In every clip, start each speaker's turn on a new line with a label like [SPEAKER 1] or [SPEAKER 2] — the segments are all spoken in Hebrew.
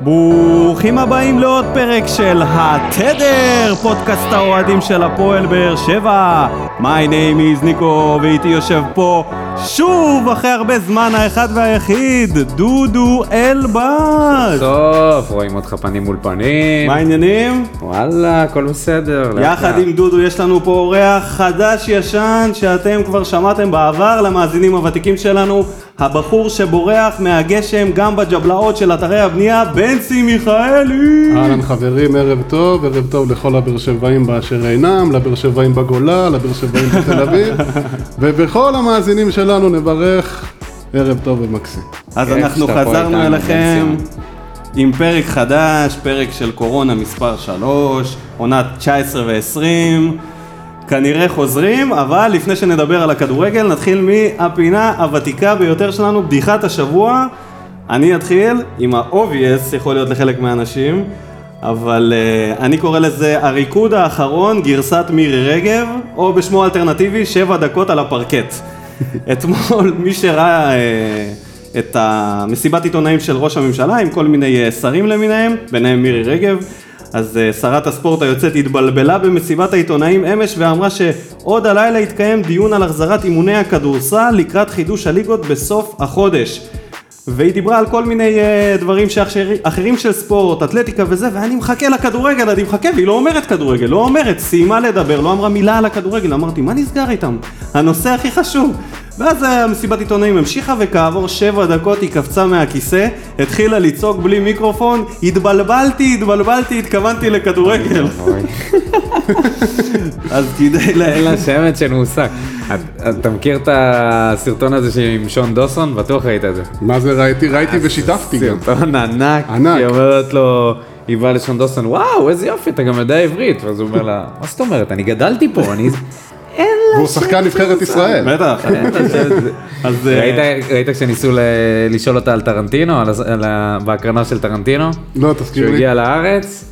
[SPEAKER 1] ברוכים הבאים לעוד פרק של התדר, פודקאסט האוהדים של הפועל באר שבע. My name is ניקו, ואיתי יושב פה שוב, אחרי הרבה זמן, האחד והיחיד, דודו אלבז.
[SPEAKER 2] טוב, רואים אותך פנים מול פנים.
[SPEAKER 1] מה העניינים?
[SPEAKER 2] וואלה, הכל בסדר. לאט
[SPEAKER 1] יחד
[SPEAKER 2] לאט.
[SPEAKER 1] עם דודו יש לנו פה אורח חדש-ישן שאתם כבר שמעתם בעבר למאזינים הוותיקים שלנו, הבחור שבורח מהגשם גם בג'בלאות של אתרי הבנייה, בנצי מיכאלי!
[SPEAKER 3] אהלן חברים, ערב טוב, ערב טוב לכל הבאר שבעים באשר אינם, לבאר שבעים בגולה, לבאר שבעים בתל אביב, ובכל המאזינים שלנו נברך ערב טוב ומקסים.
[SPEAKER 1] אז
[SPEAKER 2] כיף
[SPEAKER 1] אנחנו
[SPEAKER 2] כן, שאתה פה
[SPEAKER 1] חזרנו
[SPEAKER 2] איתנו,
[SPEAKER 1] אליכם
[SPEAKER 2] בנצי.
[SPEAKER 1] עם פרק חדש, פרק של קורונה מספר 3, עונת 19 ו-20. כנראה חוזרים, אבל לפני שנדבר על הכדורגל, נתחיל מהפינה הוותיקה ביותר שלנו, בדיחת השבוע. אני אתחיל עם ה-obvious, יכול להיות לחלק מהאנשים, אבל uh, אני קורא לזה הריקוד האחרון, גרסת מירי רגב, או בשמו האלטרנטיבי, שבע דקות על הפרקט. אתמול, מי שראה uh, את המסיבת עיתונאים של ראש הממשלה, עם כל מיני uh, שרים למיניהם, ביניהם מירי רגב, אז אה, שרת הספורט היוצאת התבלבלה במסיבת העיתונאים אמש ואמרה שעוד הלילה יתקיים דיון על החזרת אימוני הכדורסל לקראת חידוש הליגות בסוף החודש. והיא דיברה על כל מיני אה, דברים שאחשרי- אחרים של ספורט, אתלטיקה וזה, ואני מחכה לכדורגל, אני מחכה, והיא לא אומרת כדורגל, לא אומרת, סיימה לדבר, לא אמרה מילה על הכדורגל, אמרתי, מה נסגר איתם? הנושא הכי חשוב. ואז אה, המסיבת עיתונאים המשיכה, וכעבור שבע דקות היא קפצה מהכיסא, התחילה לצעוק בלי מיקרופון, התבלבלתי, התבלבלתי, התכוונתי לכדורגל.
[SPEAKER 2] אוי,
[SPEAKER 1] אז כדאי ל...
[SPEAKER 2] אין לה שמץ של מושג. את- אתה מכיר את הסרטון הזה שהיא עם שון דוסון? בטוח ראית את זה.
[SPEAKER 3] מה זה ראיתי? ראיתי ושיתפתי גם.
[SPEAKER 2] סרטון ענק.
[SPEAKER 3] ענק.
[SPEAKER 2] היא אומרת לו, היא באה לשון דוסון, וואו, איזה יופי, אתה גם יודע עברית. ואז הוא אומר לה, מה זאת אומרת, אני גדלתי פה, אני... אין לה...
[SPEAKER 3] והוא שחקן נבחרת ישראל.
[SPEAKER 1] בטח.
[SPEAKER 2] אין לה שמץ.
[SPEAKER 1] אז... אה,
[SPEAKER 2] ראית- ראית כשניסו ל- לשאול אותה על טרנטינו, על הס- על ה- בהקרנה של טרנטינו?
[SPEAKER 3] לא, תזכיר
[SPEAKER 2] כשהוא
[SPEAKER 3] לי.
[SPEAKER 2] הגיע לארץ,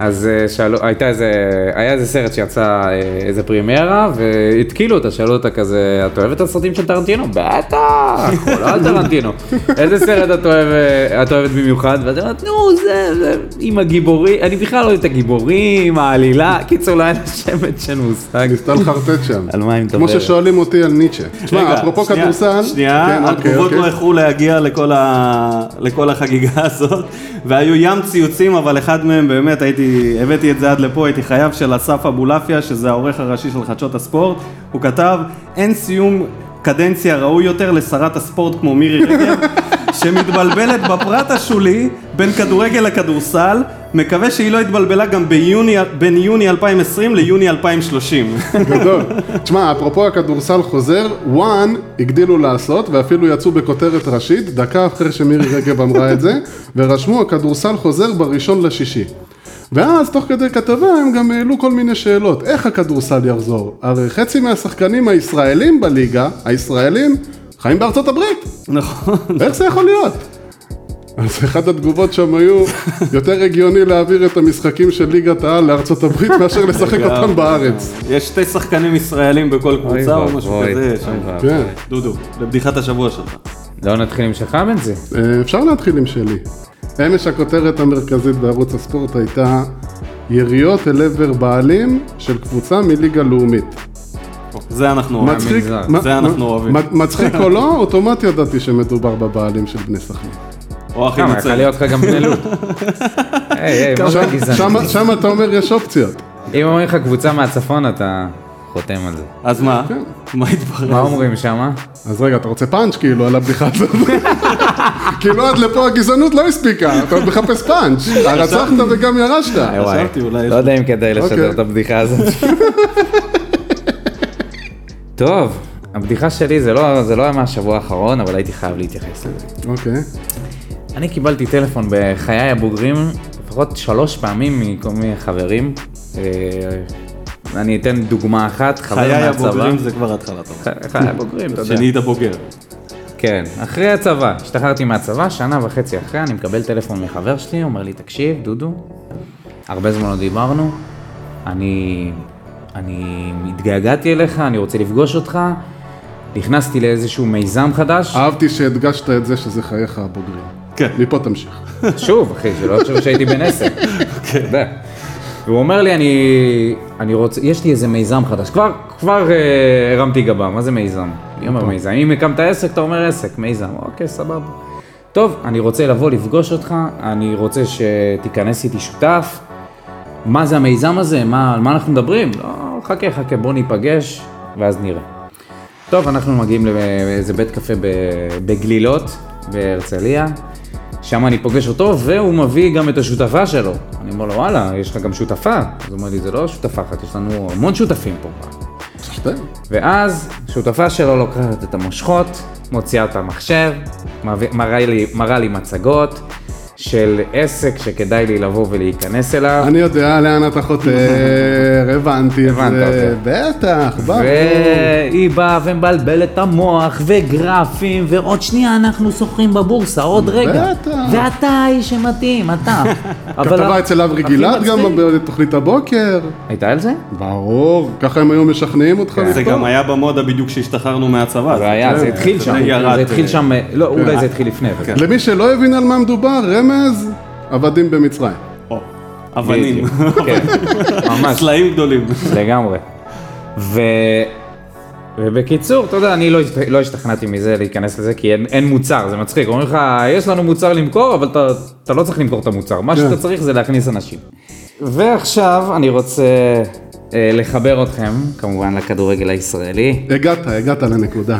[SPEAKER 2] אז אה, שאלו, הייתה איזה, היה איזה סרט שיצא אה, איזה פרימיירה, והתקילו אותה, שאלו אותה כזה, את אוהבת את הסרטים של טרנטינו? בטח, לא על טרנטינו. איזה סרט את אוהבת, את אוהבת במיוחד? ואז היא אומרת, נו, זה, זה, עם הגיבורים, אני בכלל לא אוהבת את הגיבורים, העלילה, קיצור, לא היה לה שמץ של מושג.
[SPEAKER 3] ניסתה לחרטט שם.
[SPEAKER 2] על מה היא מדברת?
[SPEAKER 3] כמו ששואלים אותי על ניטשה.
[SPEAKER 1] רגע,
[SPEAKER 3] תשמע, אפרופו
[SPEAKER 1] שנייה,
[SPEAKER 3] כדורסל... כן,
[SPEAKER 1] שנייה,
[SPEAKER 3] אוקיי,
[SPEAKER 1] התגובות
[SPEAKER 3] אוקיי.
[SPEAKER 1] לא איחרו להגיע לכל ה- לכל החגיגה הזאת, והיו ים ציוצים, אבל אחד מהם באמת, הייתי, הבאתי את זה עד לפה, הייתי חייב של אסף אבולעפיה, שזה העורך הראשי של חדשות הספורט, הוא כתב, אין סיום קדנציה ראוי יותר לשרת הספורט כמו מירי רגב, שמתבלבלת בפרט השולי בין כדורגל לכדורסל, מקווה שהיא לא התבלבלה גם ביוני, בין יוני 2020 ליוני 2030.
[SPEAKER 3] גדול. תשמע, אפרופו הכדורסל חוזר, וואן הגדילו לעשות, ואפילו יצאו בכותרת ראשית, דקה אחרי שמירי רגב אמרה את זה, ורשמו, הכדורסל חוזר בראשון לשישי. ואז, תוך כדי כתבה, הם גם העלו כל מיני שאלות. איך הכדורסל יחזור? הרי חצי מהשחקנים הישראלים בליגה, הישראלים, חיים בארצות הברית.
[SPEAKER 1] נכון.
[SPEAKER 3] איך זה יכול להיות? אז אחת התגובות שם היו, יותר הגיוני להעביר את המשחקים של ליגת העל לארצות הברית מאשר לשחק אותם בארץ.
[SPEAKER 1] יש שתי שחקנים ישראלים בכל
[SPEAKER 2] אוי
[SPEAKER 1] קבוצה או משהו
[SPEAKER 2] ואבוי,
[SPEAKER 1] כזה.
[SPEAKER 2] אוי
[SPEAKER 1] יש שם.
[SPEAKER 2] ואבוי.
[SPEAKER 3] כן.
[SPEAKER 1] דודו, לבדיחת השבוע שלך.
[SPEAKER 2] לא נתחיל עם שלך בנזי.
[SPEAKER 3] אה, אפשר להתחיל עם שלי. אמש הכותרת המרכזית בערוץ הספורט הייתה יריות אל עבר בעלים של קבוצה מליגה לאומית.
[SPEAKER 1] זה אנחנו אוהבים.
[SPEAKER 3] מצחיק,
[SPEAKER 2] המגזר.
[SPEAKER 3] מה-
[SPEAKER 1] זה אנחנו
[SPEAKER 3] מה-
[SPEAKER 1] אוהבים.
[SPEAKER 3] מ- מצחיק או לא, אוטומט ידעתי שמדובר בבעלים של בני סכנין.
[SPEAKER 1] או הכי
[SPEAKER 2] כמה, יכול
[SPEAKER 1] נוצר.
[SPEAKER 2] להיות לך גם בני לוד. היי, היי, מה זה
[SPEAKER 3] שם-
[SPEAKER 2] גזעני?
[SPEAKER 3] שם- שם אתה אומר יש אופציות.
[SPEAKER 2] אם אומרים לך קבוצה מהצפון, אתה חותם על זה.
[SPEAKER 1] אז מה? מה
[SPEAKER 2] מה
[SPEAKER 1] התברר?
[SPEAKER 2] אומרים שמה?
[SPEAKER 3] אז רגע, אתה רוצה פאנץ' כאילו על הבדיחה הזאת? כאילו עד לפה הגזענות לא הספיקה, אתה עוד מחפש פאנץ'. הרצחת וגם ירשת.
[SPEAKER 1] חשבתי, אולי יש-
[SPEAKER 2] לא יודע אם כדאי לשדר
[SPEAKER 3] אוקיי.
[SPEAKER 2] את הבדיחה הזאת. טוב, הבדיחה שלי זה לא, זה לא היה מהשבוע האחרון, אבל הייתי חייב להתייחס לזה.
[SPEAKER 3] אוקיי.
[SPEAKER 2] אני קיבלתי טלפון בחיי הבוגרים לפחות שלוש פעמים מכל מיני חברים. אה, אני אתן דוגמה אחת, חבר
[SPEAKER 1] חיי
[SPEAKER 2] מהצבא.
[SPEAKER 1] הבוגרים זה כבר התחלה טובה.
[SPEAKER 2] ח- חיי הבוגרים, אתה יודע.
[SPEAKER 1] שנהיית בוגר.
[SPEAKER 2] כן, אחרי הצבא, השתחררתי מהצבא, שנה וחצי אחרי, אני מקבל טלפון מחבר שלי, אומר לי, תקשיב, דודו, הרבה זמן לא דיברנו, אני, אני התגעגעתי אליך, אני רוצה לפגוש אותך, נכנסתי לאיזשהו מיזם חדש,
[SPEAKER 3] אהבתי שהדגשת את זה שזה חייך הבוגרים.
[SPEAKER 1] כן.
[SPEAKER 3] מפה תמשיך.
[SPEAKER 2] שוב, אחי, שלא תחשוב שהייתי בן עשר. אתה יודע. והוא אומר לי, אני, אני רוצה, יש לי איזה מיזם חדש. כבר, כבר אה, הרמתי גבה, מה זה מיזם? אני אומר מיזם. אם הקמת עסק, אתה אומר עסק, מיזם. אוקיי, סבבה. טוב, אני רוצה לבוא לפגוש אותך, אני רוצה שתיכנס איתי שותף. מה זה המיזם הזה? מה, על מה אנחנו מדברים? לא, חכה, חכה, בוא ניפגש, ואז נראה. טוב, אנחנו מגיעים לאיזה בית קפה ב- בגלילות, בהרצליה, שם אני פוגש אותו, והוא מביא גם את השותפה שלו. אני אומר לו, וואלה, יש לך גם שותפה? אז הוא אומר לי, זה לא שותפה אחת, יש לנו המון שותפים פה.
[SPEAKER 3] שתיים.
[SPEAKER 2] ואז, שותפה שלו לוקחת את המושכות, מוציאה את המחשב, מביא- מראה לי, מראה לי מצגות. של עסק שכדאי לי לבוא ולהיכנס אליו.
[SPEAKER 3] אני יודע לאן אתה חותר, הבנתי את
[SPEAKER 2] הבנת
[SPEAKER 3] זה. בטח, ברור.
[SPEAKER 2] והיא באה ומבלבלת את המוח, וגרפים, ועוד שנייה אנחנו סוחרים בבורסה, עוד רגע.
[SPEAKER 3] בטח.
[SPEAKER 2] ואתה האיש שמתאים, אתה. אבל-
[SPEAKER 3] כתבה אצל אברי
[SPEAKER 2] הכי
[SPEAKER 3] גלעד גם
[SPEAKER 2] מצחיק.
[SPEAKER 3] בתוכנית הבוקר.
[SPEAKER 2] הייתה על זה?
[SPEAKER 3] ברור, ככה הם היו משכנעים אותך
[SPEAKER 2] כן.
[SPEAKER 1] זה גם היה במודה בדיוק כשהשתחררנו מהצבא.
[SPEAKER 2] זה היה, זה כן.
[SPEAKER 1] כן,
[SPEAKER 2] התחיל שם,
[SPEAKER 1] ירד.
[SPEAKER 2] זה התחיל שם, לא,
[SPEAKER 3] כן.
[SPEAKER 2] אולי זה התחיל לפני. אבל-
[SPEAKER 3] למי שלא הבין על מה מדובר, רמז, עבדים במצרים.
[SPEAKER 1] או, אבנים,
[SPEAKER 2] בדיוק. כן, ממש.
[SPEAKER 1] סלעים גדולים.
[SPEAKER 2] לגמרי. ו... ובקיצור, אתה יודע, אני לא, השת... לא השתכנעתי מזה להיכנס לזה, כי אין, אין מוצר, זה מצחיק. אומרים לך, יש לנו מוצר למכור, אבל אתה, אתה לא צריך למכור את המוצר, מה
[SPEAKER 3] כן.
[SPEAKER 2] שאתה צריך זה להכניס אנשים. ועכשיו אני רוצה אה, לחבר אתכם, כמובן, לכדורגל הישראלי.
[SPEAKER 3] הגעת, הגעת לנקודה.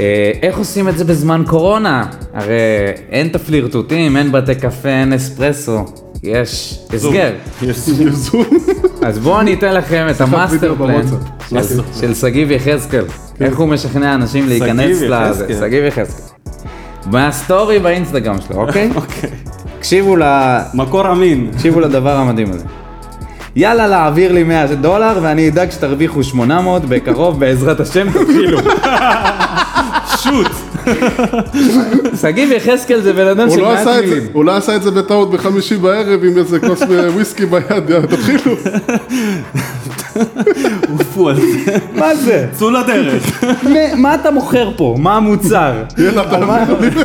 [SPEAKER 2] אה, איך עושים את זה בזמן קורונה? הרי אין את הפלירטוטים, אין בתי קפה, אין אספרסו, יש הסגר.
[SPEAKER 3] יזום.
[SPEAKER 2] אז בואו אני אתן לכם את המאסטר
[SPEAKER 3] וידאו
[SPEAKER 2] פלן
[SPEAKER 3] בוואטסאפ.
[SPEAKER 2] של- של שגיב יחזקאל.
[SPEAKER 3] כן.
[SPEAKER 2] איך הוא משכנע אנשים להיכנס לזה,
[SPEAKER 1] יחזקאל.
[SPEAKER 2] שגיב יחזקאל. מהסטורי באינסטגרם שלו, אוקיי?
[SPEAKER 1] אוקיי.
[SPEAKER 2] הקשיבו ל-
[SPEAKER 1] מקור אמין.
[SPEAKER 2] הקשיבו לדבר המדהים הזה. יאללה להעביר לי 100 דולר ואני אדאג שתרוויחו 800 בקרוב בעזרת השם תתחילו.
[SPEAKER 1] שוט!
[SPEAKER 2] שגיב יחזקאל זה בן אדם
[SPEAKER 3] הוא
[SPEAKER 2] של
[SPEAKER 3] לא
[SPEAKER 2] מעט
[SPEAKER 3] עשה את
[SPEAKER 2] מילים.
[SPEAKER 3] זה- הוא לא עשה את זה בטעות בחמישי בערב עם איזה כוס וויסקי ביד, יא, תתחילו.
[SPEAKER 1] עופו על זה.
[SPEAKER 2] מה זה?
[SPEAKER 1] צאו לדרך.
[SPEAKER 2] מה- מה אתה מוכר פה? מה המוצר?
[SPEAKER 3] יאללה, תעביר.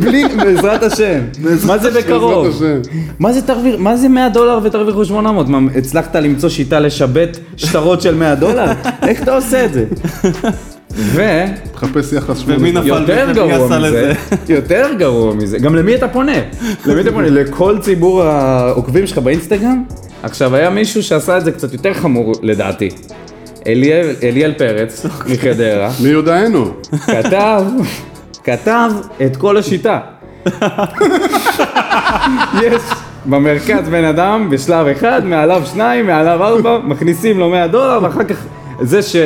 [SPEAKER 2] בלי, בעזרת השם. מה זה בקרוב?
[SPEAKER 3] בעזרת השם.
[SPEAKER 2] מה זה תרוויר, מה זה 100 דולר ותרוויחו 800? מה, הצלחת למצוא שיטה לשבת שטרות של 100 דולר? איך אתה עושה את זה? ויותר
[SPEAKER 3] חפש יחס
[SPEAKER 1] ומי
[SPEAKER 3] שמונה.
[SPEAKER 1] נפל בזה? מי
[SPEAKER 2] גרוע
[SPEAKER 1] עשה
[SPEAKER 2] מזה,
[SPEAKER 1] לזה?
[SPEAKER 2] יותר גרוע מזה, גם למי אתה פונה? למי אתה פונה? לכל ציבור העוקבים שלך באינסטגרם? עכשיו, היה מישהו שעשה את זה קצת יותר חמור לדעתי. אליאל, אליאל פרץ
[SPEAKER 1] אוקיי.
[SPEAKER 2] מחדרה.
[SPEAKER 3] מי יודענו?
[SPEAKER 2] כתב, כתב את כל השיטה. יש במרכז בן אדם בשלב אחד, מעליו שניים, מעליו ארבע, מכניסים לו 100 דולר ואחר כך זה ש...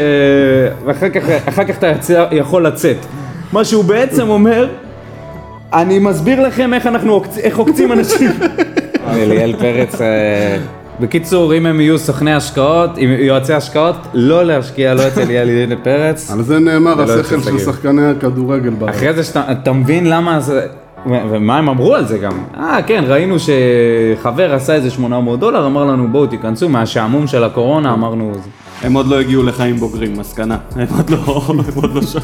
[SPEAKER 2] ואחר כך, אחר כך אתה יצא, יכול לצאת. מה שהוא בעצם אומר, אני מסביר לכם איך אנחנו עוקצ... איך עוקצים אנשים. אליאל פרץ... אה, בקיצור, אם הם יהיו סוכני השקעות, אם- יועצי השקעות, לא להשקיע לא אצל אליאל פרץ.
[SPEAKER 3] על זה נאמר
[SPEAKER 2] ולא
[SPEAKER 3] השכל
[SPEAKER 2] אצל
[SPEAKER 3] של
[SPEAKER 2] שגיב.
[SPEAKER 3] שחקני הכדורגל בארץ.
[SPEAKER 2] אחרי זה שאתה אתה מבין למה זה... ו- ומה הם אמרו על זה גם? אה, כן, ראינו שחבר עשה איזה 800 דולר, אמר לנו בואו תיכנסו, מהשעמום של הקורונה אמרנו... "זה-".
[SPEAKER 1] הם עוד לא הגיעו לחיים בוגרים, מסקנה. הם עוד לא הם עוד לא שם.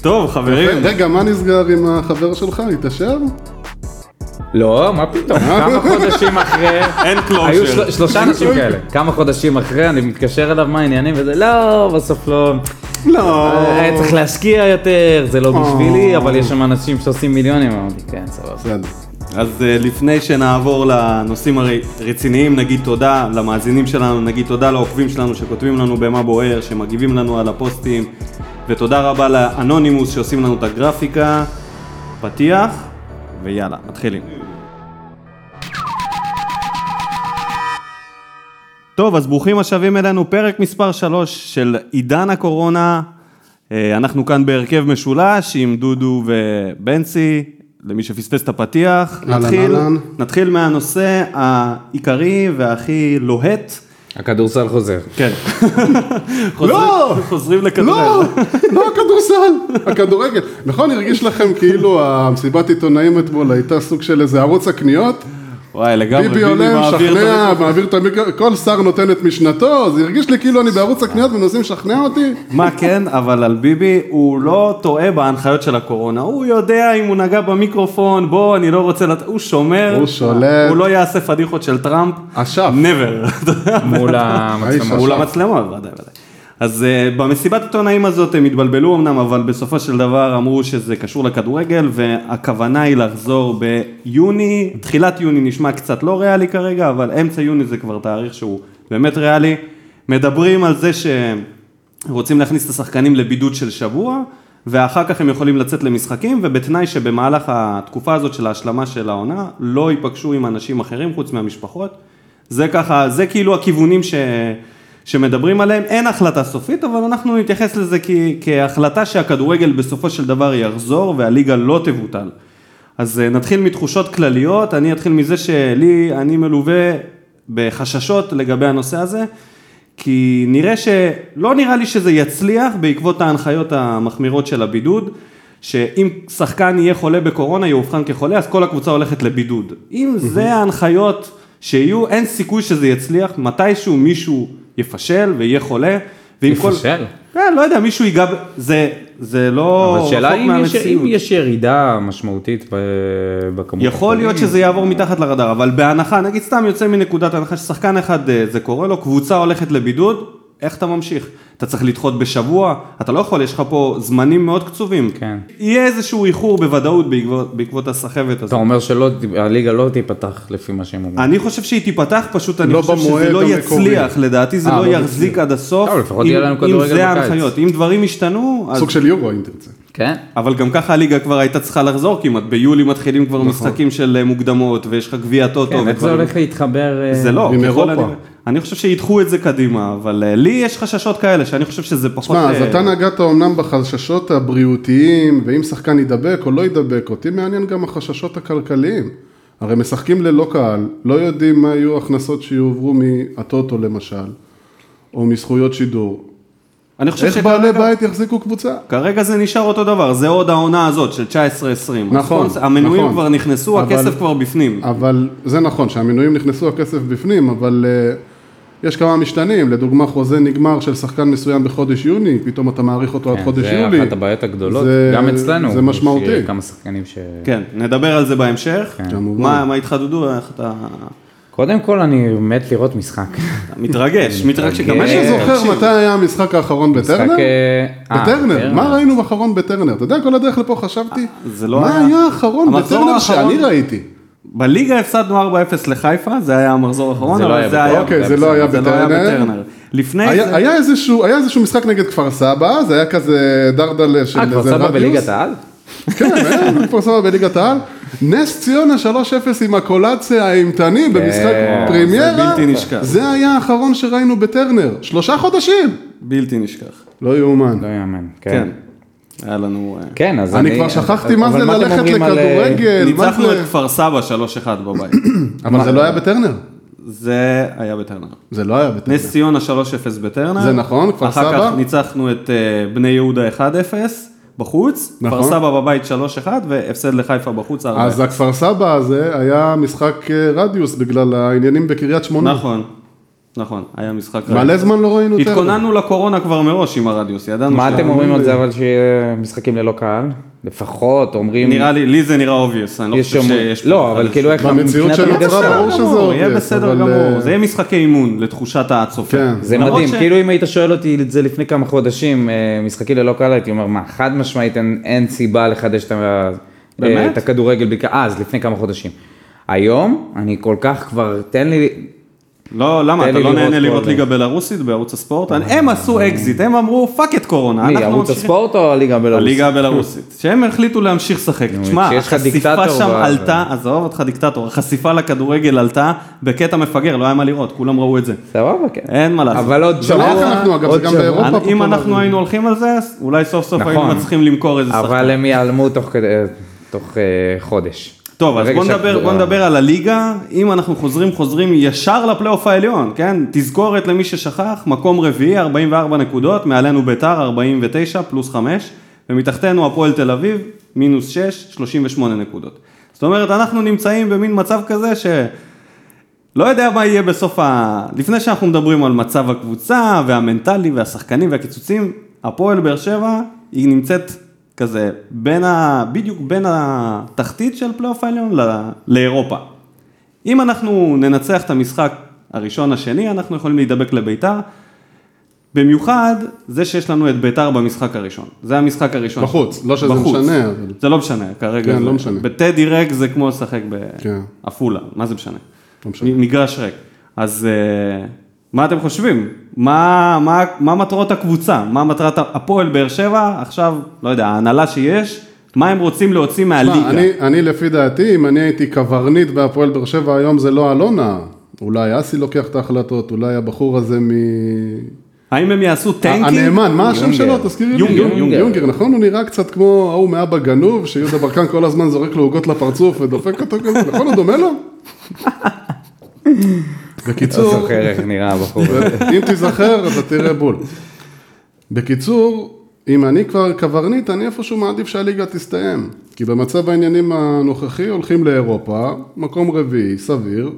[SPEAKER 1] טוב, חברים.
[SPEAKER 3] רגע, מה נסגר עם החבר שלך? התעשר?
[SPEAKER 2] לא, מה פתאום, כמה חודשים אחרי...
[SPEAKER 1] אין
[SPEAKER 2] היו של...
[SPEAKER 1] קלושר.
[SPEAKER 2] שלושה אנשים כאלה, כמה חודשים אחרי, אני מתקשר אליו, מה העניינים? וזה לא, בסוף לא,
[SPEAKER 3] לא.
[SPEAKER 2] היה צריך להשקיע יותר, זה לא בשבילי, אבל יש שם אנשים שעושים מיליונים, אמרתי, כן, סבבה.
[SPEAKER 3] בסדר.
[SPEAKER 1] אז אה, לפני שנעבור לנושאים הרציניים, נגיד תודה למאזינים שלנו, נגיד תודה לעוקבים שלנו שכותבים לנו במה בוער, שמגיבים לנו על הפוסטים, ותודה רבה לאנונימוס שעושים לנו את הגרפיקה. פתיח, ויאללה, מתחילים. טוב, אז ברוכים השבים אלינו, פרק מספר 3 של עידן הקורונה. אה, אנחנו כאן בהרכב משולש עם דודו ובנצי, למי שפספס את הפתיח.
[SPEAKER 3] אהלן,
[SPEAKER 1] נתחיל,
[SPEAKER 3] אהלן.
[SPEAKER 1] נתחיל מהנושא העיקרי והכי לוהט.
[SPEAKER 2] הכדורסל חוזר.
[SPEAKER 1] כן. חוזרים- חוזרים
[SPEAKER 3] לא,
[SPEAKER 1] לכדורגל.
[SPEAKER 3] לא הכדורסל, הכדורגל. נכון, הרגיש לכם כאילו המסיבת עיתונאים אתמול הייתה סוג של איזה ערוץ הקניות?
[SPEAKER 1] וואי, לגמרי,
[SPEAKER 3] ביבי עולה,
[SPEAKER 1] מעביר את
[SPEAKER 3] משכנע,
[SPEAKER 1] המיקרופון.
[SPEAKER 3] מעביר את המיקרופון, כל שר נותן את משנתו, זה הרגיש לי כאילו אני בערוץ הקניות ומנסים לשכנע אותי.
[SPEAKER 1] מה כן, אבל על ביבי, הוא לא טועה בהנחיות של הקורונה. הוא יודע אם הוא נגע במיקרופון, בוא, אני לא רוצה לת... הוא שומר.
[SPEAKER 3] הוא שולט.
[SPEAKER 1] הוא לא יעשה פדיחות של טראמפ.
[SPEAKER 3] אשף.
[SPEAKER 1] never. אתה יודע,
[SPEAKER 2] מול המצלמות.
[SPEAKER 1] מול המצלמה, בוודאי, בוודאי. אז uh, במסיבת עיתונאים הזאת הם התבלבלו אמנם, אבל בסופו של דבר אמרו שזה קשור לכדורגל, והכוונה היא לחזור ביוני, תחילת יוני נשמע קצת לא ריאלי כרגע, אבל אמצע יוני זה כבר תאריך שהוא באמת ריאלי. מדברים על זה שרוצים להכניס את השחקנים לבידוד של שבוע, ואחר כך הם יכולים לצאת למשחקים, ובתנאי שבמהלך התקופה הזאת של ההשלמה של העונה, לא ייפגשו עם אנשים אחרים חוץ מהמשפחות. זה ככה, זה כאילו הכיוונים ש... שמדברים עליהם, אין החלטה סופית, אבל אנחנו נתייחס לזה כ... כהחלטה שהכדורגל בסופו של דבר יחזור והליגה לא תבוטל. אז אה, נתחיל מתחושות כלליות, אני אתחיל מזה שלי, אני מלווה בחששות לגבי הנושא הזה, כי נראה שלא נראה לי שזה יצליח בעקבות ההנחיות המחמירות של הבידוד, שאם שחקן יהיה חולה בקורונה, יאובחן כחולה, אז כל הקבוצה הולכת לבידוד. אם זה ההנחיות שיהיו, אין סיכוי שזה יצליח, מתישהו מישהו יפשל ויהיה חולה. ואם כל-
[SPEAKER 2] יפשל?
[SPEAKER 1] כן, לא יודע, מישהו ייגע, ב- זה, זה לא
[SPEAKER 2] אבל השאלה
[SPEAKER 1] רחוק
[SPEAKER 2] אם יש-
[SPEAKER 1] מהמציאות.
[SPEAKER 2] אם יש ירידה משמעותית ב- בכמות.
[SPEAKER 1] יכול להיות
[SPEAKER 2] החולים.
[SPEAKER 1] שזה יעבור מתחת לרדאר, אבל בהנחה, נגיד סתם יוצא מנקודת הנחה ששחקן אחד אה, זה קורה לו, קבוצה הולכת לבידוד, איך אתה ממשיך? אתה צריך לדחות בשבוע, אתה לא יכול, יש לך פה זמנים מאוד קצובים.
[SPEAKER 2] כן.
[SPEAKER 1] יהיה איזשהו איחור בוודאות בעקבות, בעקבות הסחבת
[SPEAKER 2] אתה
[SPEAKER 1] הזאת.
[SPEAKER 2] אומר שהליגה לא תיפתח לפי מה שהם אומרים.
[SPEAKER 1] אני חושב שהיא תיפתח, פשוט אני
[SPEAKER 3] לא
[SPEAKER 1] חושב
[SPEAKER 3] במועד
[SPEAKER 1] שזה לא
[SPEAKER 3] המקורי.
[SPEAKER 1] יצליח, לדעתי זה
[SPEAKER 3] אה,
[SPEAKER 1] לא
[SPEAKER 3] לא
[SPEAKER 1] יחזיק עד הסוף.
[SPEAKER 2] לא, אבל לפחות
[SPEAKER 1] אם-
[SPEAKER 2] יהיה לנו
[SPEAKER 1] אם
[SPEAKER 2] כדורגל
[SPEAKER 1] זה
[SPEAKER 2] בקיץ.
[SPEAKER 1] ההנחיות, אם דברים השתנו, אז
[SPEAKER 3] סוג של יורו אם תרצה.
[SPEAKER 2] כן?
[SPEAKER 1] אבל גם ככה הליגה כבר הייתה צריכה לחזור כמעט, ביולי מתחילים כבר משחקים של אה, מוקדמות, ויש לך גביע טוטו.
[SPEAKER 2] נכון. כן, איך זה
[SPEAKER 1] ודברים-
[SPEAKER 2] הולך להתחבר? אה,
[SPEAKER 1] זה לא,
[SPEAKER 3] עם
[SPEAKER 1] ככל
[SPEAKER 3] אירופה.
[SPEAKER 1] הנראה. אני חושב שידחו את זה קדימה, אבל אה, לי יש חששות כאלה, שאני חושב שזה פחות...
[SPEAKER 3] שמע, אז
[SPEAKER 1] אה,
[SPEAKER 3] אתה נגעת אומנם בחששות הבריאותיים, ואם שחקן ידבק או לא ידבק, אותי מעניין גם החששות הכלכליים. הרי משחקים ללא קהל, לא יודעים מה יהיו ההכנסות שיועברו מהטוטו למשל, או מזכויות שידור.
[SPEAKER 1] אני חושב
[SPEAKER 3] איך בעלי
[SPEAKER 1] שכרגע
[SPEAKER 3] בית יחזיקו קבוצה?
[SPEAKER 1] כרגע זה נשאר אותו דבר, זה עוד העונה הזאת של 19-20.
[SPEAKER 3] נכון,
[SPEAKER 1] הספונס- המנויים
[SPEAKER 3] נכון.
[SPEAKER 1] כבר נכנסו,
[SPEAKER 3] אבל-
[SPEAKER 1] הכסף כבר בפנים.
[SPEAKER 3] אבל זה נכון שהמינויים נכנסו, הכסף בפנים, אבל uh, יש כמה משתנים, לדוגמה חוזה נגמר של שחקן מסוים בחודש יוני, פתאום אתה מעריך אותו עד
[SPEAKER 2] כן,
[SPEAKER 3] חודש יולי.
[SPEAKER 2] זה אחת הבעיות הגדולות,
[SPEAKER 3] זה-
[SPEAKER 2] גם אצלנו.
[SPEAKER 3] זה משמעותי.
[SPEAKER 2] יש אה, כמה שחקנים ש...
[SPEAKER 1] כן, נדבר על זה בהמשך.
[SPEAKER 3] כן. כמובן.
[SPEAKER 1] מה מה התחדדו, איך אתה...
[SPEAKER 2] קודם כל אני מת לראות משחק.
[SPEAKER 1] אתה מתרגש, מתרגש שגם
[SPEAKER 2] מתרגש.
[SPEAKER 1] אני
[SPEAKER 3] מישהו
[SPEAKER 1] תקשיב.
[SPEAKER 3] זוכר מתי היה המשחק האחרון בטרנר?
[SPEAKER 2] משחק, אה, אה,
[SPEAKER 3] בטרנר, מה ראינו באחרון בטרנר? אתה יודע, כל הדרך לפה חשבתי,
[SPEAKER 1] זה לא
[SPEAKER 3] מה
[SPEAKER 1] היה-
[SPEAKER 3] היה האחרון
[SPEAKER 1] המחזור
[SPEAKER 3] בטרנר
[SPEAKER 1] האחרון-
[SPEAKER 3] שאני ראיתי?
[SPEAKER 1] בליגה הפסדנו 4-0 לחיפה, זה היה המחזור האחרון,
[SPEAKER 2] זה לא
[SPEAKER 1] אבל
[SPEAKER 2] היה
[SPEAKER 1] זה
[SPEAKER 2] בטרנר.
[SPEAKER 1] היה...
[SPEAKER 3] אוקיי, זה לא היה
[SPEAKER 1] זה לא היה
[SPEAKER 3] בטרנר.
[SPEAKER 1] בטרנר.
[SPEAKER 2] לא,
[SPEAKER 1] לפני
[SPEAKER 3] היה
[SPEAKER 1] זה...
[SPEAKER 3] היה איזשהו היה איזשהו משחק נגד כפר סבא, זה היה כזה דרדל של
[SPEAKER 2] אה, כפר
[SPEAKER 3] איזה
[SPEAKER 2] סבא
[SPEAKER 3] רדיוס.
[SPEAKER 2] בליגת העל?
[SPEAKER 3] כן, היה כפר סבא בליגת העל. נס ציונה 3-0 עם הקולציה האימתני במשחק
[SPEAKER 2] זה
[SPEAKER 3] פרימיירה.
[SPEAKER 1] כן, בלתי נשכח.
[SPEAKER 3] זה היה האחרון שראינו בטרנר, שלושה חודשים.
[SPEAKER 1] בלתי נשכח.
[SPEAKER 3] לא יאומן.
[SPEAKER 2] לא יאמן,
[SPEAKER 1] כן.
[SPEAKER 2] כן.
[SPEAKER 1] היה לנו... אה,
[SPEAKER 2] כן, אז
[SPEAKER 3] אני כבר שכחתי מה
[SPEAKER 2] אבל
[SPEAKER 3] זה
[SPEAKER 2] אתם
[SPEAKER 3] ללכת
[SPEAKER 2] אומרים על, אה,
[SPEAKER 3] לכדורגל, כן, מה
[SPEAKER 1] ניצחנו את
[SPEAKER 3] זה...
[SPEAKER 1] כפר סבא 3-1 בבית.
[SPEAKER 3] אבל זה לא היה בטרנר.
[SPEAKER 1] זה היה בטרנר.
[SPEAKER 3] זה לא היה בטרנר.
[SPEAKER 1] נס ציונה 3-0 בטרנר.
[SPEAKER 3] זה נכון, כפר
[SPEAKER 1] אחר
[SPEAKER 3] סבא.
[SPEAKER 1] כך ניצחנו את אה, בני יהודה 1-0 בחוץ. כפר
[SPEAKER 3] נכון.
[SPEAKER 1] סבא בבית 3-1 והפסד לחיפה בחוץ 4-0.
[SPEAKER 3] אז הכפר סבא הזה היה משחק אה, רדיוס בגלל העניינים בקריית שמונה.
[SPEAKER 1] נכון, נכון, היה משחק.
[SPEAKER 3] מלא
[SPEAKER 1] רדיוס.
[SPEAKER 3] זמן לא ראינו טרנר.
[SPEAKER 1] התכוננו לקורונה כבר מראש עם הרדיוס, ידענו
[SPEAKER 2] מה
[SPEAKER 1] שה-
[SPEAKER 2] אתם אומרים על זה אבל שיהיה משחקים ללא קהל? לפחות אומרים...
[SPEAKER 1] נראה לי, לי זה נראה אובייס, אני לא
[SPEAKER 2] יש
[SPEAKER 1] חושב
[SPEAKER 2] שם...
[SPEAKER 1] שיש... פה
[SPEAKER 2] לא, אבל
[SPEAKER 1] חדש.
[SPEAKER 2] כאילו איך...
[SPEAKER 3] במציאות
[SPEAKER 2] מבחינת
[SPEAKER 3] של
[SPEAKER 2] הליגה
[SPEAKER 3] נוצרה,
[SPEAKER 2] שלנו,
[SPEAKER 1] בסדר גמור,
[SPEAKER 3] ברור שזה אובייס,
[SPEAKER 1] יהיה בסדר
[SPEAKER 3] אבל,
[SPEAKER 1] גמור,
[SPEAKER 3] אה,
[SPEAKER 1] זה יהיה משחקי אימון לתחושת הצופה.
[SPEAKER 3] כן.
[SPEAKER 2] זה
[SPEAKER 1] למרות
[SPEAKER 2] מדהים,
[SPEAKER 1] ש-
[SPEAKER 2] כאילו אם היית שואל אותי את זה לפני כמה חודשים, אה, משחקים ללא קהל, הייתי אומר, מה, חד משמעית אין, אין סיבה לחדש את, ה-
[SPEAKER 1] באמת?
[SPEAKER 2] אה, את הכדורגל, בלי קהל." אז, לפני כמה חודשים. היום, אני כל כך כבר, תן לי,
[SPEAKER 1] לא, למה?
[SPEAKER 2] תן
[SPEAKER 1] אתה
[SPEAKER 2] לי
[SPEAKER 1] לא
[SPEAKER 2] לראות
[SPEAKER 1] נהנה
[SPEAKER 2] כל
[SPEAKER 1] לראות
[SPEAKER 2] זה.
[SPEAKER 1] ליגה בלרוסית בערוץ הספורט? הם עשו אקזיט, הם אמרו פאק את קורונה.
[SPEAKER 2] מי,
[SPEAKER 1] אנחנו
[SPEAKER 2] ערוץ
[SPEAKER 1] ממשיכים."
[SPEAKER 2] הספורט או הליגה הבלרוסית?
[SPEAKER 1] הליגה הבלרוסית. שהם החליטו להמשיך לשחק. תשמע,
[SPEAKER 2] כשיש לך
[SPEAKER 1] החשיפה
[SPEAKER 2] דיקטטור,
[SPEAKER 1] שם
[SPEAKER 2] אז-
[SPEAKER 1] עלתה, עזוב אותך דיקטטור, החשיפה לכדורגל עלתה בקטע מפגר, לא היה מה לראות, כולם ראו את זה.
[SPEAKER 2] סבבה, כן.
[SPEAKER 1] אין מה לעשות.
[SPEAKER 2] אבל עוד
[SPEAKER 3] זה לא רק אנחנו, אגב, זה
[SPEAKER 2] עוד
[SPEAKER 3] גם
[SPEAKER 2] שבוע.
[SPEAKER 3] באירופה.
[SPEAKER 1] אני- אם
[SPEAKER 3] פופולרי.
[SPEAKER 1] אנחנו היינו הולכים על זה, אז אולי סוף סוף
[SPEAKER 2] נכון.
[SPEAKER 1] היינו מצליחים למכור איזה שחקן.
[SPEAKER 2] אבל הם ייעלמו תוך כדי- תוך אה, חודש.
[SPEAKER 1] טוב, אז
[SPEAKER 2] ברגע אה,
[SPEAKER 1] בוא נדבר,
[SPEAKER 2] שהכדור-
[SPEAKER 1] בוא נדבר על הליגה, אם אנחנו חוזרים, חוזרים ישר לפלייאוף העליון, כן? תזכורת למי ששכח, מקום רביעי, 44 נקודות, מעלינו ביתר, 49, פלוס 5, ומתחתנו הפועל תל אביב, מינוס 6, 38 נקודות. זאת זאת אומרת, אנחנו נמצאים במין מצב כזה ש... לא יודע מה יהיה בסוף ה... לפני שאנחנו מדברים על מצב הקבוצה והמנטלי והשחקנים והקיצוצים, הפועל באר שבע היא נמצאת כזה בין ה... בדיוק בין התחתית של פלייאוף העליון ל... לאירופה. אם אנחנו ננצח את המשחק הראשון השני, אנחנו יכולים להידבק לביתר. במיוחד זה שיש לנו את ביתר במשחק הראשון. זה המשחק הראשון.
[SPEAKER 3] בחוץ, לא שזה
[SPEAKER 1] בחוץ.
[SPEAKER 3] משנה, אבל-
[SPEAKER 1] זה לא משנה, כרגע.
[SPEAKER 3] כן,
[SPEAKER 1] זה-
[SPEAKER 3] לא משנה.
[SPEAKER 1] בטדי ריק זה כמו לשחק
[SPEAKER 3] כן.
[SPEAKER 1] בעפולה, מה זה משנה?
[SPEAKER 3] לא משנה.
[SPEAKER 1] מ- מגרש ריק. אז אה, מה אתם חושבים? מה, מה, מה מטרות הקבוצה? מה מטרת הפועל באר שבע? עכשיו, לא יודע, ההנהלה שיש, מה הם רוצים להוציא
[SPEAKER 3] תשמע,
[SPEAKER 1] מהליגה?
[SPEAKER 3] אני, אני לפי דעתי, אם אני הייתי קברניט בהפועל באר שבע היום, זה לא אלונה. אולי אסי לוקח את ההחלטות, אולי הבחור הזה מ... אה,
[SPEAKER 1] האם הם יעשו לא, טנקים?
[SPEAKER 3] הנאמן, מה השם שלו?
[SPEAKER 2] יונגר.
[SPEAKER 3] תזכירי לי.
[SPEAKER 1] יונגר,
[SPEAKER 2] יונגר.
[SPEAKER 3] יונגר, נכון? הוא נראה קצת כמו ההוא מאבא גנוב, שיהודה ברקן כל הזמן זורק לו עוגות לפרצוף ודופק אותו כזה, נכון? הוא דומה לו?
[SPEAKER 2] לא
[SPEAKER 3] בקיצור,
[SPEAKER 2] זוכר איך נראה הבחור הזה.
[SPEAKER 3] אם תיזכר, אתה תראה בול. בקיצור, אם אני כבר קברניט, אני איפשהו מעדיף שהליגה תסתיים. כי במצב העניינים הנוכחי הולכים לאירופה, מקום רביעי, סביר.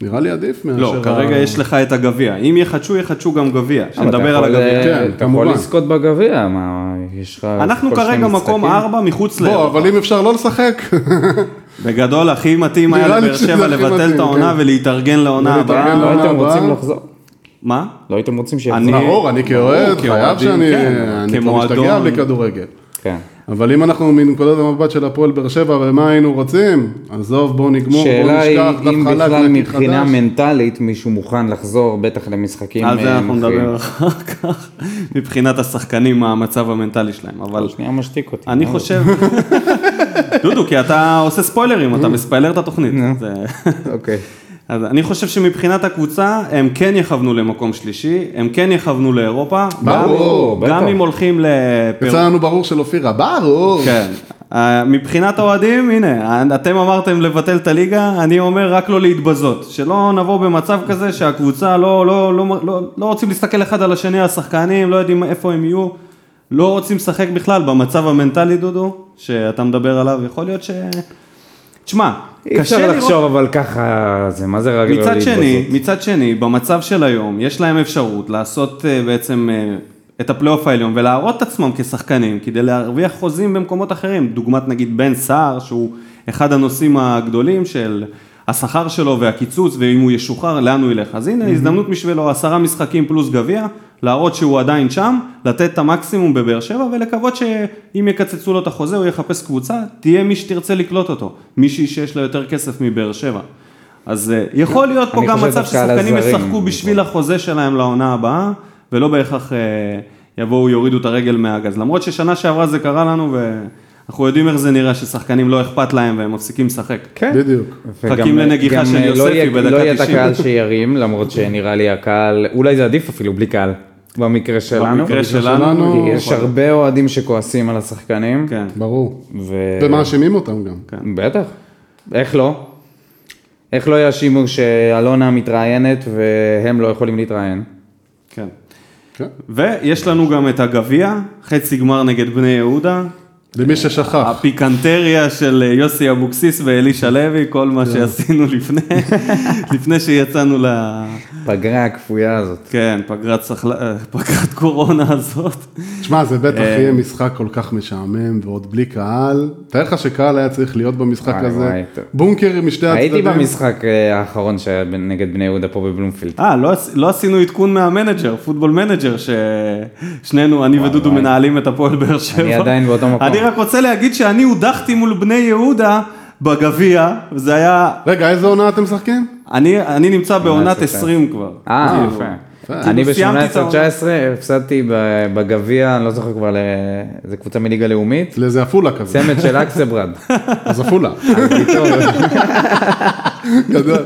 [SPEAKER 3] נראה לי עדיף מאשר...
[SPEAKER 1] לא, כרגע
[SPEAKER 3] ה-
[SPEAKER 1] יש לך את הגביע. אם יחדשו, יחדשו גם גביע. שנדבר על
[SPEAKER 2] אבל אתה יכול,
[SPEAKER 1] הגביע.
[SPEAKER 2] אה,
[SPEAKER 3] כן,
[SPEAKER 2] אתה
[SPEAKER 3] כמובן.
[SPEAKER 2] יכול לזכות בגביע, מה, יש לך...
[SPEAKER 1] אנחנו
[SPEAKER 2] אה, כל שני
[SPEAKER 1] כרגע מקום
[SPEAKER 2] משחקים?
[SPEAKER 1] ארבע מחוץ
[SPEAKER 3] בוא,
[SPEAKER 1] לאירופה.
[SPEAKER 3] אבל אם אפשר לא לשחק,
[SPEAKER 1] בגדול, הכי מתאים היה
[SPEAKER 3] נראה לי
[SPEAKER 1] לבאר
[SPEAKER 3] שזה
[SPEAKER 1] שבע
[SPEAKER 3] הכי
[SPEAKER 1] לבטל
[SPEAKER 3] מתאים,
[SPEAKER 1] את העונה
[SPEAKER 3] כן.
[SPEAKER 1] ולהתארגן לעונה
[SPEAKER 3] ולהתארגן
[SPEAKER 1] הבאה.
[SPEAKER 3] לעונה
[SPEAKER 2] לא הייתם
[SPEAKER 3] הבאה.
[SPEAKER 2] רוצים לחזור?
[SPEAKER 1] מה?
[SPEAKER 2] לא הייתם רוצים
[SPEAKER 1] אני-
[SPEAKER 2] שיחזור?
[SPEAKER 3] ברור, אני כאוהד, חייב
[SPEAKER 1] כאוהדים,
[SPEAKER 3] שאני...
[SPEAKER 1] כן,
[SPEAKER 3] אני כבר
[SPEAKER 1] כמועדון.
[SPEAKER 3] משתגע בלי כדורגל.
[SPEAKER 2] כן.
[SPEAKER 3] אבל אם אנחנו מנקודת המבט של הפועל באר שבע, ומה היינו רוצים? עזוב, בואו נגמור, בואו
[SPEAKER 2] שאלה היא
[SPEAKER 3] נשכח, דף
[SPEAKER 2] אם
[SPEAKER 3] חלק,
[SPEAKER 2] בכלל
[SPEAKER 3] נקים
[SPEAKER 2] מבחינה
[SPEAKER 3] חדש.
[SPEAKER 2] מנטלית מישהו מוכן לחזור בטח למשחקים
[SPEAKER 1] על זה
[SPEAKER 2] אה,
[SPEAKER 1] אנחנו
[SPEAKER 2] מכריעים.
[SPEAKER 1] נדבר אחר כך, מבחינת השחקנים, מה המצב המנטלי שלהם, אבל
[SPEAKER 2] שנייה משתיק אותי.
[SPEAKER 1] אני
[SPEAKER 2] מה זה?
[SPEAKER 1] חושב, דודו, כי אתה עושה ספוילרים, אתה מספיילר את התוכנית. זה-
[SPEAKER 2] אוקיי.
[SPEAKER 1] אז אני חושב שמבחינת הקבוצה, הם כן יכוונו למקום שלישי, הם כן יכוונו לאירופה, גם-
[SPEAKER 2] ברור, בטח.
[SPEAKER 1] גם אם הולכים לפרו.
[SPEAKER 3] יצא לנו ברור של אופירה, ברור.
[SPEAKER 1] כן. אה, מבחינת האוהדים, הנה, אתם אמרתם לבטל את הליגה, אני אומר רק לא להתבזות. שלא נבוא במצב כזה שהקבוצה לא, לא, לא, לא, לא רוצים להסתכל אחד על השני, השחקנים, לא יודעים איפה הם יהיו, לא רוצים לשחק בכלל במצב המנטלי, דודו, שאתה מדבר עליו, יכול להיות ש... תשמע,
[SPEAKER 2] אי
[SPEAKER 1] קשה
[SPEAKER 2] אפשר
[SPEAKER 1] לראות...
[SPEAKER 2] לחשוב אבל ככה זה מה זה רק לא
[SPEAKER 1] מצד שני,
[SPEAKER 2] להתבזות?
[SPEAKER 1] מצד שני, במצב של היום, יש להם אפשרות לעשות אה, בעצם אה, את הפלייאוף העליון ולהראות את עצמם כשחקנים, כדי להרוויח חוזים במקומות אחרים, דוגמת נגיד בן סער, שהוא אחד הנושאים הגדולים של השכר שלו והקיצוץ, ואם הוא ישוחרר, לאן הוא ילך. אז הנה הזדמנות בשבילו, עשרה משחקים פלוס גביע, להראות שהוא עדיין שם, לתת את המקסימום בבאר שבע, ולקוות שאם יקצצו לו את החוזה, הוא יחפש קבוצה, תהיה מי שתרצה לקלוט אותו, מישהי שיש לה יותר כסף מבאר שבע. אז אה, יכול להיות פה
[SPEAKER 2] אני
[SPEAKER 1] גם
[SPEAKER 2] חושב
[SPEAKER 1] מצב
[SPEAKER 2] דווקא על
[SPEAKER 1] ששחקנים
[SPEAKER 2] הזרים.
[SPEAKER 1] ישחקו בשביל החוזה שלהם לעונה הבאה, ולא בהכרח אה, יבואו, יורידו את הרגל מהגז. למרות ששנה שעברה זה קרה לנו, ואנחנו יודעים איך זה נראה ששחקנים לא אכפת להם והם מפסיקים לשחק.
[SPEAKER 2] כן.
[SPEAKER 3] בדיוק.
[SPEAKER 2] וגם-
[SPEAKER 1] מחכים לנגיחה
[SPEAKER 2] גם,
[SPEAKER 1] של
[SPEAKER 2] אה, לא
[SPEAKER 1] יוספי
[SPEAKER 2] יהיה-
[SPEAKER 1] בדקה
[SPEAKER 2] לא יהיה את
[SPEAKER 1] 90.
[SPEAKER 2] הקהל שירים למרות שנראה לי הקהל אולי זה עדיף אפילו בלי קהל במקרה שלנו.
[SPEAKER 1] במקרה
[SPEAKER 3] שלנו-
[SPEAKER 1] שלנו,
[SPEAKER 2] כי יש הרבה אוהדים שכועסים על השחקנים.
[SPEAKER 1] כן.
[SPEAKER 3] ברור.
[SPEAKER 2] ו-
[SPEAKER 3] ומאשימים אותם גם.
[SPEAKER 2] בטח. איך לא? איך לא יאשימו שאלונה מתראיינת והם לא יכולים להתראיין?
[SPEAKER 1] כן.
[SPEAKER 3] כן.
[SPEAKER 1] ויש לנו גם את הגביע, חצי גמר נגד בני יהודה,
[SPEAKER 3] למי
[SPEAKER 2] אה.
[SPEAKER 3] ששכח.
[SPEAKER 1] הפיקנטריה של אה, יוסי אבוקסיס ואלישע לוי, כל מה
[SPEAKER 2] לא.
[SPEAKER 1] שעשינו לפני, לפני שיצאנו ל...
[SPEAKER 2] פגרה הכפויה הזאת.
[SPEAKER 1] כן, פגרת, שחל... אה, פגרת קורונה הזאת.
[SPEAKER 3] שמע, זה בטח
[SPEAKER 2] אה,
[SPEAKER 3] יהיה משחק כל כך משעמם, ועוד בלי קהל. תאר לך שקהל היה צריך להיות במשחק
[SPEAKER 2] וואי,
[SPEAKER 3] הזה.
[SPEAKER 2] וואי, טוב.
[SPEAKER 3] בונקר משתי הצדדים.
[SPEAKER 2] הייתי במשחק אה, האחרון שהיה ב- נגד בני יהודה פה בבלומפילד.
[SPEAKER 1] אה, לא, עש- לא עשינו עדכון מהמנג'ר, פוטבול מנג'ר, ששנינו, אני ודודו
[SPEAKER 2] וואי.
[SPEAKER 1] מנהלים את הפועל באר שבע.
[SPEAKER 2] אני עדיין באותו מקום.
[SPEAKER 1] אני רק רוצה להגיד שאני הודחתי מול בני יהודה בגביע, וזה היה...
[SPEAKER 3] רגע, איזה עונה אתם משחקים?
[SPEAKER 1] אני, אני נמצא בעונת
[SPEAKER 2] 18.
[SPEAKER 1] 20 כבר.
[SPEAKER 2] אה,
[SPEAKER 1] כאילו.
[SPEAKER 2] יפה.
[SPEAKER 1] כאילו
[SPEAKER 2] אני
[SPEAKER 1] סיימתי את העונה.
[SPEAKER 2] ב-18-19 הפסדתי ב- בגביע, אני לא זוכר כבר, זו קבוצה מליגה לאומית,
[SPEAKER 3] לאיזה עפולה כזה.
[SPEAKER 2] צמד של אקסברד.
[SPEAKER 3] אז עפולה. גדול.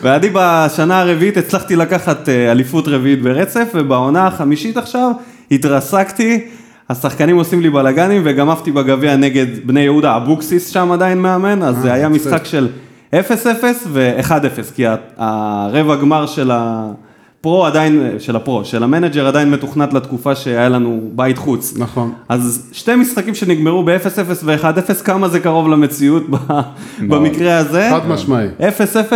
[SPEAKER 1] ואני בשנה הרביעית הצלחתי לקחת אה, אליפות רביעית ברצף, ובעונה החמישית עכשיו התרסקתי, השחקנים עושים לי בלאגנים, וגם עפתי בגביע נגד בני יהודה, אבוקסיס שם עדיין מאמן,
[SPEAKER 3] אה,
[SPEAKER 1] אז זה היה משחק של 0-0 ו-1-0, כי ה- הרבע גמר של ה... פרו עדיין, של הפרו, של המנג'ר עדיין מתוכנת לתקופה שהיה לנו בית חוץ.
[SPEAKER 3] נכון.
[SPEAKER 2] אה.
[SPEAKER 1] אז שתי משחקים שנגמרו ב-0-0 ו-1-0, כמה זה קרוב למציאות ב- במקרה הזה?
[SPEAKER 3] חד משמעי.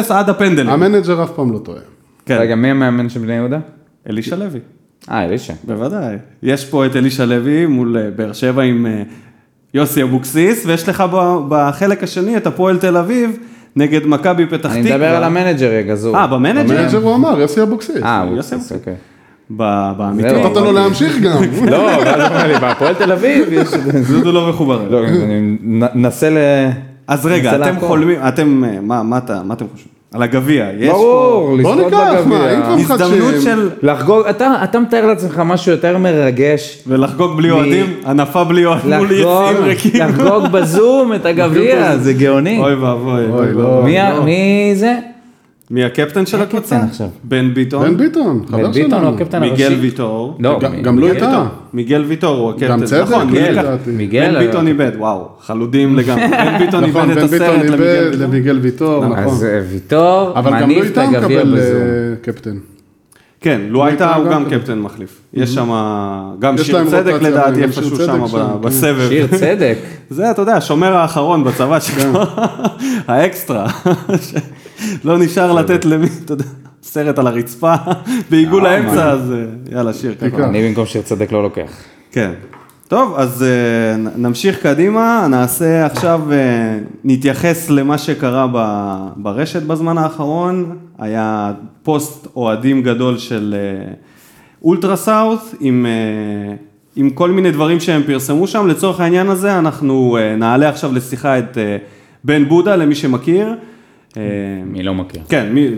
[SPEAKER 1] 0-0 עד הפנדלים.
[SPEAKER 3] המנג'ר אף פעם לא טועה.
[SPEAKER 1] כן.
[SPEAKER 2] רגע, מי המאמן של בני יהודה?
[SPEAKER 1] אלישע לוי.
[SPEAKER 2] אה, אלישע.
[SPEAKER 1] בוודאי. יש פה את אלישע לוי מול אה, באר שבע עם אה, יוסי אבוקסיס, ויש לך ב- בחלק השני את הפועל תל אביב נגד מכבי פתח תקווה.
[SPEAKER 2] אני מדבר על המנג'ר, יא גזור.
[SPEAKER 1] אה, במנג'ר?
[SPEAKER 3] המנג'ר הוא אמר, יוסי אבוקסיס.
[SPEAKER 2] אה, אוקיי. הוא
[SPEAKER 1] יוסי
[SPEAKER 2] בסדר, אוקיי.
[SPEAKER 1] ב- באמיתי.
[SPEAKER 2] זהו.
[SPEAKER 3] נתת לו להמשיך גם.
[SPEAKER 2] לא, ואז הוא אומר לי, בהפועל תל אביב יש...
[SPEAKER 1] דודו לא מחובר.
[SPEAKER 2] לא, אני נ- ננסה ל...
[SPEAKER 1] אז רגע,
[SPEAKER 2] ננסה
[SPEAKER 1] אתם
[SPEAKER 2] לעקוב.
[SPEAKER 1] חולמים, אתם, אה, מה מה אתה- מה אתם חושבים? על הגביע, יש פה
[SPEAKER 2] ברור,
[SPEAKER 3] בוא
[SPEAKER 2] לזכות
[SPEAKER 3] ניקח, מה, אם
[SPEAKER 2] בגביע.
[SPEAKER 3] כבר
[SPEAKER 1] הזדמנות
[SPEAKER 2] לא
[SPEAKER 3] מחדשים.
[SPEAKER 1] של
[SPEAKER 2] לחגוג, אתה אתה מתאר לעצמך משהו יותר מרגש.
[SPEAKER 1] ולחגוג בלי אוהדים, הנפה בלי אוהדים מול
[SPEAKER 2] לחגוג,
[SPEAKER 1] יציאים ריקים.
[SPEAKER 2] לחגוג בזום את הגביע, זה גאוני.
[SPEAKER 1] אוי ואבוי.
[SPEAKER 3] אוי, לא.
[SPEAKER 2] מי ה- מי זה?
[SPEAKER 1] מי הקפטן של הקבוצה?
[SPEAKER 2] הקפטן עכשיו?
[SPEAKER 1] בן ביטון,
[SPEAKER 3] בן ביטון, חבר
[SPEAKER 2] בן ביטון הוא
[SPEAKER 3] שלנו.
[SPEAKER 2] הקפטן הראשי.
[SPEAKER 1] מיגל ויטור.
[SPEAKER 2] לא, כן,
[SPEAKER 3] גם-
[SPEAKER 2] מי-
[SPEAKER 3] גם לא
[SPEAKER 2] מיגל
[SPEAKER 3] איתה.
[SPEAKER 2] ויטור.
[SPEAKER 1] מיגל ויטור הוא הקפטן,
[SPEAKER 3] גם צדק,
[SPEAKER 1] נכון,
[SPEAKER 3] מיגל.
[SPEAKER 1] יהיה ככה.
[SPEAKER 3] לדעתי.
[SPEAKER 2] מיגל, אה, כן.
[SPEAKER 1] בן ביטון איבד, וואו, חלודים לגמרי, בן ביטון
[SPEAKER 3] נכון,
[SPEAKER 1] איבד את
[SPEAKER 3] בן ביטון
[SPEAKER 1] הסרט
[SPEAKER 3] איבד
[SPEAKER 1] למיגל ויטור.
[SPEAKER 3] למיגל ויטור,
[SPEAKER 2] אז
[SPEAKER 3] נכון.
[SPEAKER 2] אה, ויטור
[SPEAKER 3] אבל גם לא
[SPEAKER 2] מניף את
[SPEAKER 3] איתם
[SPEAKER 2] הגביע
[SPEAKER 3] מקבל
[SPEAKER 2] בזום.
[SPEAKER 3] אה, קפטן.
[SPEAKER 1] כן, לו הייתה, הוא
[SPEAKER 3] גם
[SPEAKER 1] גם
[SPEAKER 3] כן.
[SPEAKER 1] קפטן מחליף. יש שם, גם
[SPEAKER 3] יש
[SPEAKER 1] שיר
[SPEAKER 3] להם
[SPEAKER 1] צדק
[SPEAKER 3] רוטציה,
[SPEAKER 1] לדעתי,
[SPEAKER 3] גם
[SPEAKER 1] איפשהו
[SPEAKER 3] שיר
[SPEAKER 1] שם
[SPEAKER 3] צדק שם,
[SPEAKER 1] ב-
[SPEAKER 3] כן.
[SPEAKER 1] בסבב.
[SPEAKER 2] שיר צדק.
[SPEAKER 1] זה, אתה יודע, השומר האחרון בצבא שכבר,
[SPEAKER 3] כן.
[SPEAKER 1] האקסטרה, שלא נשאר לתת למי, אתה יודע, סרט על הרצפה, בעיגול
[SPEAKER 2] אה,
[SPEAKER 1] האמצע, אז אה, יאללה, שיר ככה.
[SPEAKER 3] תיקח.
[SPEAKER 2] אני במקום שיר צדק לא לוקח.
[SPEAKER 1] כן. טוב, אז אה, נ- נמשיך קדימה, נעשה עכשיו, אה, נתייחס למה שקרה ב- ברשת בזמן האחרון. היה פוסט אוהדים גדול של אה, אולטרה סאוס עם, אה, עם כל מיני דברים שהם פרסמו שם. לצורך העניין הזה אנחנו אה, נעלה עכשיו לשיחה את אה, בן בודה, למי שמכיר. אה,
[SPEAKER 2] מי לא מכיר.
[SPEAKER 1] כן, מי,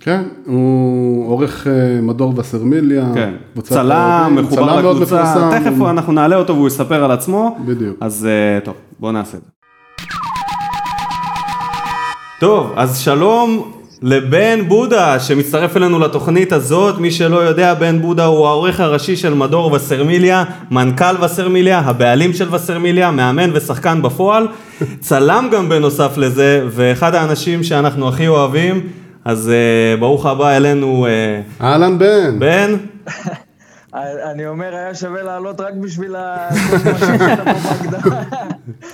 [SPEAKER 3] כן, הוא עורך אה, מדור וסרמיליה.
[SPEAKER 1] כן,
[SPEAKER 3] אה, קבוצת
[SPEAKER 1] צלם,
[SPEAKER 3] אוהדים,
[SPEAKER 1] מחובר
[SPEAKER 3] צלם מאוד
[SPEAKER 1] לקבוצה,
[SPEAKER 3] מפורסם,
[SPEAKER 1] תכף
[SPEAKER 3] הוא-
[SPEAKER 1] אנחנו נעלה אותו והוא יספר על עצמו.
[SPEAKER 3] בדיוק.
[SPEAKER 1] אז אה, טוב, בואו נעשה את זה. טוב, אז שלום לבן בודה שמצטרף אלינו לתוכנית הזאת. מי שלא יודע, בן בודה הוא העורך הראשי של מדור וסרמיליה, מנכ"ל וסרמיליה, הבעלים של וסרמיליה, מאמן ושחקן בפועל, צלם גם בנוסף לזה, ואחד האנשים שאנחנו הכי אוהבים. אז אה, ברוך הבא אלינו, אה,
[SPEAKER 3] אהלן בן.
[SPEAKER 1] בן.
[SPEAKER 4] אני אומר, היה שווה לעלות רק בשביל ה... כל מה שעשית פה בהקדמה.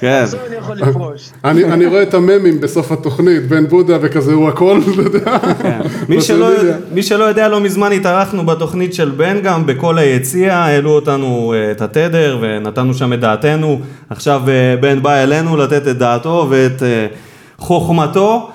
[SPEAKER 1] כן.
[SPEAKER 4] עכשיו אני יכול לפרוש.
[SPEAKER 3] אני אני רואה את הממים בסוף התוכנית, בן בודה וכזה, הוא הכל, אתה יודע.
[SPEAKER 1] כן. מי שלא, יודע,
[SPEAKER 3] יודע.
[SPEAKER 1] מי שלא יודע, לא מזמן התארחנו בתוכנית של בן גם בכל היציע, העלו אותנו אה, את התדר ונתנו שם את דעתנו. עכשיו אה, בן בא אלינו לתת את דעתו ואת אה, חוכמתו.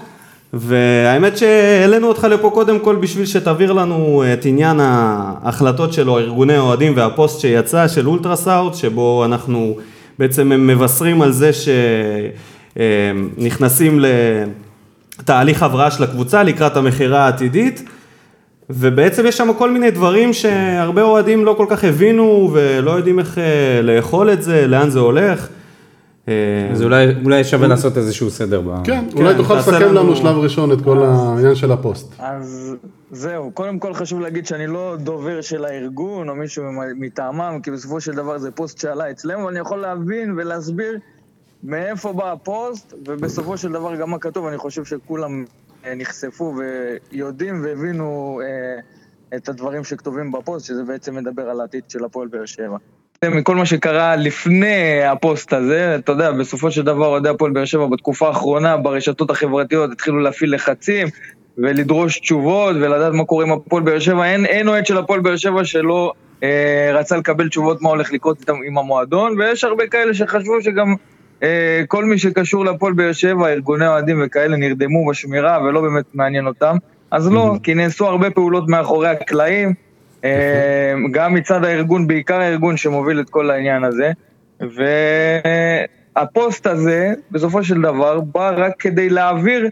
[SPEAKER 1] והאמת שהעלינו אותך לפה קודם כל בשביל שתעביר לנו אה, את עניין ההחלטות שלו, ארגוני האוהדים והפוסט שיצא של אולטרסאוט, שבו אנחנו בעצם הם מבשרים על זה שנכנסים לתהליך הבראה של הקבוצה לקראת המכירה העתידית. ובעצם יש שם כל מיני דברים שהרבה אוהדים לא כל כך הבינו ולא יודעים איך אה, לאכול את זה, לאן זה הולך. אה,
[SPEAKER 2] אז אולי אולי שווה לעשות איזשהו סדר ב...
[SPEAKER 3] כן,
[SPEAKER 1] כן,
[SPEAKER 3] אולי תוכל
[SPEAKER 1] תעשה
[SPEAKER 3] לסכם
[SPEAKER 1] לנו-
[SPEAKER 3] לנו שלב ראשון את כל העניין של הפוסט.
[SPEAKER 4] אז זהו, קודם כל חשוב להגיד שאני לא דובר של הארגון או מישהו מטעמם, כי בסופו של דבר זה פוסט שעלה אצלם, אבל אני יכול להבין ולהסביר מאיפה בא הפוסט, ובסופו של דבר גם מה כתוב, אני חושב שכולם אה, נחשפו ויודעים והבינו אה, את הדברים שכתובים בפוסט, שזה בעצם מדבר על העתיד של הפועל באר שבע. מכל מה שקרה לפני הפוסט הזה, אתה יודע, בסופו של דבר אוהדי הפועל באר שבע בתקופה האחרונה ברשתות החברתיות התחילו להפעיל לחצים ולדרוש תשובות ולדעת מה קורה עם הפועל באר שבע. אין, אין אוהד של הפועל באר שבע שלא אה, רצה לקבל תשובות מה הולך לקרות איתם עם המועדון, ויש הרבה כאלה שחשבו שגם אה, כל מי שקשור להפועל באר שבע, ארגוני אוהדים וכאלה, נרדמו בשמירה ולא באמת מעניין אותם. אז לא, כי נעשו הרבה פעולות מאחורי הקלעים, אה, גם מצד הארגון, בעיקר הארגון שמוביל את כל העניין הזה. והפוסט הזה, בסופו של דבר, בא רק כדי להעביר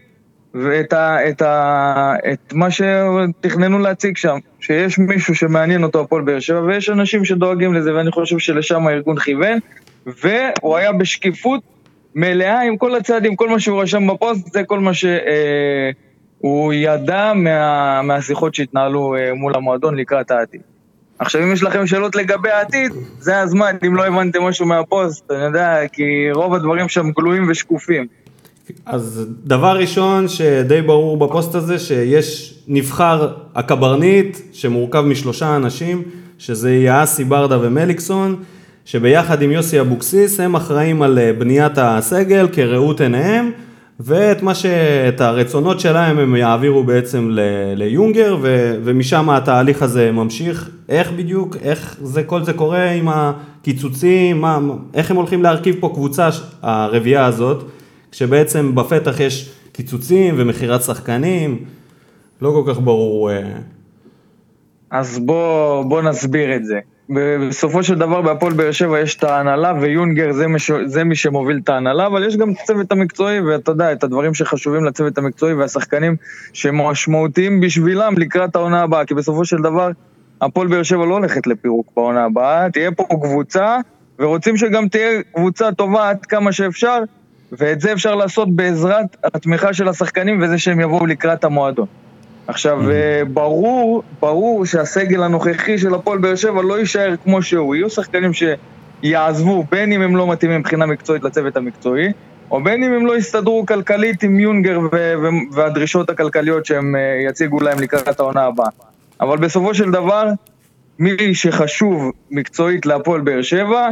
[SPEAKER 4] ואת ה, את ה, את מה שתכננו להציג שם, שיש מישהו שמעניין אותו הפועל באר שבע, ויש אנשים שדואגים לזה, ואני חושב שלשם הארגון כיוון, והוא היה בשקיפות מלאה עם כל הצעדים, כל מה שהוא רשם בפוסט, זה כל מה ש... אה, הוא ידע מה, מהשיחות שהתנהלו אה, מול המועדון לקראת העתיד. עכשיו, אם יש לכם שאלות לגבי העתיד, זה הזמן, אם לא הבנתם משהו מהפוסט, אני יודע, כי רוב הדברים שם גלויים ושקופים.
[SPEAKER 1] אז דבר ראשון שדי ברור בפוסט הזה, שיש נבחר הקברניט שמורכב משלושה אנשים, שזה יאסי ברדה ומליקסון, שביחד עם יוסי אבוקסיס הם אחראים על אה, בניית הסגל כראות עיניהם, ואת מה ש... את הרצונות שלהם הם יעבירו בעצם ל... ליונגר, ו... ומשם התהליך הזה ממשיך. איך בדיוק, איך זה, כל זה קורה עם הקיצוצים, מה... איך הם הולכים להרכיב פה קבוצה, ש- הרביעייה הזאת. כשבעצם בפתח יש קיצוצים ומכירת שחקנים, לא כל כך ברור. אה.
[SPEAKER 4] אז בוא, בוא נסביר את זה. ב- בסופו של דבר בהפועל באר שבע יש את ההנהלה, ויונגר זה, מש, זה מי שמוביל את ההנהלה, אבל יש גם את הצוות המקצועי, ואתה יודע, את הדברים שחשובים לצוות המקצועי והשחקנים שמשמעותיים בשבילם לקראת העונה הבאה, כי בסופו של דבר הפועל באר שבע לא הולכת לפירוק בעונה הבאה, תהיה פה קבוצה, ורוצים שגם תהיה קבוצה טובה עד כמה שאפשר, ואת זה אפשר לעשות בעזרת התמיכה של השחקנים וזה שהם יבואו לקראת המועדון. עכשיו, אה, ברור, ברור שהסגל הנוכחי של הפועל באר שבע לא יישאר כמו שהוא. יהיו שחקנים שיעזבו, בין אם הם לא מתאימים מבחינה מקצועית לצוות המקצועי, או בין אם הם לא יסתדרו כלכלית עם יונגר ו- ו- והדרישות הכלכליות שהם אה, יציגו להם לקראת העונה הבאה. אבל בסופו של דבר, מי שחשוב מקצועית להפועל באר שבע,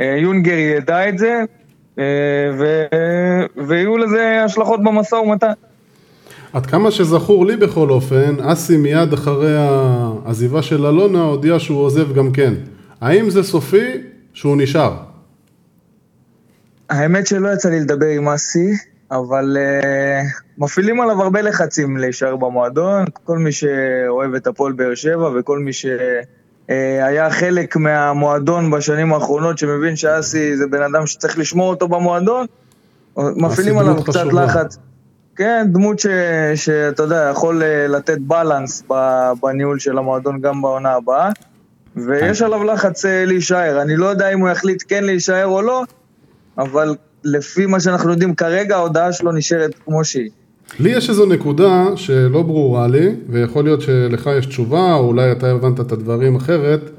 [SPEAKER 4] אה, יונגר ידע את זה, אה, ו- ויהיו לזה השלכות במשא ומתן.
[SPEAKER 3] עד כמה שזכור לי בכל אופן, אסי מיד אחרי העזיבה של אלונה הודיע שהוא עוזב גם כן. האם זה סופי שהוא נשאר?
[SPEAKER 4] האמת שלא יצא לי לדבר עם אסי, אבל uh, מפעילים עליו הרבה לחצים להישאר במועדון. כל מי שאוהב את הפועל באר שבע וכל מי שהיה חלק מהמועדון בשנים האחרונות, שמבין שאסי זה בן אדם שצריך לשמור אותו במועדון, מפעילים
[SPEAKER 3] דמות
[SPEAKER 4] עליו קצת
[SPEAKER 3] חשובה.
[SPEAKER 4] לחץ. כן, דמות ש, שאתה יודע, יכול אה, לתת בלנס ב- בניהול של המועדון גם בעונה הבאה. ויש
[SPEAKER 3] כן.
[SPEAKER 4] עליו לחץ אה, להישאר. אני לא יודע אם הוא יחליט כן להישאר או לא, אבל לפי מה שאנחנו יודעים כרגע, ההודעה שלו נשארת כמו שהיא.
[SPEAKER 3] לי יש איזו נקודה שלא ברורה לי, ויכול להיות שלך יש תשובה, או אולי אתה הבנת את הדברים אחרת,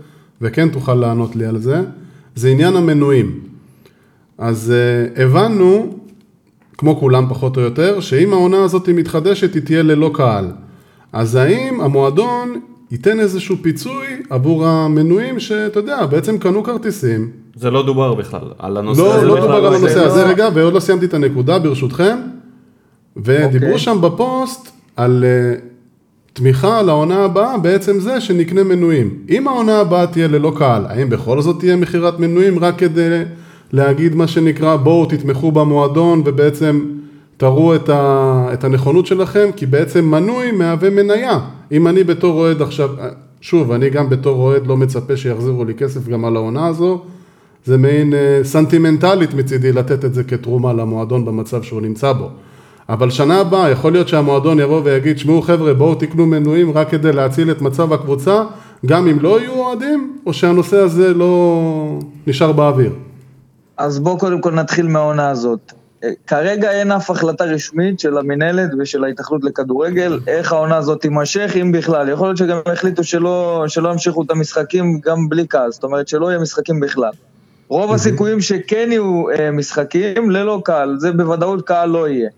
[SPEAKER 3] וכן תוכל לענות לי על זה, זה עניין המנויים. אז אה, הבנו, כמו כולם פחות או יותר, שאם העונה הזאת מתחדשת, היא תהיה ללא קהל. אז האם המועדון ייתן איזשהו פיצוי עבור המנויים שאתה יודע, בעצם קנו כרטיסים,
[SPEAKER 1] זה לא דובר בכלל, על הנושא הזה
[SPEAKER 3] לא, לא
[SPEAKER 1] בכלל
[SPEAKER 3] דובר על
[SPEAKER 1] לא
[SPEAKER 3] הנושא
[SPEAKER 1] היה.
[SPEAKER 3] הזה רגע, ועוד לא סיימתי את הנקודה ברשותכם. ודיברו
[SPEAKER 4] אוקיי.
[SPEAKER 3] שם בפוסט על אה, תמיכה לעונה הבאה בעצם זה שנקנה מנויים. אם העונה הבאה תהיה ללא קהל, האם בכל זאת תהיה מכירת מנויים רק כדי להגיד מה שנקרא בואו תתמכו במועדון ובעצם תראו את, ה, את הנכונות שלכם, כי בעצם מנוי מהווה מניה. אם אני בתור אוהד עכשיו, אה, שוב, אני גם בתור אוהד לא מצפה שיחזירו לי כסף גם על העונה הזו. זה מעין אה, סנטימנטלית מצידי לתת את זה כתרומה למועדון במצב שהוא נמצא בו. אבל שנה הבאה יכול להיות שהמועדון יבוא ויגיד, שמעו חבר'ה בואו תקנו מנויים רק כדי להציל את מצב הקבוצה, גם אם לא יהיו אוהדים, או שהנושא הזה לא נשאר באוויר.
[SPEAKER 4] אז בואו קודם כל נתחיל מהעונה הזאת. אה, כרגע אין אף החלטה רשמית של המינהלת ושל ההתאחדות לכדורגל, איך העונה הזאת תימשך, אם בכלל. יכול להיות שגם החליטו שלא, שלא ימשיכו את המשחקים גם בלי קהל, זאת אומרת שלא יהיה משחקים בכלל. רוב הסיכויים שכן יהיו אה, משחקים ללא קהל, זה בוודאות קהל לא יהיה.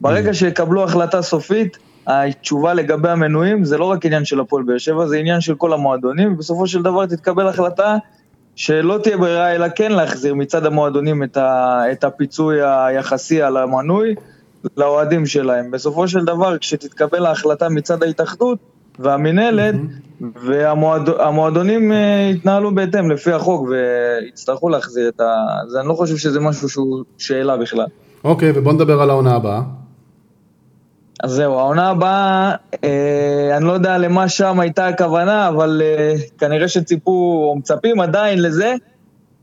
[SPEAKER 4] ברגע שיקבלו החלטה סופית, התשובה לגבי המנויים זה לא רק עניין של הפועל באר שבע, זה עניין של כל המועדונים, ובסופו של דבר תתקבל החלטה שלא תהיה ברירה אלא כן להחזיר מצד המועדונים את, ה, את הפיצוי היחסי על המנוי לאוהדים שלהם. בסופו של דבר, כשתתקבל ההחלטה מצד ההתאחדות והמינהלת, והמועדונים יתנהלו בהתאם לפי החוק ויצטרכו להחזיר את ה... אז אני לא חושב שזה משהו שהוא שאלה בכלל.
[SPEAKER 3] אוקיי, ובואו נדבר על העונה הבאה.
[SPEAKER 4] אז זהו, העונה הבאה, אה, אני לא יודע למה שם הייתה הכוונה, אבל אה, כנראה שציפו, או מצפים עדיין לזה,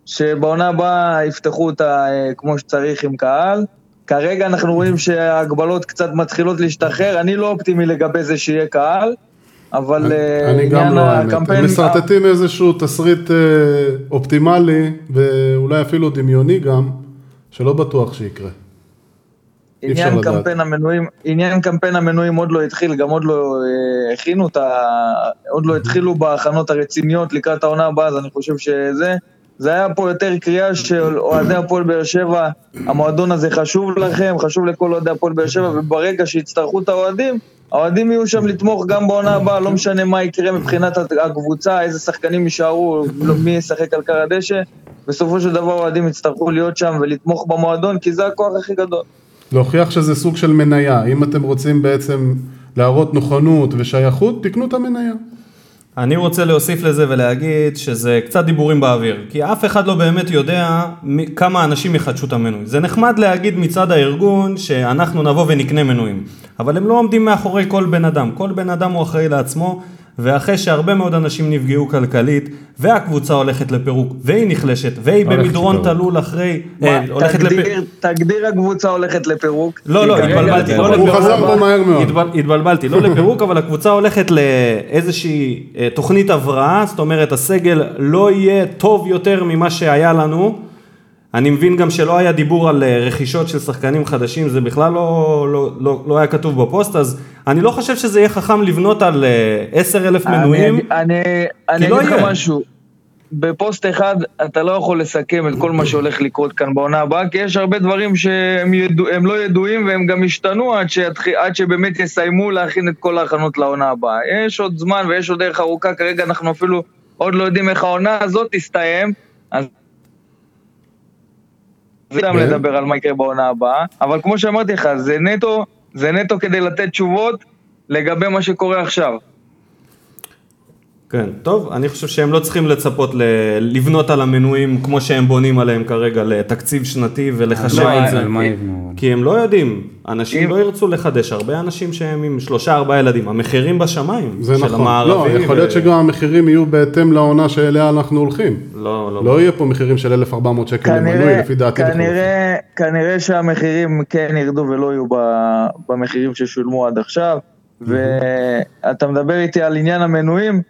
[SPEAKER 4] שבעונה הבאה יפתחו אותה אה, כמו שצריך עם קהל. כרגע אנחנו רואים שההגבלות קצת מתחילות להשתחרר, אני לא אופטימי לגבי זה שיהיה קהל, אבל אה,
[SPEAKER 3] אני גם
[SPEAKER 4] עניין
[SPEAKER 3] לא האמת.
[SPEAKER 4] הקמפיין-
[SPEAKER 3] הם משרטטים איזשהו תסריט אה, אופטימלי, ואולי אפילו דמיוני גם, שלא בטוח שיקרה. אי אפשר
[SPEAKER 4] עניין
[SPEAKER 3] לדעת.
[SPEAKER 4] קמפיין המנויים, עניין קמפיין המנויים עוד לא התחיל, גם עוד לא אה, הכינו את ה... עוד לא התחילו בהכנות הרציניות לקראת העונה הבאה, אז אני חושב שזה. זה היה פה יותר קריאה של אוהדי הפועל באר שבע, המועדון הזה חשוב לכם, חשוב לכל אוהדי הפועל באר שבע, וברגע שיצטרכו את האוהדים, האוהדים יהיו שם לתמוך גם בעונה הבאה, לא משנה מה יקרה מבחינת הקבוצה, איזה שחקנים יישארו, לא- מי ישחק על קר הדשא. בסופו של דבר אוהדים יצטרכו להיות שם ולתמוך במועדון, כי זה הכוח הכי גדול.
[SPEAKER 3] להוכיח שזה סוג של מניה, אם אתם רוצים בעצם להראות נכונות ושייכות, תקנו את המניה.
[SPEAKER 1] אני רוצה להוסיף לזה ולהגיד שזה קצת דיבורים באוויר, כי אף אחד לא באמת יודע מ- כמה אנשים יחדשו את המנוי. זה נחמד להגיד מצד הארגון שאנחנו נבוא ונקנה מנויים, אבל הם לא עומדים מאחורי כל בן אדם, כל בן אדם הוא אחראי לעצמו, ואחרי שהרבה מאוד אנשים נפגעו כלכלית, והקבוצה הולכת לפירוק, והיא נחלשת, והיא
[SPEAKER 2] הולכת
[SPEAKER 1] במדרון
[SPEAKER 2] לפירוק.
[SPEAKER 1] תלול אחרי,
[SPEAKER 4] מה,
[SPEAKER 1] אה, הולכת לפ...
[SPEAKER 4] תגדיר- תגדיר הקבוצה הולכת לפירוק.
[SPEAKER 1] לא, לא,
[SPEAKER 4] כי כרגע
[SPEAKER 1] התבלבלתי, לא
[SPEAKER 4] לפחות-
[SPEAKER 3] הוא
[SPEAKER 1] לפירוק.
[SPEAKER 3] חזר בו מהר מאוד.
[SPEAKER 1] התבל- התבלבלתי, לא לפירוק, אבל הקבוצה הולכת לאיזושהי אה, תוכנית הבראה, זאת אומרת הסגל לא יהיה טוב יותר ממה שהיה לנו. אני מבין גם שלא היה דיבור על אה, רכישות של שחקנים חדשים, זה בכלל לא, לא, לא, לא היה כתוב בפוסט, אז אני לא חושב שזה יהיה חכם לבנות על אה, עשר אלף
[SPEAKER 4] אני-
[SPEAKER 1] מנויים.
[SPEAKER 4] אני אני
[SPEAKER 1] לא
[SPEAKER 4] אגיד לך
[SPEAKER 1] יהיה.
[SPEAKER 4] משהו. בפוסט אחד אתה לא יכול לסכם את כל מה שהולך לקרות כאן בעונה הבאה, כי יש הרבה דברים שהם ידוע, הם לא ידועים והם גם ישתנו עד, שיתח... עד שבאמת יסיימו להכין את כל ההכנות לעונה הבאה. יש עוד זמן ויש עוד דרך ארוכה, כרגע אנחנו אפילו עוד לא יודעים איך העונה הזאת תסתיים, אז סתם לדבר על מה יקרה בעונה הבאה, אבל כמו שאמרתי לך, זה נטו, זה נטו כדי לתת תשובות לגבי מה שקורה עכשיו.
[SPEAKER 1] כן, טוב, אני חושב שהם לא צריכים לצפות ל- לבנות על המנויים כמו שהם בונים עליהם כרגע לתקציב שנתי ולחשב
[SPEAKER 2] מה
[SPEAKER 1] את
[SPEAKER 2] יבנו,
[SPEAKER 1] זה.
[SPEAKER 2] על מה יבנו?
[SPEAKER 1] כי הם לא יודעים, אנשים
[SPEAKER 4] אם-
[SPEAKER 1] לא ירצו לחדש, הרבה אנשים שהם עם שלושה ארבעה ילדים, המחירים בשמיים,
[SPEAKER 3] זה
[SPEAKER 1] של
[SPEAKER 3] נכון.
[SPEAKER 1] המערבי.
[SPEAKER 3] לא, יכול להיות
[SPEAKER 1] ו-
[SPEAKER 3] שגם המחירים יהיו בהתאם לעונה שאליה אנחנו הולכים.
[SPEAKER 1] לא, לא,
[SPEAKER 3] לא יהיה פה מחירים של 1,400 שקל למנוי, כאילו, לפי דעתי. בכל אופן.
[SPEAKER 4] כנראה, כנראה שהמחירים כן ירדו ולא יהיו ב- במחירים ששולמו עד עכשיו. ואתה מדבר איתי על עניין המנויים,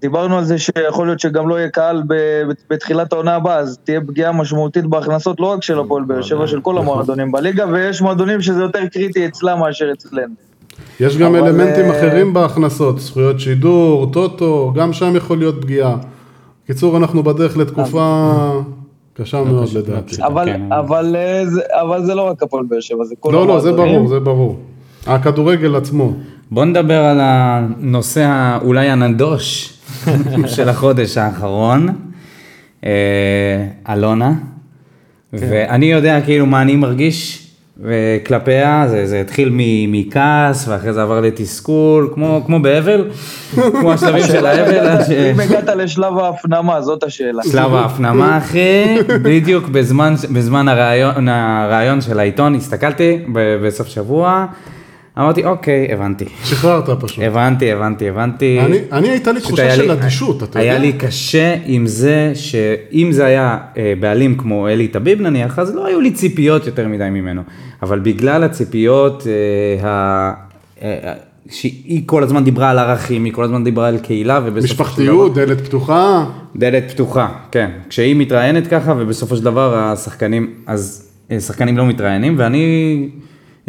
[SPEAKER 4] דיברנו על זה שיכול להיות שגם לא יהיה קהל ב- בתחילת העונה הבאה, אז תהיה פגיעה משמעותית בהכנסות לא רק של הפועל באר שבע,
[SPEAKER 3] נכון.
[SPEAKER 4] של כל המועדונים בליגה, ויש מועדונים שזה יותר קריטי אצלם מאשר אצלנו.
[SPEAKER 3] יש גם
[SPEAKER 4] אבל,
[SPEAKER 3] אלמנטים
[SPEAKER 4] אה,
[SPEAKER 3] אחרים בהכנסות, זכויות שידור, טוטו, גם שם יכול להיות פגיעה. קיצור, אנחנו בדרך לתקופה קשה מאוד לדעתי.
[SPEAKER 4] אבל,
[SPEAKER 2] כן.
[SPEAKER 4] אבל, אה, זה- אבל זה לא רק הפועל באר שבע, זה כל
[SPEAKER 3] לא, לא, זה
[SPEAKER 4] המועדונים.
[SPEAKER 3] ברור, זה ברור. הכדורגל עצמו.
[SPEAKER 2] בוא נדבר על הנושא האולי הנדוש של החודש האחרון, אה, אלונה. ואני יודע כאילו מה אני מרגיש אה, כלפיה, זה, זה התחיל מ- מכעס ואחרי זה עבר לתסכול, כמו, כמו באבל, כמו השלבים של האבל. עד ש-
[SPEAKER 4] אם הגעת לשלב ההפנמה, זאת השאלה.
[SPEAKER 2] שלב ההפנמה אחי, בדיוק בזמן, בזמן הרעיון, הרעיון של העיתון הסתכלתי ב- בסוף שבוע, אמרתי אוקיי הבנתי,
[SPEAKER 3] שחררת פשוט.
[SPEAKER 2] הבנתי הבנתי הבנתי.
[SPEAKER 3] אני- אני הייתה לי
[SPEAKER 2] אה, פשוט
[SPEAKER 3] תחושה
[SPEAKER 2] היה
[SPEAKER 3] של
[SPEAKER 2] לי-
[SPEAKER 3] אדישות, אתה יודע.
[SPEAKER 2] היה לי קשה עם זה שאם זה היה אה, בעלים כמו אלי טביב נניח, אז לא היו לי ציפיות יותר מדי ממנו, אבל בגלל הציפיות אה, ה... אה, שהיא כל הזמן דיברה על ערכים, היא כל הזמן דיברה על קהילה ובסופו של דבר...
[SPEAKER 3] משפחתיות, דלת פתוחה.
[SPEAKER 2] דלת פתוחה, כן. כשהיא מתראיינת ככה, ובסופו של דבר השחקנים, אז אה, שחקנים לא מתראיינים, ואני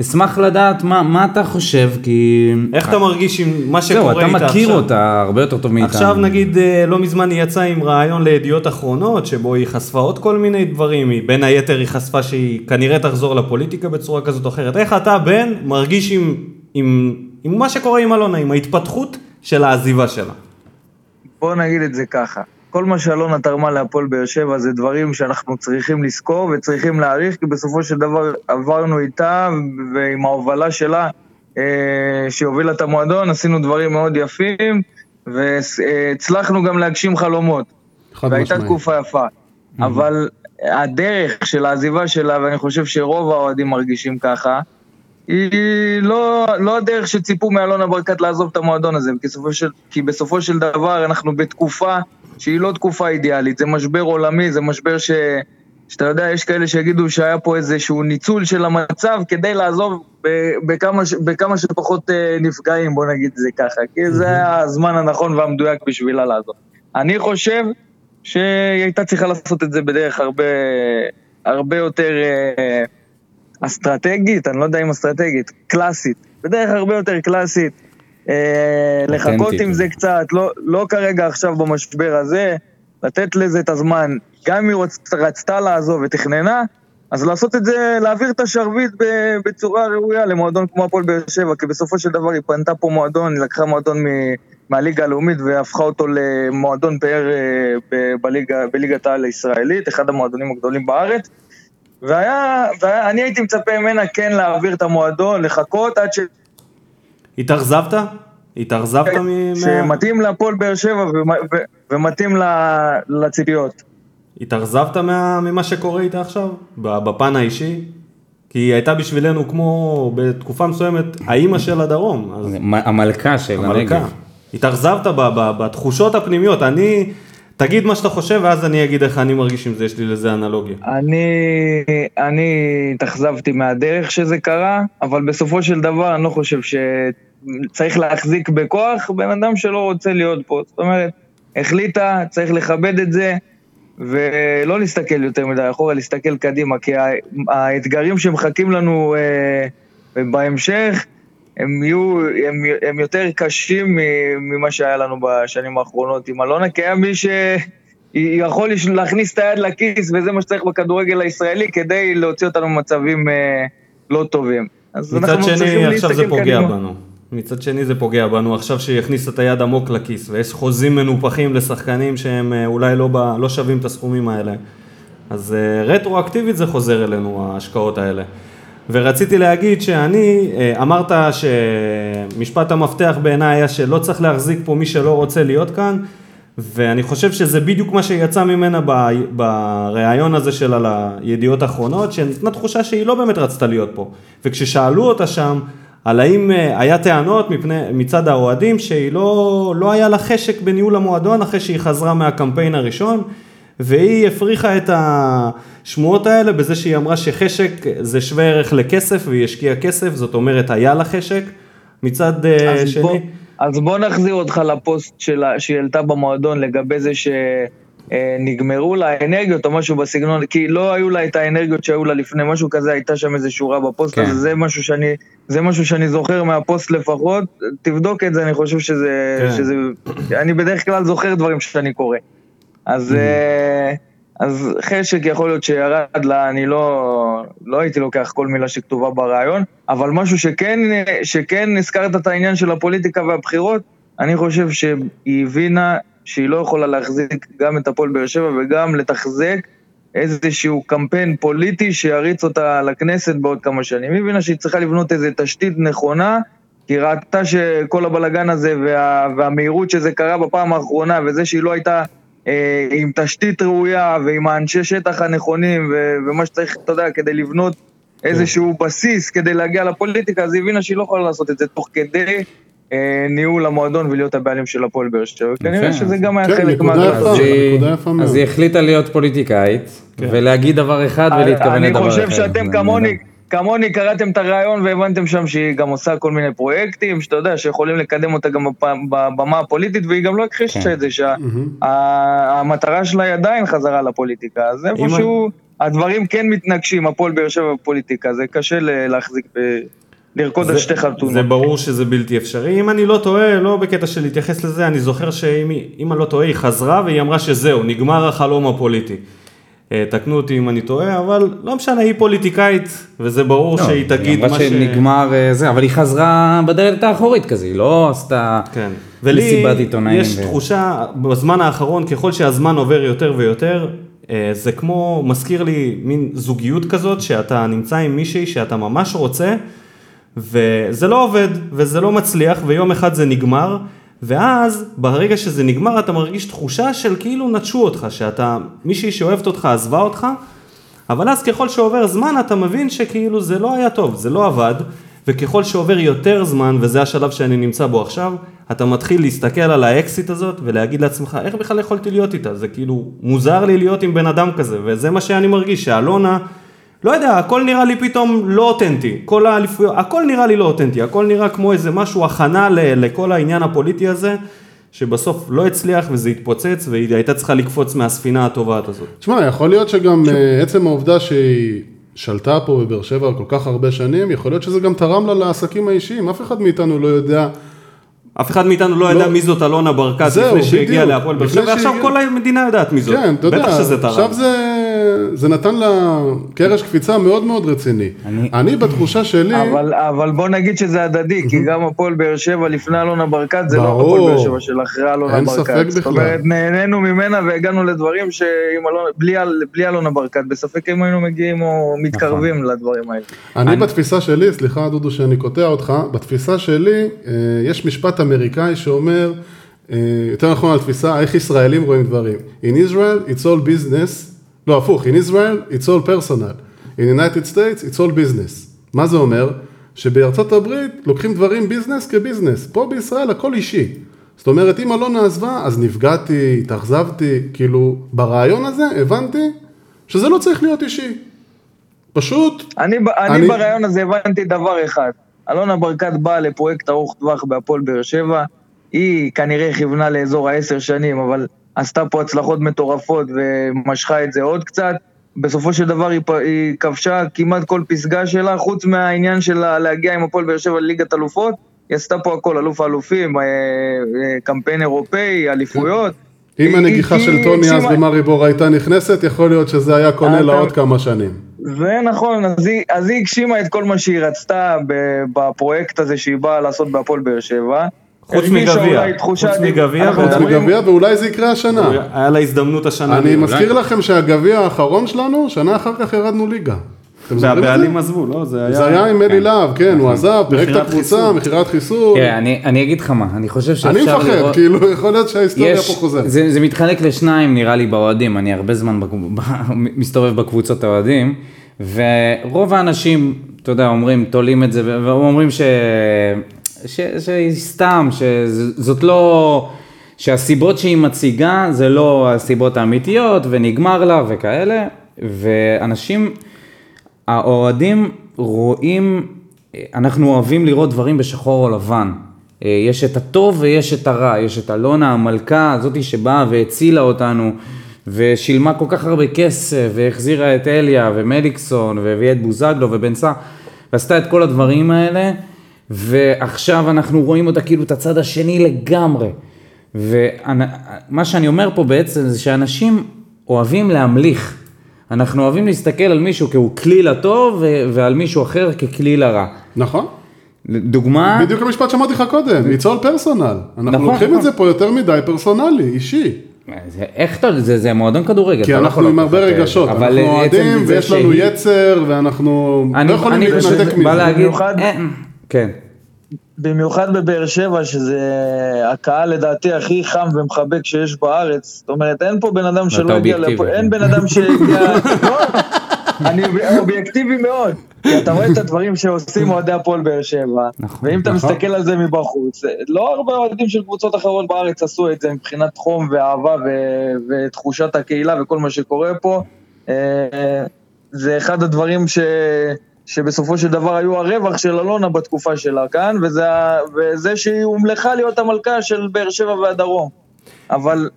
[SPEAKER 2] אשמח לדעת מה, מה אתה חושב, כי...
[SPEAKER 1] איך אתה מרגיש עם מה
[SPEAKER 2] זהו,
[SPEAKER 1] שקורה איתה
[SPEAKER 2] אתה
[SPEAKER 1] עכשיו?
[SPEAKER 2] מכיר אותה הרבה יותר טוב מאיתנו.
[SPEAKER 1] עכשיו נגיד, אה, לא מזמן היא יצאה עם רעיון לידיעות אחרונות, שבו היא חשפה עוד כל מיני דברים, היא בין היתר היא חשפה שהיא כנראה תחזור לפוליטיקה בצורה כזאת או אחרת. איך אתה, בן, מרגיש עם, עם, עם מה שקורה עם אלונה, עם ההתפתחות של העזיבה שלה?
[SPEAKER 4] בוא נגיד את זה ככה. כל מה שאלונה תרמה להפועל באר שבע זה דברים שאנחנו צריכים לזכור וצריכים להעריך, כי בסופו של דבר עברנו איתה ועם ההובלה שלה, אה, שהובילה את המועדון, עשינו דברים מאוד יפים, והצלחנו גם להגשים חלומות.
[SPEAKER 3] חד
[SPEAKER 2] נכון,
[SPEAKER 4] והייתה
[SPEAKER 3] משמעית.
[SPEAKER 4] תקופה יפה. אבל הדרך של העזיבה שלה, ואני חושב שרוב האוהדים מרגישים ככה, היא לא, לא הדרך שציפו מאלונה ברקת לעזוב את המועדון הזה, כי בסופו, של, כי בסופו של דבר אנחנו בתקופה שהיא לא תקופה אידיאלית, זה משבר עולמי, זה משבר ש, שאתה יודע, יש כאלה שיגידו שהיה פה איזשהו ניצול של המצב כדי לעזוב ב, בכמה, ש- בכמה שפחות אה, נפגעים, בוא נגיד את זה ככה, כי זה היה הזמן הנכון והמדויק בשבילה לעזוב. אני חושב שהיא הייתה צריכה לעשות את זה בדרך הרבה, הרבה יותר... אה, אסטרטגית, אני לא יודע אם אסטרטגית, קלאסית, בדרך הרבה יותר קלאסית. אה, לחכות עם זה קצת, לא, לא כרגע עכשיו במשבר הזה, לתת לזה את הזמן. גם אם היא רצ- רצתה לעזוב ותכננה, אז לעשות את זה, להעביר את השרביט ב- בצורה ראויה למועדון כמו הפועל באר שבע, כי בסופו של דבר היא פנתה פה מועדון, היא לקחה מועדון מ- מהליגה הלאומית והפכה אותו למועדון פאר אה, ב- בליגה- בליגת העל הישראלית, אחד המועדונים הגדולים בארץ. והיה, ואני הייתי מצפה ממנה כן להעביר את המועדון, לחכות עד ש...
[SPEAKER 1] התאכזבת? התאכזבת
[SPEAKER 2] כן,
[SPEAKER 1] מ... מה-
[SPEAKER 4] שמתאים להפועל באר שבע ו- ו- ומתאים ל- לציפיות.
[SPEAKER 1] התאכזבת מה- ממה שקורה איתה עכשיו? ב- בפן האישי? כי היא הייתה בשבילנו כמו בתקופה מסוימת האימא של הדרום, אז
[SPEAKER 2] המ- המלכה של
[SPEAKER 1] המלכה.
[SPEAKER 2] הנגב.
[SPEAKER 1] התאכזבת ב- ב- בתחושות הפנימיות, אני... תגיד מה שאתה חושב ואז אני אגיד איך אני מרגיש עם זה, יש לי לזה אנלוגיה.
[SPEAKER 4] אני, אני התאכזבתי מהדרך שזה קרה, אבל בסופו של דבר אני לא חושב שצריך להחזיק בכוח בן אדם שלא רוצה להיות פה. זאת אומרת, החליטה, צריך לכבד את זה, ולא להסתכל יותר מדי אחורה, להסתכל קדימה, כי ה- האתגרים שמחכים לנו אה, בהמשך, הם יהיו, הם, הם יותר קשים מ- ממה שהיה לנו בשנים האחרונות. עם אלונה, כי היה מי ש... היא- יכול לש- להכניס את היד לכיס, וזה מה שצריך בכדורגל הישראלי כדי להוציא אותנו ממצבים אה, לא טובים. אז
[SPEAKER 1] מצד
[SPEAKER 4] אנחנו צריכים
[SPEAKER 1] שני, עכשיו זה
[SPEAKER 4] להסתכל
[SPEAKER 1] פוגע
[SPEAKER 4] קדימה.
[SPEAKER 1] בנו. מצד שני זה פוגע בנו עכשיו שהיא הכניסה את היד עמוק לכיס ויש חוזים מנופחים לשחקנים שהם אה, אולי לא, ב, לא שווים את הסכומים האלה. אז אה, רטרואקטיבית זה חוזר אלינו ההשקעות האלה. ורציתי להגיד שאני, אה, אמרת שמשפט המפתח בעיניי היה שלא צריך להחזיק פה מי שלא רוצה להיות כאן ואני חושב שזה בדיוק מה שיצא ממנה ב- בריאיון הזה שלה לידיעות אחרונות, שנתנה תחושה שהיא לא באמת רצתה להיות פה. וכששאלו אותה שם על האם אה, היה טענות מפני, מצד האוהדים שהיא לא, לא היה לה חשק בניהול המועדון אחרי שהיא חזרה מהקמפיין הראשון, והיא הפריחה את השמועות האלה בזה שהיא אמרה שחשק זה שווה ערך לכסף והיא השקיעה כסף, זאת אומרת היה לה חשק. מצד אה,
[SPEAKER 4] אז
[SPEAKER 1] שני...
[SPEAKER 4] בוא- אז בוא נחזיר אותך לפוסט שלה, שהיא העלתה במועדון לגבי זה שנגמרו לה האנרגיות או משהו בסגנון, כי לא היו לה את האנרגיות שהיו לה לפני, משהו כזה, הייתה שם איזה שורה בפוסט
[SPEAKER 2] כן.
[SPEAKER 4] הזה, זה משהו שאני, זה משהו שאני זוכר מהפוסט לפחות, תבדוק את זה, אני חושב שזה,
[SPEAKER 1] כן.
[SPEAKER 4] שזה אני בדרך כלל זוכר דברים שאני קורא. אז, אה, אז חשק יכול להיות שירד לה, אני לא, לא הייתי לוקח כל מילה שכתובה ברעיון, אבל משהו שכן, שכן הזכרת את העניין של הפוליטיקה והבחירות, אני חושב שהיא הבינה שהיא לא יכולה להחזיק גם את הפועל באר שבע וגם לתחזק איזשהו קמפיין פוליטי שיריץ אותה לכנסת בעוד כמה שנים. היא הבינה שהיא צריכה לבנות איזו תשתית נכונה, כי היא ראתה שכל הבלגן הזה וה, והמהירות שזה קרה בפעם האחרונה, וזה שהיא לא הייתה אה, עם תשתית ראויה ועם האנשי שטח הנכונים ו, ומה שצריך, אתה יודע, כדי לבנות איזשהו בסיס כדי להגיע לפוליטיקה, אז היא הבינה שהיא לא יכולה לעשות את זה תוך כדי אה, ניהול המועדון ולהיות הבעלים של הפועל באר שבע. כנראה שזה גם היה
[SPEAKER 3] כן,
[SPEAKER 4] חלק
[SPEAKER 3] נקודה
[SPEAKER 4] מהדבר
[SPEAKER 3] יפה.
[SPEAKER 4] הזה.
[SPEAKER 2] אז היא-
[SPEAKER 3] נקודה יפה מאוד.
[SPEAKER 2] אז היא החליטה להיות פוליטיקאית,
[SPEAKER 1] כן.
[SPEAKER 2] ולהגיד דבר אחד ולהתכוון
[SPEAKER 4] אני
[SPEAKER 2] לדבר אחר.
[SPEAKER 4] חושב שאתם
[SPEAKER 2] זה לא-
[SPEAKER 4] כמוני,
[SPEAKER 2] נהדר.
[SPEAKER 4] כמוני קראתם את הריאיון והבנתם שם שהיא גם עושה כל מיני פרויקטים, שאתה יודע, שיכולים לקדם אותה גם בפ- בבמה הפוליטית, והיא גם לא הכחישה
[SPEAKER 2] כן.
[SPEAKER 4] את זה, שהמטרה שלה היא עדיין חזרה לפוליטיקה, אז איפשהו הדברים כן מתנגשים, הפועל באר שבע בפוליטיקה, זה קשה ל- להחזיק, ב- לרקוד על
[SPEAKER 1] זה-
[SPEAKER 4] שתי חלטונות.
[SPEAKER 1] זה ברור שזה בלתי אפשרי. אם אני לא טועה, לא בקטע של להתייחס לזה, אני זוכר שאם היא- אם אני לא טועה, היא חזרה והיא אמרה שזהו, נגמר החלום הפוליטי. אה, תקנו אותי אם אני טועה, אבל לא משנה, היא פוליטיקאית, וזה ברור
[SPEAKER 2] לא,
[SPEAKER 1] שהיא תגיד מה ש...
[SPEAKER 2] היא אמרה שנגמר אה, זה, אבל היא חזרה בדלת האחורית כזה, היא לא עשתה
[SPEAKER 1] כן. ולי
[SPEAKER 2] מסיבת עיתונאים.
[SPEAKER 1] יש
[SPEAKER 2] ו-
[SPEAKER 1] תחושה, בזמן האחרון, ככל שהזמן עובר יותר ויותר, אה, זה כמו, מזכיר לי מין זוגיות כזאת, שאתה נמצא עם מישהי שאתה ממש רוצה, וזה לא עובד, וזה לא מצליח, ויום אחד זה נגמר, ואז ברגע שזה נגמר אתה מרגיש תחושה של כאילו נטשו אותך, שאתה, מישהי שאוהבת אותך עזבה אותך, אבל אז ככל שעובר זמן אתה מבין שכאילו זה לא היה טוב, זה לא עבד, וככל שעובר יותר זמן, וזה השלב שאני נמצא בו עכשיו, אתה מתחיל להסתכל על האקסיט הזאת ולהגיד לעצמך, איך בכלל יכולתי להיות איתה? זה כאילו מוזר לי להיות עם בן אדם כזה, וזה מה שאני מרגיש, שאלונה... לא יודע, הכל נראה לי פתאום לא אותנטי, כל האליפויות, הכל נראה לי לא אותנטי, הכל נראה כמו איזה משהו הכנה ל, לכל העניין הפוליטי הזה, שבסוף לא הצליח וזה התפוצץ והיא הייתה צריכה לקפוץ מהספינה הטובעת הזאת.
[SPEAKER 3] תשמע, יכול להיות שגם אה, עצם העובדה שהיא שלטה פה בבאר שבע כל כך הרבה שנים, יכול להיות שזה גם תרם לה לעסקים האישיים. אף אחד מאיתנו לא יודע
[SPEAKER 1] אף אחד מאיתנו לא ידע
[SPEAKER 3] לא.
[SPEAKER 1] מי זאת אלונה ברקת
[SPEAKER 3] זהו,
[SPEAKER 1] לפני שהגיעה
[SPEAKER 3] בדיוק.
[SPEAKER 1] להפועל באר
[SPEAKER 3] לפני
[SPEAKER 1] שבע, ועכשיו
[SPEAKER 3] שהגיעה-
[SPEAKER 1] כל המדינה יודעת מי זאת.
[SPEAKER 3] כן, אתה יודע,
[SPEAKER 1] בטח שזה תרם.
[SPEAKER 3] עכשיו זה, זה נתן לה קרש קפיצה מאוד מאוד רציני.
[SPEAKER 2] אני-
[SPEAKER 3] אני, בתחושה שלי,
[SPEAKER 4] אבל, אבל בוא נגיד שזה הדדי, כי גם הפועל באר שבע לפני אלונה ברקת, זה לא
[SPEAKER 3] ברור.
[SPEAKER 4] הפועל באר שבע של אחרי אלונה
[SPEAKER 3] אין
[SPEAKER 4] ברקת.
[SPEAKER 3] ספק
[SPEAKER 4] זאת
[SPEAKER 3] בכלל.
[SPEAKER 4] אומרת, נהנינו ממנה והגענו לדברים שעם אלונה, בלי, אל- בלי אלונה ברקת, בספק אם היינו מגיעים או מתקרבים
[SPEAKER 3] נכון.
[SPEAKER 4] לדברים האלה.
[SPEAKER 3] אני בתפיסה שלי, סליחה דודו שאני קוטע אותך, בתפיסה שלי אה, יש משפט אמריקאי שאומר, אה, יותר נכון על תפיסה, איך ישראלים רואים דברים. In Israel it's all business, לא הפוך, in Israel it's all personal. In United States it's all business. מה זה אומר? שבארצות הברית לוקחים דברים ביזנס כביזנס, פה בישראל הכל אישי. זאת אומרת, אם אלונה עזבה, אז נפגעתי, התאכזבתי, כאילו, ברעיון הזה הבנתי שזה לא צריך להיות אישי. פשוט
[SPEAKER 4] אני, ב- אני,
[SPEAKER 3] אני-
[SPEAKER 4] אני ברעיון הזה הבנתי דבר אחד. אלונה ברקת באה לפרויקט ארוך טווח בהפועל באר שבע, היא כנראה כיוונה לאזור העשר שנים, אבל עשתה פה הצלחות מטורפות ומשכה את זה עוד קצת. בסופו של דבר היא, פ- היא כבשה כמעט כל פסגה שלה, חוץ מהעניין שלה להגיע עם הפועל באר שבע לליגת אלופות, היא עשתה פה הכל, אלוף האלופים, אה, אה, קמפיין אירופאי, אליפויות.
[SPEAKER 3] אם
[SPEAKER 4] היא-
[SPEAKER 3] הנגיחה
[SPEAKER 4] היא-
[SPEAKER 3] של
[SPEAKER 4] היא
[SPEAKER 3] טוני אז
[SPEAKER 4] הגשימה-
[SPEAKER 3] במארי בור הייתה נכנסת, יכול להיות שזה היה קונה
[SPEAKER 4] אה,
[SPEAKER 3] לה
[SPEAKER 4] אתה-
[SPEAKER 3] עוד כמה שנים.
[SPEAKER 4] זה נכון, אז היא, אז היא הגשימה את כל מה שהיא רצתה ב- בפרויקט הזה שהיא באה לעשות בהפועל באר שבע.
[SPEAKER 1] חוץ
[SPEAKER 4] הרגישה
[SPEAKER 1] מגביע.
[SPEAKER 4] אולי תחושת-
[SPEAKER 1] חוץ מגביע
[SPEAKER 4] אנחנו
[SPEAKER 1] ו-
[SPEAKER 3] חוץ
[SPEAKER 4] מדברים-
[SPEAKER 3] מגביע, ואולי זה יקרה השנה.
[SPEAKER 1] היה לה הזדמנות השנה.
[SPEAKER 3] אני
[SPEAKER 1] להיות.
[SPEAKER 3] מזכיר לכם שהגביע האחרון שלנו, שנה אחר כך ירדנו ליגה. אתם זוכרים את
[SPEAKER 1] והבעלים
[SPEAKER 3] זה?
[SPEAKER 1] עזבו, לא? זה היה...
[SPEAKER 3] זה היה עם אלי
[SPEAKER 2] כן.
[SPEAKER 3] להב, כן, הוא עזב, פירק את
[SPEAKER 1] מכירת
[SPEAKER 3] הקבוצה,
[SPEAKER 1] חיסול.
[SPEAKER 3] מכירת חיסול.
[SPEAKER 2] תראה, אני אני אגיד לך מה, אני חושב שאפשר
[SPEAKER 3] אני
[SPEAKER 2] כן, לראות...
[SPEAKER 3] מפחד, כאילו, יכול להיות שההיסטוריה פה
[SPEAKER 2] יש,
[SPEAKER 3] חוזרת.
[SPEAKER 2] זה, זה מתחלק לשניים נראה לי באוהדים, אני הרבה זמן בק- ב- מסתובב בקבוצות האוהדים, ורוב האנשים, אתה יודע, אומרים, תולים את זה, ו- ואומרים ש... ש... שהיא סתם, שזאת לא... שהסיבות שהיא מציגה זה לא הסיבות האמיתיות, ונגמר לה וכאלה, ואנשים... האוהדים רואים, אנחנו אוהבים לראות דברים בשחור או לבן. אה, יש את הטוב ויש את הרע, יש את אלונה המלכה הזאתי שבאה והצילה אותנו, ושילמה כל כך הרבה כסף, והחזירה את אליה ומליקסון, והביאה את בוזגלו ובן סער, ועשתה את כל הדברים האלה, ועכשיו אנחנו רואים אותה כאילו את הצד השני לגמרי. ומה שאני אומר פה בעצם זה שאנשים אוהבים להמליך. אנחנו אוהבים להסתכל על מישהו כהוא כלי לטוב ו- ועל מישהו אחר ככלי לרע.
[SPEAKER 3] נכון?
[SPEAKER 2] דוגמה,
[SPEAKER 3] בדיוק המשפט שאמרתי לך קודם, it's all personal.
[SPEAKER 2] אה. נכון,
[SPEAKER 3] אנחנו לוקחים
[SPEAKER 2] נכון.
[SPEAKER 3] את זה פה יותר מדי פרסונלי, אישי.
[SPEAKER 2] זה, איך אתה, זה, זה מועדון כדורגל.
[SPEAKER 3] כי
[SPEAKER 2] אתה לא
[SPEAKER 3] אנחנו
[SPEAKER 2] יכול
[SPEAKER 3] עם
[SPEAKER 2] לקחת
[SPEAKER 3] הרבה
[SPEAKER 2] את זה.
[SPEAKER 3] רגשות,
[SPEAKER 2] אבל אה,
[SPEAKER 3] אנחנו
[SPEAKER 2] עצם
[SPEAKER 3] אוהדים
[SPEAKER 2] זה
[SPEAKER 3] ויש לנו
[SPEAKER 2] שהיא-
[SPEAKER 3] יצר, ואנחנו
[SPEAKER 2] אני,
[SPEAKER 3] לא יכולים
[SPEAKER 2] אני פשוט
[SPEAKER 3] להתנתק
[SPEAKER 2] בא
[SPEAKER 3] מזה.
[SPEAKER 2] להגיד,
[SPEAKER 4] במיוחד-
[SPEAKER 2] אין, כן,
[SPEAKER 4] במיוחד בבאר שבע, שזה הקהל לדעתי הכי חם ומחבק שיש בארץ. זאת אומרת, אין פה בן אדם שלא הגיע לפה,
[SPEAKER 2] אובייקטיבי.
[SPEAKER 4] אין בן אדם שהגיע... לא, אני אובייקטיבי מאוד. כי אתה רואה את הדברים שעושים אוהדי הפועל באר שבע,
[SPEAKER 2] נכון,
[SPEAKER 4] ואם אתה
[SPEAKER 3] נכון.
[SPEAKER 4] מסתכל על זה מבחוץ, לא הרבה אוהדים של קבוצות אחרות בארץ עשו את זה מבחינת חום ואהבה ו- ותחושת הקהילה וכל מה שקורה פה. אה, זה אחד הדברים ש... שבסופו של דבר היו הרווח של אלונה בתקופה שלה כאן, וזה, ה- וזה שהיא הומלכה להיות המלכה של באר שבע והדרום. אבל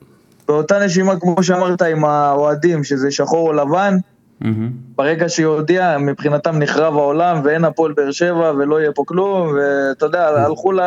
[SPEAKER 4] באותה נשימה, כמו שאמרת, עם האוהדים, שזה שחור או לבן,
[SPEAKER 2] מהמם.
[SPEAKER 4] ברגע שהיא הודיעה, מבחינתם נחרב העולם, ואין הפועל באר שבע, ולא יהיה פה כלום, ואתה יודע, הלכו ל...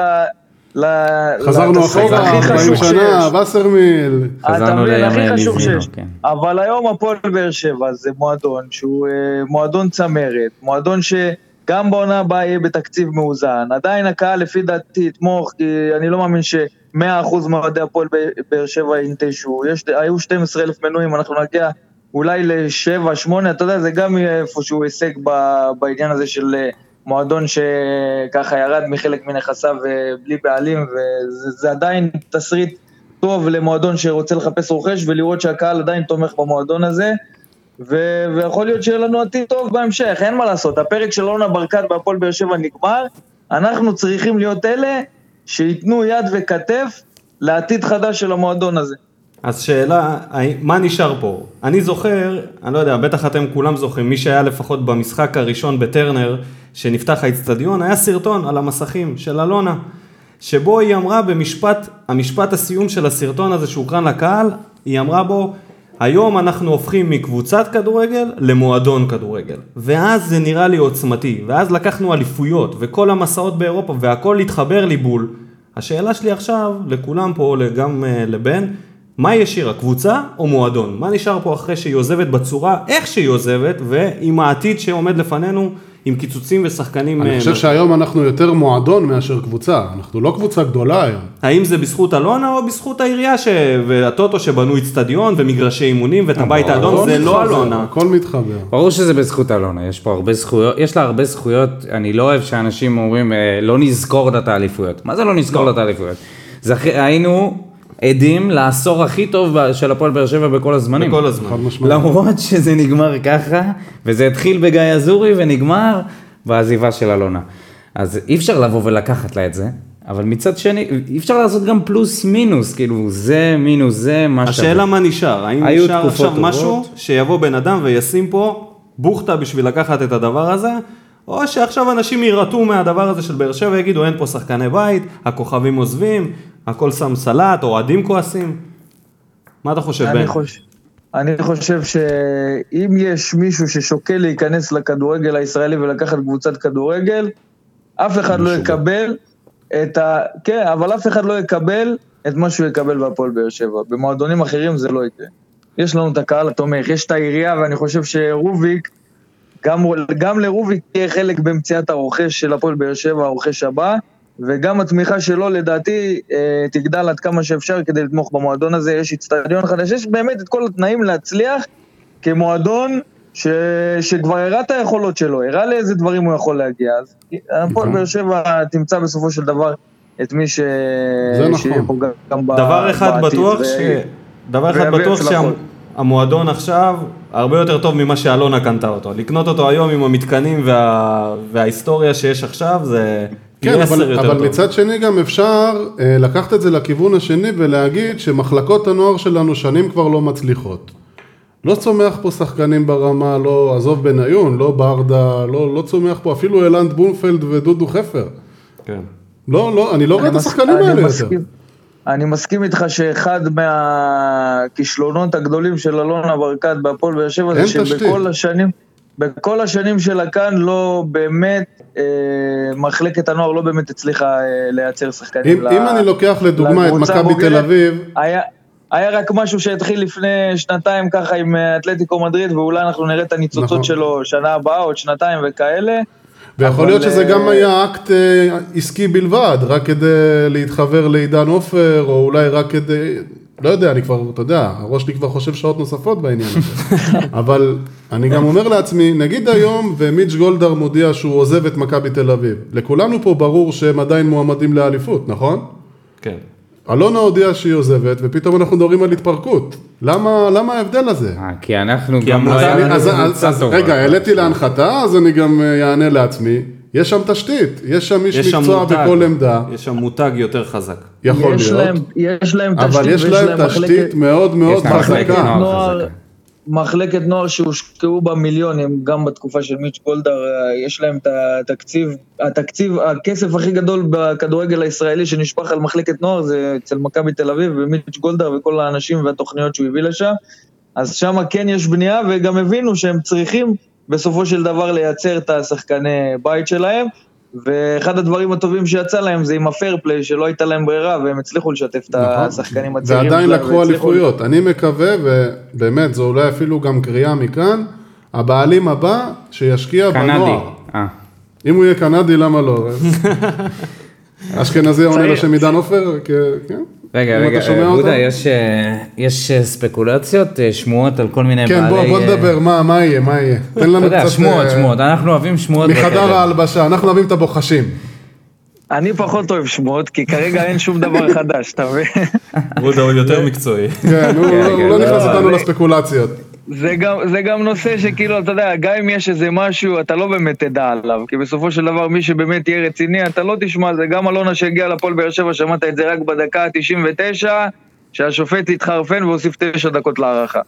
[SPEAKER 4] ל-
[SPEAKER 3] חזרנו
[SPEAKER 4] לתסריט
[SPEAKER 3] אחורה,
[SPEAKER 4] הכי
[SPEAKER 3] 40
[SPEAKER 4] חשוב
[SPEAKER 3] שנה,
[SPEAKER 4] שיש.
[SPEAKER 3] וסרמיל.
[SPEAKER 4] אה, אתה
[SPEAKER 2] חזרנו
[SPEAKER 4] מבין,
[SPEAKER 2] לימי
[SPEAKER 4] הכי חשוב
[SPEAKER 2] אליזינו,
[SPEAKER 4] שיש.
[SPEAKER 2] כן.
[SPEAKER 4] אבל היום הפועל באר שבע זה מועדון שהוא אה, מועדון צמרת, מועדון שגם בעונה הבאה יהיה בתקציב מאוזן. עדיין הקהל לפי דעתי יתמוך, כי אני לא מאמין ש-100% מאוהדי הפועל ב- באר שבע ינטשו. יש- היו 12,000 מנויים, אנחנו נגיע אולי ל-7, 8, אתה יודע, זה גם יהיה איפשהו הישג ב- בעניין הזה של... אה, מועדון שככה ירד מחלק מנכסיו אה, בלי בעלים, וזה זה עדיין תסריט טוב למועדון שרוצה לחפש רוכש ולראות שהקהל עדיין תומך במועדון הזה. ו- ויכול להיות שיהיה לנו עתיד טוב בהמשך, אין מה לעשות. הפרק של אורנה ברקת בהפועל באר שבע נגמר, אנחנו צריכים להיות אלה שייתנו יד וכתף לעתיד חדש של המועדון הזה.
[SPEAKER 1] אז שאלה, האם- מה נשאר פה? אני זוכר, אני לא יודע, בטח אתם כולם זוכרים, מי שהיה לפחות במשחק הראשון בטרנר, שנפתח האיצטדיון, היה סרטון על המסכים של אלונה, שבו היא אמרה במשפט, המשפט הסיום של הסרטון הזה שהוקרן לקהל, היא אמרה בו, היום אנחנו הופכים מקבוצת כדורגל למועדון כדורגל. ואז זה נראה לי עוצמתי, ואז לקחנו אליפויות, וכל המסעות באירופה, והכל התחבר לי בול. השאלה שלי עכשיו, לכולם פה, גם אה, לבן, מה יש שירה, קבוצה או מועדון? מה נשאר פה אחרי שהיא עוזבת בצורה, איך שהיא עוזבת, ועם העתיד שעומד לפנינו, עם קיצוצים ושחקנים...
[SPEAKER 3] אני
[SPEAKER 1] אה,
[SPEAKER 3] חושב שהיום אנחנו יותר מועדון מאשר קבוצה, אנחנו לא קבוצה גדולה היום.
[SPEAKER 1] האם זה בזכות אלונה או בזכות העירייה ש... והטוטו שבנו אצטדיון ומגרשי אימונים
[SPEAKER 3] אה,
[SPEAKER 1] ואת הבית האדום,
[SPEAKER 3] הכל
[SPEAKER 1] זה לא
[SPEAKER 3] מתחבר,
[SPEAKER 1] אלונה.
[SPEAKER 3] נכון? הכל מתחבר.
[SPEAKER 2] ברור שזה בזכות אלונה, יש פה הרבה זכויות, יש לה הרבה זכויות, אני לא אוהב שאנשים אומרים אה, לא נזכור את האליפויות. מה זה לא נזכור את האליפויות? זכ... היינו עדים לעשור הכי טוב ב- של הפועל באר שבע בכל
[SPEAKER 3] נכון.
[SPEAKER 2] הזמנים.
[SPEAKER 1] כל הזמן.
[SPEAKER 3] חד משמעית.
[SPEAKER 2] למרות שזה נגמר ככה, וזה התחיל בגיא אזורי ונגמר בעזיבה של אלונה. אז אי אפשר לבוא ולקחת לה את זה, אבל מצד שני, אי אפשר לעשות גם פלוס מינוס, כאילו זה מינוס זה, מה שווה.
[SPEAKER 1] השאלה מה נשאר, האם
[SPEAKER 2] היו
[SPEAKER 1] נשאר
[SPEAKER 2] תקופות
[SPEAKER 1] עכשיו
[SPEAKER 2] טובות.
[SPEAKER 1] משהו שיבוא בן אדם וישים פה בוכטה בשביל לקחת את הדבר הזה, או שעכשיו אנשים יירתעו מהדבר הזה של באר שבע ויגידו אין פה שחקני בית, הכוכבים עוזבים, הכל שם סלט, אוהדים כועסים. מה אתה חושב בן?
[SPEAKER 4] אני חושב, אני חושב שאם יש מישהו ששוקל להיכנס לכדורגל הישראלי ולקחת קבוצת כדורגל, אף אחד לא יקבל את ה... כן, אבל אף אחד לא יקבל את מה שהוא יקבל בהפועל באר שבע. במועדונים אחרים זה לא יקרה. יש לנו את הקהל התומך, יש את העירייה, ואני חושב שרוביק, גם, גם לרוביק יהיה חלק במציאת הרוכש של הפועל באר שבע, הרוכש הבא, וגם התמיכה שלו לדעתי אה, תגדל עד כמה שאפשר כדי לתמוך במועדון הזה, יש אצטדיון חדש, יש באמת את כל התנאים להצליח כמועדון ש... שכבר הראה את היכולות שלו, הראה לאיזה דברים הוא יכול להגיע, אז
[SPEAKER 3] נכון.
[SPEAKER 4] הפועל באר שבע תמצא בסופו של דבר את מי ש...
[SPEAKER 3] זה נכון.
[SPEAKER 4] שיהיה פה גם- גם ב-
[SPEAKER 1] דבר אחד
[SPEAKER 4] בעתיד,
[SPEAKER 1] בטוח,
[SPEAKER 4] ו-
[SPEAKER 1] ש... דבר אחד
[SPEAKER 4] ויביא
[SPEAKER 1] בטוח
[SPEAKER 4] הצלחות.
[SPEAKER 1] שהמועדון עכשיו הרבה יותר טוב ממה שאלונה קנתה אותו. לקנות אותו היום עם המתקנים וה... וההיסטוריה שיש עכשיו זה פי
[SPEAKER 3] כן,
[SPEAKER 1] עשר
[SPEAKER 3] אבל,
[SPEAKER 1] יותר
[SPEAKER 3] אבל
[SPEAKER 1] טוב.
[SPEAKER 3] מצד שני גם אפשר אה, לקחת את זה לכיוון השני ולהגיד שמחלקות הנוער שלנו שנים כבר לא מצליחות. לא צומח פה שחקנים ברמה, לא עזוב בניון, לא ברדה, לא, לא צומח פה אפילו אלעד בונפלד ודודו חפר.
[SPEAKER 1] כן.
[SPEAKER 3] לא, לא, אני לא רואה את
[SPEAKER 4] אני מס-
[SPEAKER 3] השחקנים
[SPEAKER 4] אני
[SPEAKER 3] האלה יותר.
[SPEAKER 4] מסכים- אני מסכים איתך שאחד מהכישלונות הגדולים של אלונה ברקת בהפועל באר שבע
[SPEAKER 3] אין
[SPEAKER 4] זה
[SPEAKER 3] תשתית.
[SPEAKER 4] שבכל השנים, בכל השנים שלה כאן לא באמת, אה, מחלקת הנוער לא באמת הצליחה אה, לייצר שחקנים.
[SPEAKER 3] אם,
[SPEAKER 4] ל-
[SPEAKER 3] אם אני לא- לוקח לדוגמה את
[SPEAKER 4] לקבוצה
[SPEAKER 3] מכבי
[SPEAKER 4] הבוגרת.
[SPEAKER 3] תל אביב,
[SPEAKER 4] היה... היה רק משהו שהתחיל לפני שנתיים ככה עם אה, אתלטיקו מדריד, ואולי אנחנו נראה את הניצוצות
[SPEAKER 3] נכון.
[SPEAKER 4] שלו שנה הבאה, עוד שנתיים וכאלה.
[SPEAKER 3] ויכול
[SPEAKER 4] אבל,
[SPEAKER 3] להיות שזה
[SPEAKER 4] אה,
[SPEAKER 3] גם היה אקט אה, עסקי בלבד, רק כדי להתחבר לעידן עופר, או אולי רק כדי, לא יודע, אני כבר, אתה יודע, הראש שלי כבר חושב שעות נוספות בעניין הזה. אבל אני גם אומר לעצמי, נגיד היום ומיץ' גולדהר מודיע שהוא עוזב את מכבי תל אביב, לכולנו פה ברור שהם עדיין מועמדים לאליפות, נכון?
[SPEAKER 1] כן.
[SPEAKER 3] אלונה הודיעה שהיא עוזבת, ופתאום אנחנו מדברים על התפרקות. למה, למה ההבדל הזה?
[SPEAKER 2] אה, כי אנחנו
[SPEAKER 1] כי
[SPEAKER 2] גם לא
[SPEAKER 1] המועדון-
[SPEAKER 2] היה
[SPEAKER 3] אז אני-
[SPEAKER 2] לנו
[SPEAKER 3] אז- אז-
[SPEAKER 2] קבוצה
[SPEAKER 3] אז-
[SPEAKER 2] טובה.
[SPEAKER 3] רגע, העליתי להנחתה, אז אני גם אה, אענה לעצמי. יש שם תשתית, יש שם
[SPEAKER 1] יש
[SPEAKER 3] איש
[SPEAKER 1] שם
[SPEAKER 3] מקצוע
[SPEAKER 1] מותג,
[SPEAKER 3] בכל עמדה,
[SPEAKER 1] יש שם מותג יותר חזק.
[SPEAKER 3] יכול
[SPEAKER 4] יש
[SPEAKER 3] להיות,
[SPEAKER 4] להם, יש להם תשתית
[SPEAKER 3] אבל יש
[SPEAKER 4] ויש
[SPEAKER 3] להם תשתית מאוד מאוד
[SPEAKER 2] להם מחלקת
[SPEAKER 3] חזקה.
[SPEAKER 2] נוער.
[SPEAKER 4] נוער,
[SPEAKER 2] חזקה.
[SPEAKER 4] מחלקת נוער שהושקעו בה מיליונים, גם בתקופה של מיץ' גולדהר, אה, יש להם את התקציב, התקציב, הכסף הכי גדול בכדורגל הישראלי שנשפך על מחלקת נוער זה אצל מכבי תל אביב ומיץ' גולדהר וכל האנשים והתוכניות שהוא הביא לשם. אז שם כן יש בנייה, וגם הבינו שהם צריכים בסופו של דבר לייצר את השחקני בית שלהם. ואחד הדברים הטובים שיצא להם זה עם הפייר פליי, שלא הייתה להם ברירה, והם הצליחו לשתף את השחקנים הצעירים.
[SPEAKER 3] ועדיין
[SPEAKER 4] שלהם,
[SPEAKER 3] נכון. לקחו
[SPEAKER 4] והצליחו-
[SPEAKER 3] אליפויות. אני מקווה, ובאמת, זו אולי אפילו גם קריאה מכאן, הבעלים הבא שישקיע
[SPEAKER 2] קנדי.
[SPEAKER 3] בנוער.
[SPEAKER 2] אה.
[SPEAKER 3] אם הוא יהיה קנדי, למה לא? אשכנזי עונה לשם עידן עופר? כ- כן.
[SPEAKER 2] רגע,
[SPEAKER 3] אם
[SPEAKER 2] רגע,
[SPEAKER 3] אתה שומע
[SPEAKER 2] אה,
[SPEAKER 3] אותם?
[SPEAKER 2] בודה, יש, אה, יש אה, ספקולציות, אה, שמועות על כל מיני
[SPEAKER 3] כן, בוא,
[SPEAKER 2] בעלי...
[SPEAKER 3] בוא
[SPEAKER 2] אה,
[SPEAKER 3] נדבר, מה, מה יהיה, מה יהיה? תן
[SPEAKER 2] אתה
[SPEAKER 3] לנו
[SPEAKER 2] יודע,
[SPEAKER 3] קצת...
[SPEAKER 2] שמועות,
[SPEAKER 3] אה,
[SPEAKER 2] שמועות, אנחנו אוהבים שמועות.
[SPEAKER 3] מחדר
[SPEAKER 2] בחדר.
[SPEAKER 3] ההלבשה, אנחנו אוהבים את הבוחשים.
[SPEAKER 4] אני פחות אוהב שמות, כי כרגע אין שום דבר חדש, אתה מבין?
[SPEAKER 1] רודה הוא יותר מקצועי.
[SPEAKER 3] כן, הוא
[SPEAKER 2] כן,
[SPEAKER 3] הוא
[SPEAKER 2] כן,
[SPEAKER 3] לא נכנס
[SPEAKER 2] לא,
[SPEAKER 3] איתנו
[SPEAKER 4] זה-
[SPEAKER 3] לספקולציות.
[SPEAKER 4] זה גם, זה גם נושא שכאילו, אתה יודע, גם אם יש איזה משהו, אתה לא באמת תדע עליו, כי בסופו של דבר מי שבאמת יהיה רציני, אתה לא תשמע על זה. גם אלונה שהגיעה לפועל באר שבע, שמעת את זה רק בדקה ה-99, שהשופט התחרפן והוסיף תשע דקות להערכה.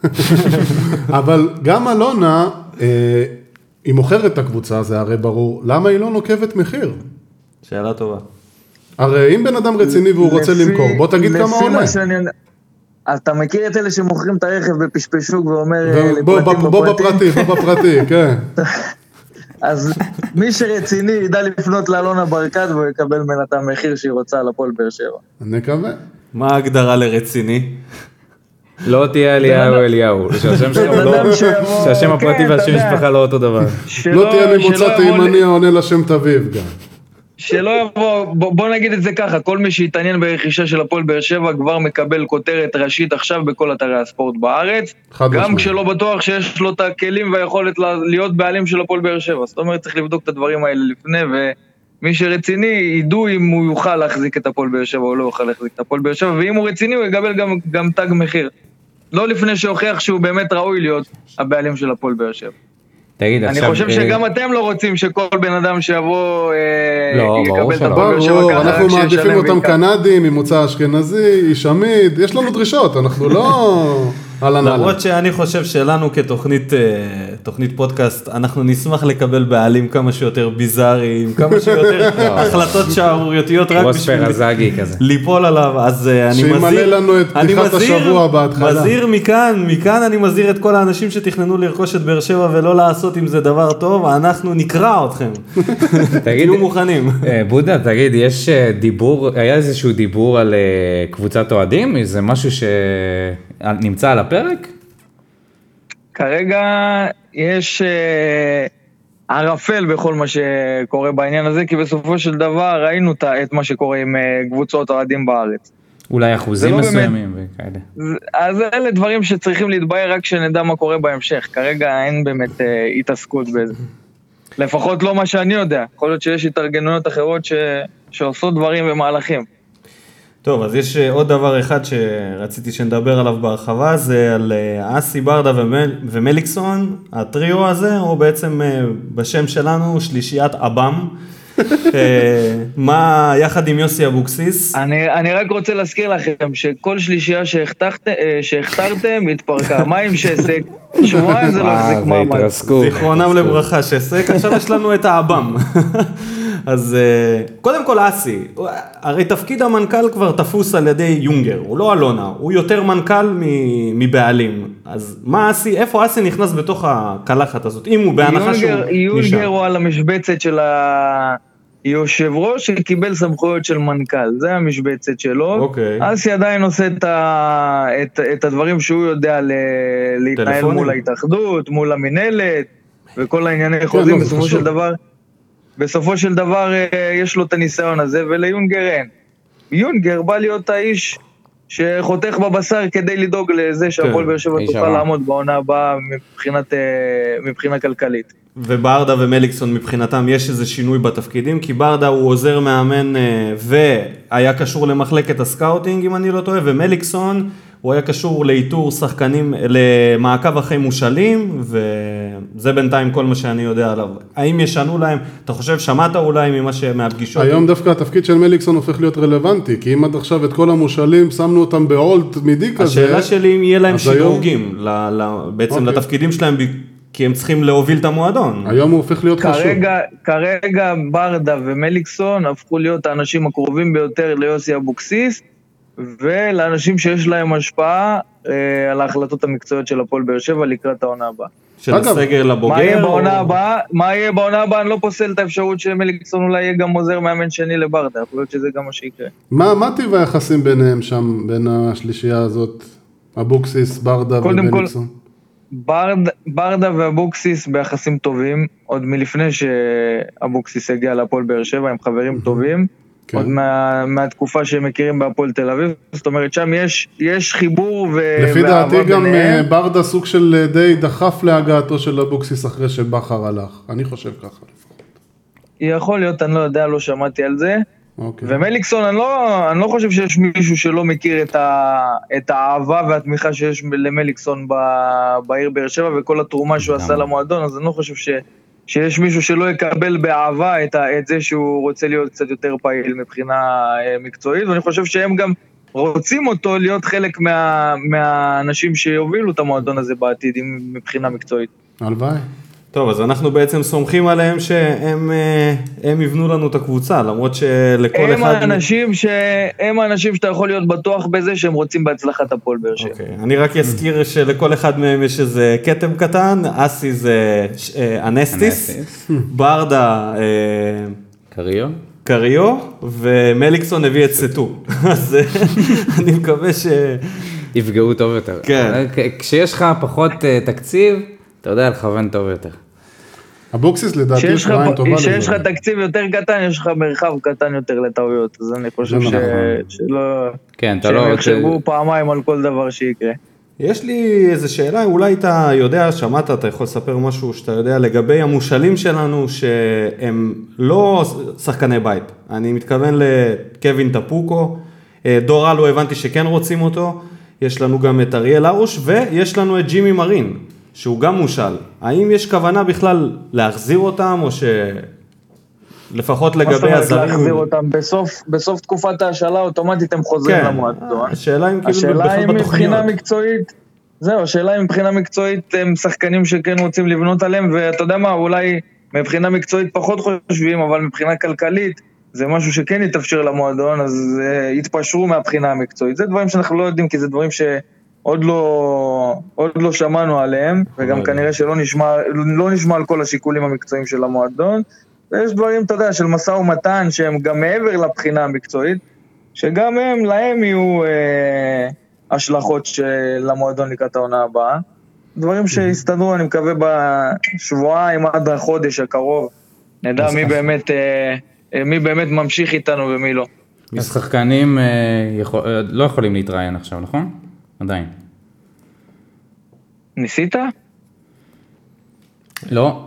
[SPEAKER 3] אבל גם אלונה, אה, היא מוכרת את הקבוצה, זה הרי ברור, למה היא לא נוקבת מחיר?
[SPEAKER 1] שאלה טובה.
[SPEAKER 3] הרי אם בן אדם רציני והוא רוצה
[SPEAKER 4] לפי-
[SPEAKER 3] למכור, בוא תגיד
[SPEAKER 4] לפי
[SPEAKER 3] כמה עולה.
[SPEAKER 4] מה שאני... אז אתה מכיר את אלה שמוכרים את הרכב בפשפשוק ואומר...
[SPEAKER 3] ו-
[SPEAKER 4] אה,
[SPEAKER 3] בוא
[SPEAKER 4] לפרטים
[SPEAKER 3] בוא- בוא בפרטי, בוא בפרטי, כן.
[SPEAKER 4] אז מי שרציני ידע לפנות לאלונה ברקת והוא יקבל ממנה את המחיר שהיא רוצה על הפועל באר שבע.
[SPEAKER 3] נקווה.
[SPEAKER 5] מה ההגדרה לרציני?
[SPEAKER 2] לא תהיה אליהו אליהו, שהשם שלו לא,
[SPEAKER 4] אדם שיבוא,
[SPEAKER 2] שהשם
[SPEAKER 4] כן,
[SPEAKER 2] הפרטי
[SPEAKER 4] אתה
[SPEAKER 2] והשם
[SPEAKER 4] יודע.
[SPEAKER 2] משפחה לא אותו דבר.
[SPEAKER 4] שלא-
[SPEAKER 3] לא תהיה
[SPEAKER 4] שלא
[SPEAKER 3] ממוצא
[SPEAKER 4] יבוא-
[SPEAKER 3] תימני העונה לשם תביב גם.
[SPEAKER 4] שלא יבוא, בוא בוא נגיד את זה ככה, כל מי שהתעניין ברכישה של הפועל באר שבע כבר מקבל כותרת ראשית עכשיו בכל אתרי הספורט בארץ.
[SPEAKER 3] חד
[SPEAKER 4] גם
[SPEAKER 3] משמעית.
[SPEAKER 4] כשלא בטוח שיש לו את הכלים והיכולת לה- להיות בעלים של הפועל באר שבע. זאת אומרת, צריך לבדוק את הדברים האלה לפני, ומי שרציני ידעו אם הוא יוכל להחזיק את הפועל באר שבע או לא יוכל להחזיק את הפועל באר שבע, ואם הוא רציני הוא יקבל גם, גם תג מחיר. לא לפני שהוכיח שהוא באמת ראוי להיות הבעלים של הפועל באר שבע.
[SPEAKER 2] תגיד
[SPEAKER 4] אני
[SPEAKER 2] עכשיו...
[SPEAKER 4] חושב
[SPEAKER 2] אה,
[SPEAKER 4] שגם אתם לא רוצים שכל בן אדם שיבוא אה,
[SPEAKER 2] לא, ברור
[SPEAKER 4] יקבל את
[SPEAKER 2] שלא.
[SPEAKER 4] הפועל באר שבע
[SPEAKER 3] ברור,
[SPEAKER 4] ככה,
[SPEAKER 3] אנחנו
[SPEAKER 4] רק שישלם
[SPEAKER 3] מעדיפים אותם
[SPEAKER 4] בעיקר.
[SPEAKER 3] קנדים, ממוצא אשכנזי, איש עמיד, יש לנו דרישות, אנחנו לא אהלן אהלן.
[SPEAKER 1] למרות שאני חושב שלנו כתוכנית אה, תוכנית פודקאסט, אנחנו נשמח לקבל בעלים כמה שיותר ביזאריים, כמה שיותר
[SPEAKER 3] לא.
[SPEAKER 1] החלטות שערורייתיות רק בשביל
[SPEAKER 2] ווספר עזאגי כזה.
[SPEAKER 1] ליפול עליו, אז אה, אני
[SPEAKER 3] שימלא
[SPEAKER 1] מזהיר...
[SPEAKER 3] לנו את
[SPEAKER 1] אני
[SPEAKER 3] פתיחת
[SPEAKER 1] מזהיר-
[SPEAKER 3] השבוע בהתחלה.
[SPEAKER 1] מזהיר מכאן, מכאן אני מזהיר את כל האנשים שתכננו לרכוש את באר שבע ולא לעשות עם זה דבר טוב, אנחנו נקרע אתכם.
[SPEAKER 2] תגיד,
[SPEAKER 1] תהיו מוכנים.
[SPEAKER 2] אה, בודה, תגיד, יש אה, דיבור, היה איזשהו דיבור על אה, קבוצת אוהדים? זה משהו שנמצא על הפרק?
[SPEAKER 4] כרגע יש אה, ערפל בכל מה שקורה בעניין הזה, כי בסופו של דבר ראינו את ה- את מה שקורה עם אה, קבוצות אוהדים בארץ.
[SPEAKER 2] אולי אחוזים
[SPEAKER 4] לא באמת.
[SPEAKER 2] מסוימים וכאלה.
[SPEAKER 4] אז- אז אלה דברים שצריכים להתבהר רק כשנדע מה קורה בהמשך. כרגע אין באמת אה, התעסקות בזה. לפחות לא מה שאני יודע. יכול להיות שיש התארגנויות אחרות ש... שעושות דברים ומהלכים.
[SPEAKER 1] טוב, אז יש אה, עוד דבר אחד שרציתי שנדבר עליו בהרחבה, זה על אה, אסי ברדה ומל, ומליקסון, הטריו הזה, או בעצם אה, בשם שלנו שלישיית עב"ם. אה, מה, יחד עם יוסי אבוקסיס.
[SPEAKER 4] אני, אני רק רוצה להזכיר לכם שכל שלישייה שהחתכת, אה, שהכתרתם התפרקה. מה עם שסק? שבועיים זה לא
[SPEAKER 2] אה,
[SPEAKER 4] החזיק מעמד.
[SPEAKER 2] התרסקות.
[SPEAKER 1] זיכרונם לברכה שסק, עכשיו יש לנו את העב"ם. אז אה, קודם כל אסי, הרי תפקיד המנכ"ל כבר תפוס על ידי יונגר, הוא לא אלונה, הוא יותר מנכ"ל מ- מבעלים. אז מה אסי, איפה אסי נכנס בתוך הקלחת הזאת, אם הוא בהנחה שהוא
[SPEAKER 4] יולגר, יולגר
[SPEAKER 1] נשאר.
[SPEAKER 4] הוא על המשבצת של היושב ראש שקיבל סמכויות של מנכ"ל, זה המשבצת שלו.
[SPEAKER 1] אוקיי.
[SPEAKER 4] אסי עדיין עושה את, ה, את, את הדברים שהוא יודע ל, להתנהל
[SPEAKER 1] טלפונים.
[SPEAKER 4] מול ההתאחדות, מול המינהלת, וכל
[SPEAKER 1] כן,
[SPEAKER 4] הענייני
[SPEAKER 3] לא,
[SPEAKER 4] חוזים
[SPEAKER 3] זה
[SPEAKER 4] בסופו
[SPEAKER 3] חשוב.
[SPEAKER 4] של דבר. בסופו של דבר אה, יש לו את הניסיון הזה, וליונגר אין. יונגר בא להיות האיש שחותך בבשר כדי לדאוג לזה
[SPEAKER 1] כן.
[SPEAKER 4] שהפועל באר שבע
[SPEAKER 2] האיש
[SPEAKER 4] תוכל
[SPEAKER 2] הרע.
[SPEAKER 4] לעמוד בעונה הבאה מבחינת, אה, מבחינה כלכלית.
[SPEAKER 1] וברדה ומליקסון מבחינתם יש איזה שינוי בתפקידים, כי ברדה הוא עוזר מאמן אה, והיה קשור למחלקת הסקאוטינג אם אני לא טועה, ומליקסון הוא היה קשור לאיתור שחקנים, למעקב אחרי מושאלים, וזה בינתיים כל מה שאני יודע עליו. האם ישנו להם, אתה חושב, שמעת אולי ממה ש... מהפגישות?
[SPEAKER 3] היום דווקא התפקיד של מליקסון הופך להיות רלוונטי, כי אם עד עכשיו את כל המושאלים שמנו אותם בהולד תמידי כזה,
[SPEAKER 1] השאלה שלי אם יהיה להם
[SPEAKER 3] אז היום-
[SPEAKER 1] שדרוגים, ל... ל... בעצם
[SPEAKER 3] אוקיי.
[SPEAKER 1] לתפקידים שלהם, ב- כי הם צריכים להוביל את המועדון.
[SPEAKER 3] היום הוא הופך להיות חשוב.
[SPEAKER 4] כרגע, כרגע ברדה ומליקסון הפכו להיות האנשים הקרובים ביותר ליוסי אבוקסיס, ולאנשים שיש להם השפעה אה, על ההחלטות המקצועיות של הפועל באר שבע לקראת העונה הבאה.
[SPEAKER 1] של
[SPEAKER 3] אגב,
[SPEAKER 1] הסגל לבוגר?
[SPEAKER 4] מה יהיה
[SPEAKER 1] או-
[SPEAKER 4] בעונה הבאה? מה יהיה בעונה הבאה? אני לא פוסל את האפשרות שמליקסון אולי יהיה גם עוזר מאמן שני לברדה, יכול להיות שזה גם מה שיקרה.
[SPEAKER 3] מה מה טיב היחסים ביניהם שם, בין השלישייה הזאת, אבוקסיס, ברדה
[SPEAKER 4] קודם כל-
[SPEAKER 3] ומליקסון?
[SPEAKER 4] ברד, ברדה ואבוקסיס ביחסים טובים, עוד מלפני שאבוקסיס הגיע להפועל באר שבע, הם חברים טובים,
[SPEAKER 3] כן.
[SPEAKER 4] כן. עוד מה, מהתקופה שהם מכירים בהפועל תל אביב, זאת אומרת שם יש, יש חיבור ו...
[SPEAKER 3] לפי
[SPEAKER 4] ואהבה
[SPEAKER 3] דעתי גם
[SPEAKER 4] אה, ביניהם.
[SPEAKER 3] אה, ברדה סוג של אה, די דחף להגעתו של אבוקסיס אחרי שבכר הלך, אני חושב ככה. אה,
[SPEAKER 4] יכול להיות, אני לא יודע, לא שמעתי על זה.
[SPEAKER 3] אוקיי.
[SPEAKER 4] ומליקסון, אני לא, אני לא חושב שיש מישהו שלא מכיר את, ה, את האהבה והתמיכה שיש למליקסון ב, בעיר באר שבע וכל התרומה שהוא עשה למועדון, אז אני לא חושב ש, שיש מישהו שלא יקבל באהבה את, ה, את זה שהוא רוצה להיות קצת יותר פעיל מבחינה אה, מקצועית, ואני חושב שהם גם רוצים אותו להיות חלק מה, מהאנשים שיובילו את המועדון הזה בעתיד אם- מבחינה מקצועית.
[SPEAKER 3] הלוואי.
[SPEAKER 1] טוב, אז אנחנו בעצם סומכים עליהם שהם אה, הם יבנו לנו את הקבוצה, למרות שלכל
[SPEAKER 4] הם
[SPEAKER 1] אחד...
[SPEAKER 4] האנשים, ש... הם האנשים שאתה יכול להיות בטוח בזה שהם רוצים בהצלחת הפועל באר שבע.
[SPEAKER 1] אוקיי, אני רק אזכיר שלכל אחד מהם יש איזה כתם קטן, אסי זה ש- אה, אנסטיס,
[SPEAKER 2] אנסטיס.
[SPEAKER 1] ברדה אה,
[SPEAKER 2] קריו?
[SPEAKER 1] קריו, ומליקסון הביא את סטו. אז אה, אני מקווה ש...
[SPEAKER 2] יפגעו טוב יותר.
[SPEAKER 1] כן.
[SPEAKER 2] אבל כ- כשיש לך פחות אה, תקציב, אתה יודע לכוון טוב יותר.
[SPEAKER 3] אבוקסיס לדעתי יש
[SPEAKER 4] כשיש לך-
[SPEAKER 3] רעיון טובה לזה.
[SPEAKER 4] כשיש לך תקציב יותר קטן, יש לך מרחב קטן יותר לטעויות, אז אני חושב
[SPEAKER 3] זה
[SPEAKER 4] ש-
[SPEAKER 3] נכון.
[SPEAKER 4] שלא...
[SPEAKER 2] כן, אתה לא...
[SPEAKER 4] שהם יחשבו פעמיים על כל דבר שיקרה.
[SPEAKER 1] יש לי איזו שאלה, אולי אתה יודע, שמעת, אתה יכול לספר משהו שאתה יודע לגבי המושאלים שלנו, שהם לא שחקני בית. אני מתכוון לקווין טפוקו, אה, דור אלו הבנתי שכן רוצים אותו, יש לנו גם את אריאל הרוש, ויש לנו את ג'ימי מרין, שהוא גם מושאל. האם יש כוונה בכלל להחזיר אותם, או ש... לפחות
[SPEAKER 4] מה זאת
[SPEAKER 1] לגבי
[SPEAKER 4] אומרת
[SPEAKER 1] הזרים...
[SPEAKER 4] להחזיר אותם? בסוף- בסוף תקופת ההשאלה אוטומטית הם חוזרים
[SPEAKER 1] כן,
[SPEAKER 4] למועדון.
[SPEAKER 1] השאלה אם כאילו
[SPEAKER 4] השאלה
[SPEAKER 1] בכלל
[SPEAKER 4] היא מבחינה
[SPEAKER 1] בתוכניות.
[SPEAKER 4] מקצועית, זהו, השאלה היא מבחינה מקצועית הם שחקנים שכן רוצים לבנות עליהם, ואתה יודע מה, אולי מבחינה מקצועית פחות חושבים, אבל מבחינה כלכלית זה משהו שכן יתאפשר למועדון, אז אה, יתפשרו מהבחינה המקצועית. זה דברים שאנחנו לא יודעים, כי זה דברים שעוד לא, עוד לא שמענו עליהם, וגם כנראה שלא נשמע, לא נשמע על כל השיקולים המקצועיים של המועדון. ויש דברים, אתה יודע, של משא ומתן, שהם גם מעבר לבחינה המקצועית, שגם הם, להם יהיו אה, השלכות של המועדון לקראת העונה הבאה. דברים שיסתדרו, אני מקווה, בשבועיים עד החודש הקרוב, נדע מי באמת, אה, אה, מי באמת ממשיך איתנו ומי לא.
[SPEAKER 2] אז שחקנים אה, יכול- אה, לא יכולים להתראיין עכשיו, נכון? עדיין.
[SPEAKER 4] ניסית?
[SPEAKER 2] לא.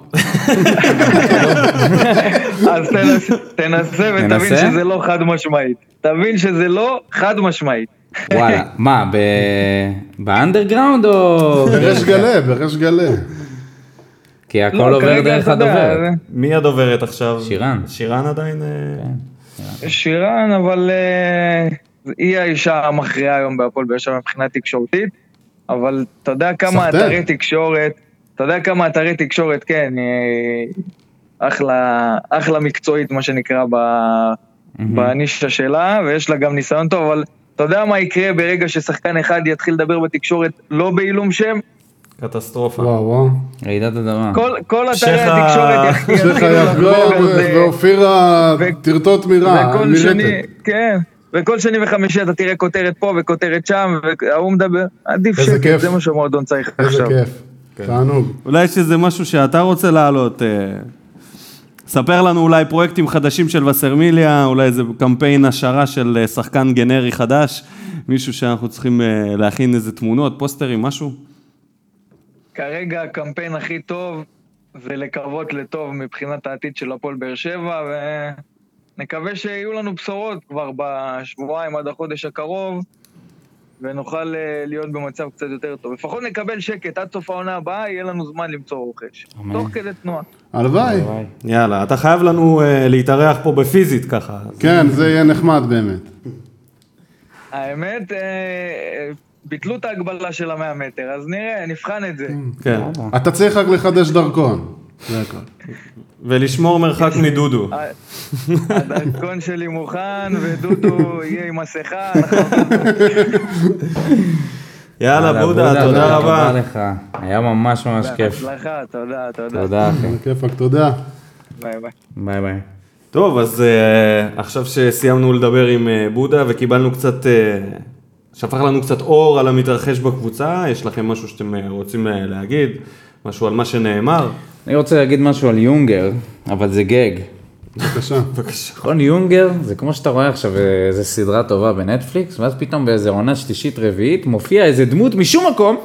[SPEAKER 4] אז תנסה, תנסה ותבין
[SPEAKER 2] ננסה?
[SPEAKER 4] שזה לא חד משמעית. תבין שזה לא חד משמעית.
[SPEAKER 2] וואלה. מה, ב... באנדרגראונד או...
[SPEAKER 3] בריש גלי, בריש גלי.
[SPEAKER 2] כי הכל
[SPEAKER 4] לא,
[SPEAKER 2] עובר
[SPEAKER 4] כרגע,
[SPEAKER 2] דרך
[SPEAKER 4] אתה יודע,
[SPEAKER 2] הדובר.
[SPEAKER 1] מי הדוברת עכשיו?
[SPEAKER 2] שירן.
[SPEAKER 1] שירן עדיין? אה,
[SPEAKER 4] שירן, אבל אה, היא האישה המכריעה היום בהפועל באר שבע מבחינה תקשורתית, אבל אתה יודע כמה
[SPEAKER 3] סחטן.
[SPEAKER 4] אתרי תקשורת, אתה יודע כמה אתרי תקשורת, כן, אה, אחלה, אחלה מקצועית, מה שנקרא, ב, בנישה שלה, ויש לה גם ניסיון טוב, אבל אתה יודע מה יקרה ברגע ששחקן אחד יתחיל לדבר בתקשורת לא בעילום שם?
[SPEAKER 1] קטסטרופה.
[SPEAKER 3] וואו וואו.
[SPEAKER 2] רעידת אדמה.
[SPEAKER 4] אה, כל, כל אתרי
[SPEAKER 1] שכה-
[SPEAKER 4] התקשורת יתחילו
[SPEAKER 3] שייח'
[SPEAKER 4] לחגוג
[SPEAKER 3] יחגוג
[SPEAKER 4] על זה.
[SPEAKER 3] לא, ואופירה
[SPEAKER 4] ו-
[SPEAKER 3] תרטוט מירה,
[SPEAKER 4] וכל שני,
[SPEAKER 3] מירטת.
[SPEAKER 4] כן, וכל שני וחמישי אתה תראה כותרת פה וכותרת שם, וההוא מדבר, עדיף
[SPEAKER 3] איזה
[SPEAKER 4] שקט,
[SPEAKER 3] כיף.
[SPEAKER 4] זה מה שהמועדון צריך
[SPEAKER 3] איזה
[SPEAKER 4] עכשיו.
[SPEAKER 3] כיף. תענוג.
[SPEAKER 6] אולי יש איזה משהו שאתה רוצה להעלות. אה, ספר לנו אולי פרויקטים חדשים של וסרמיליה, אולי איזה קמפיין השערה של אה, שחקן גנרי חדש, מישהו שאנחנו צריכים אה, להכין איזה תמונות, פוסטרים, משהו.
[SPEAKER 4] כרגע הקמפיין הכי טוב זה לקוות לטוב מבחינת העתיד של הפועל באר שבע, ונקווה שיהיו לנו בשורות כבר בשבועיים עד החודש הקרוב, ונוכל אה, להיות במצב קצת יותר טוב. לפחות נקבל שקט עד סוף העונה הבאה, יהיה לנו זמן למצוא רוכש. תוך כדי תנועה.
[SPEAKER 3] הלוואי.
[SPEAKER 1] יאללה, אתה חייב לנו אה, להתארח פה בפיזית ככה.
[SPEAKER 3] כן, זה יהיה נחמד באמת.
[SPEAKER 4] האמת, אה, אה, ביטלו את ההגבלה של המאה מטר, אז נראה, נבחן את זה.
[SPEAKER 1] כן.
[SPEAKER 3] אתה צריך רק לחדש דרכון. זה הכל.
[SPEAKER 1] ולשמור מרחק מדודו.
[SPEAKER 4] ה- הדרכון שלי מוכן, ודודו יהיה עם מסכה, אנחנו-
[SPEAKER 1] יאללה, בודה, תודה רבה.
[SPEAKER 2] תודה לך. היה ממש ממש כיף.
[SPEAKER 4] בהצלחה, תודה, תודה.
[SPEAKER 2] תודה אחי.
[SPEAKER 3] כיפאק, תודה.
[SPEAKER 4] ביי ביי.
[SPEAKER 2] ביי ביי.
[SPEAKER 1] טוב, אז uh, עכשיו שסיימנו לדבר עם uh, בודה וקיבלנו קצת, uh, שפך לנו קצת אור על המתרחש בקבוצה, יש לכם משהו שאתם אה, רוצים אה, להגיד? משהו על מה שנאמר?
[SPEAKER 2] אני רוצה להגיד משהו על יונגר, אבל זה גג.
[SPEAKER 3] בבקשה.
[SPEAKER 1] בבקשה.
[SPEAKER 2] נכון, יונגר, זה כמו שאתה רואה עכשיו אה, איזה סדרה טובה בנטפליקס, ואז פתאום באיזה עונה שלישית רביעית מופיע איזה דמות משום מקום,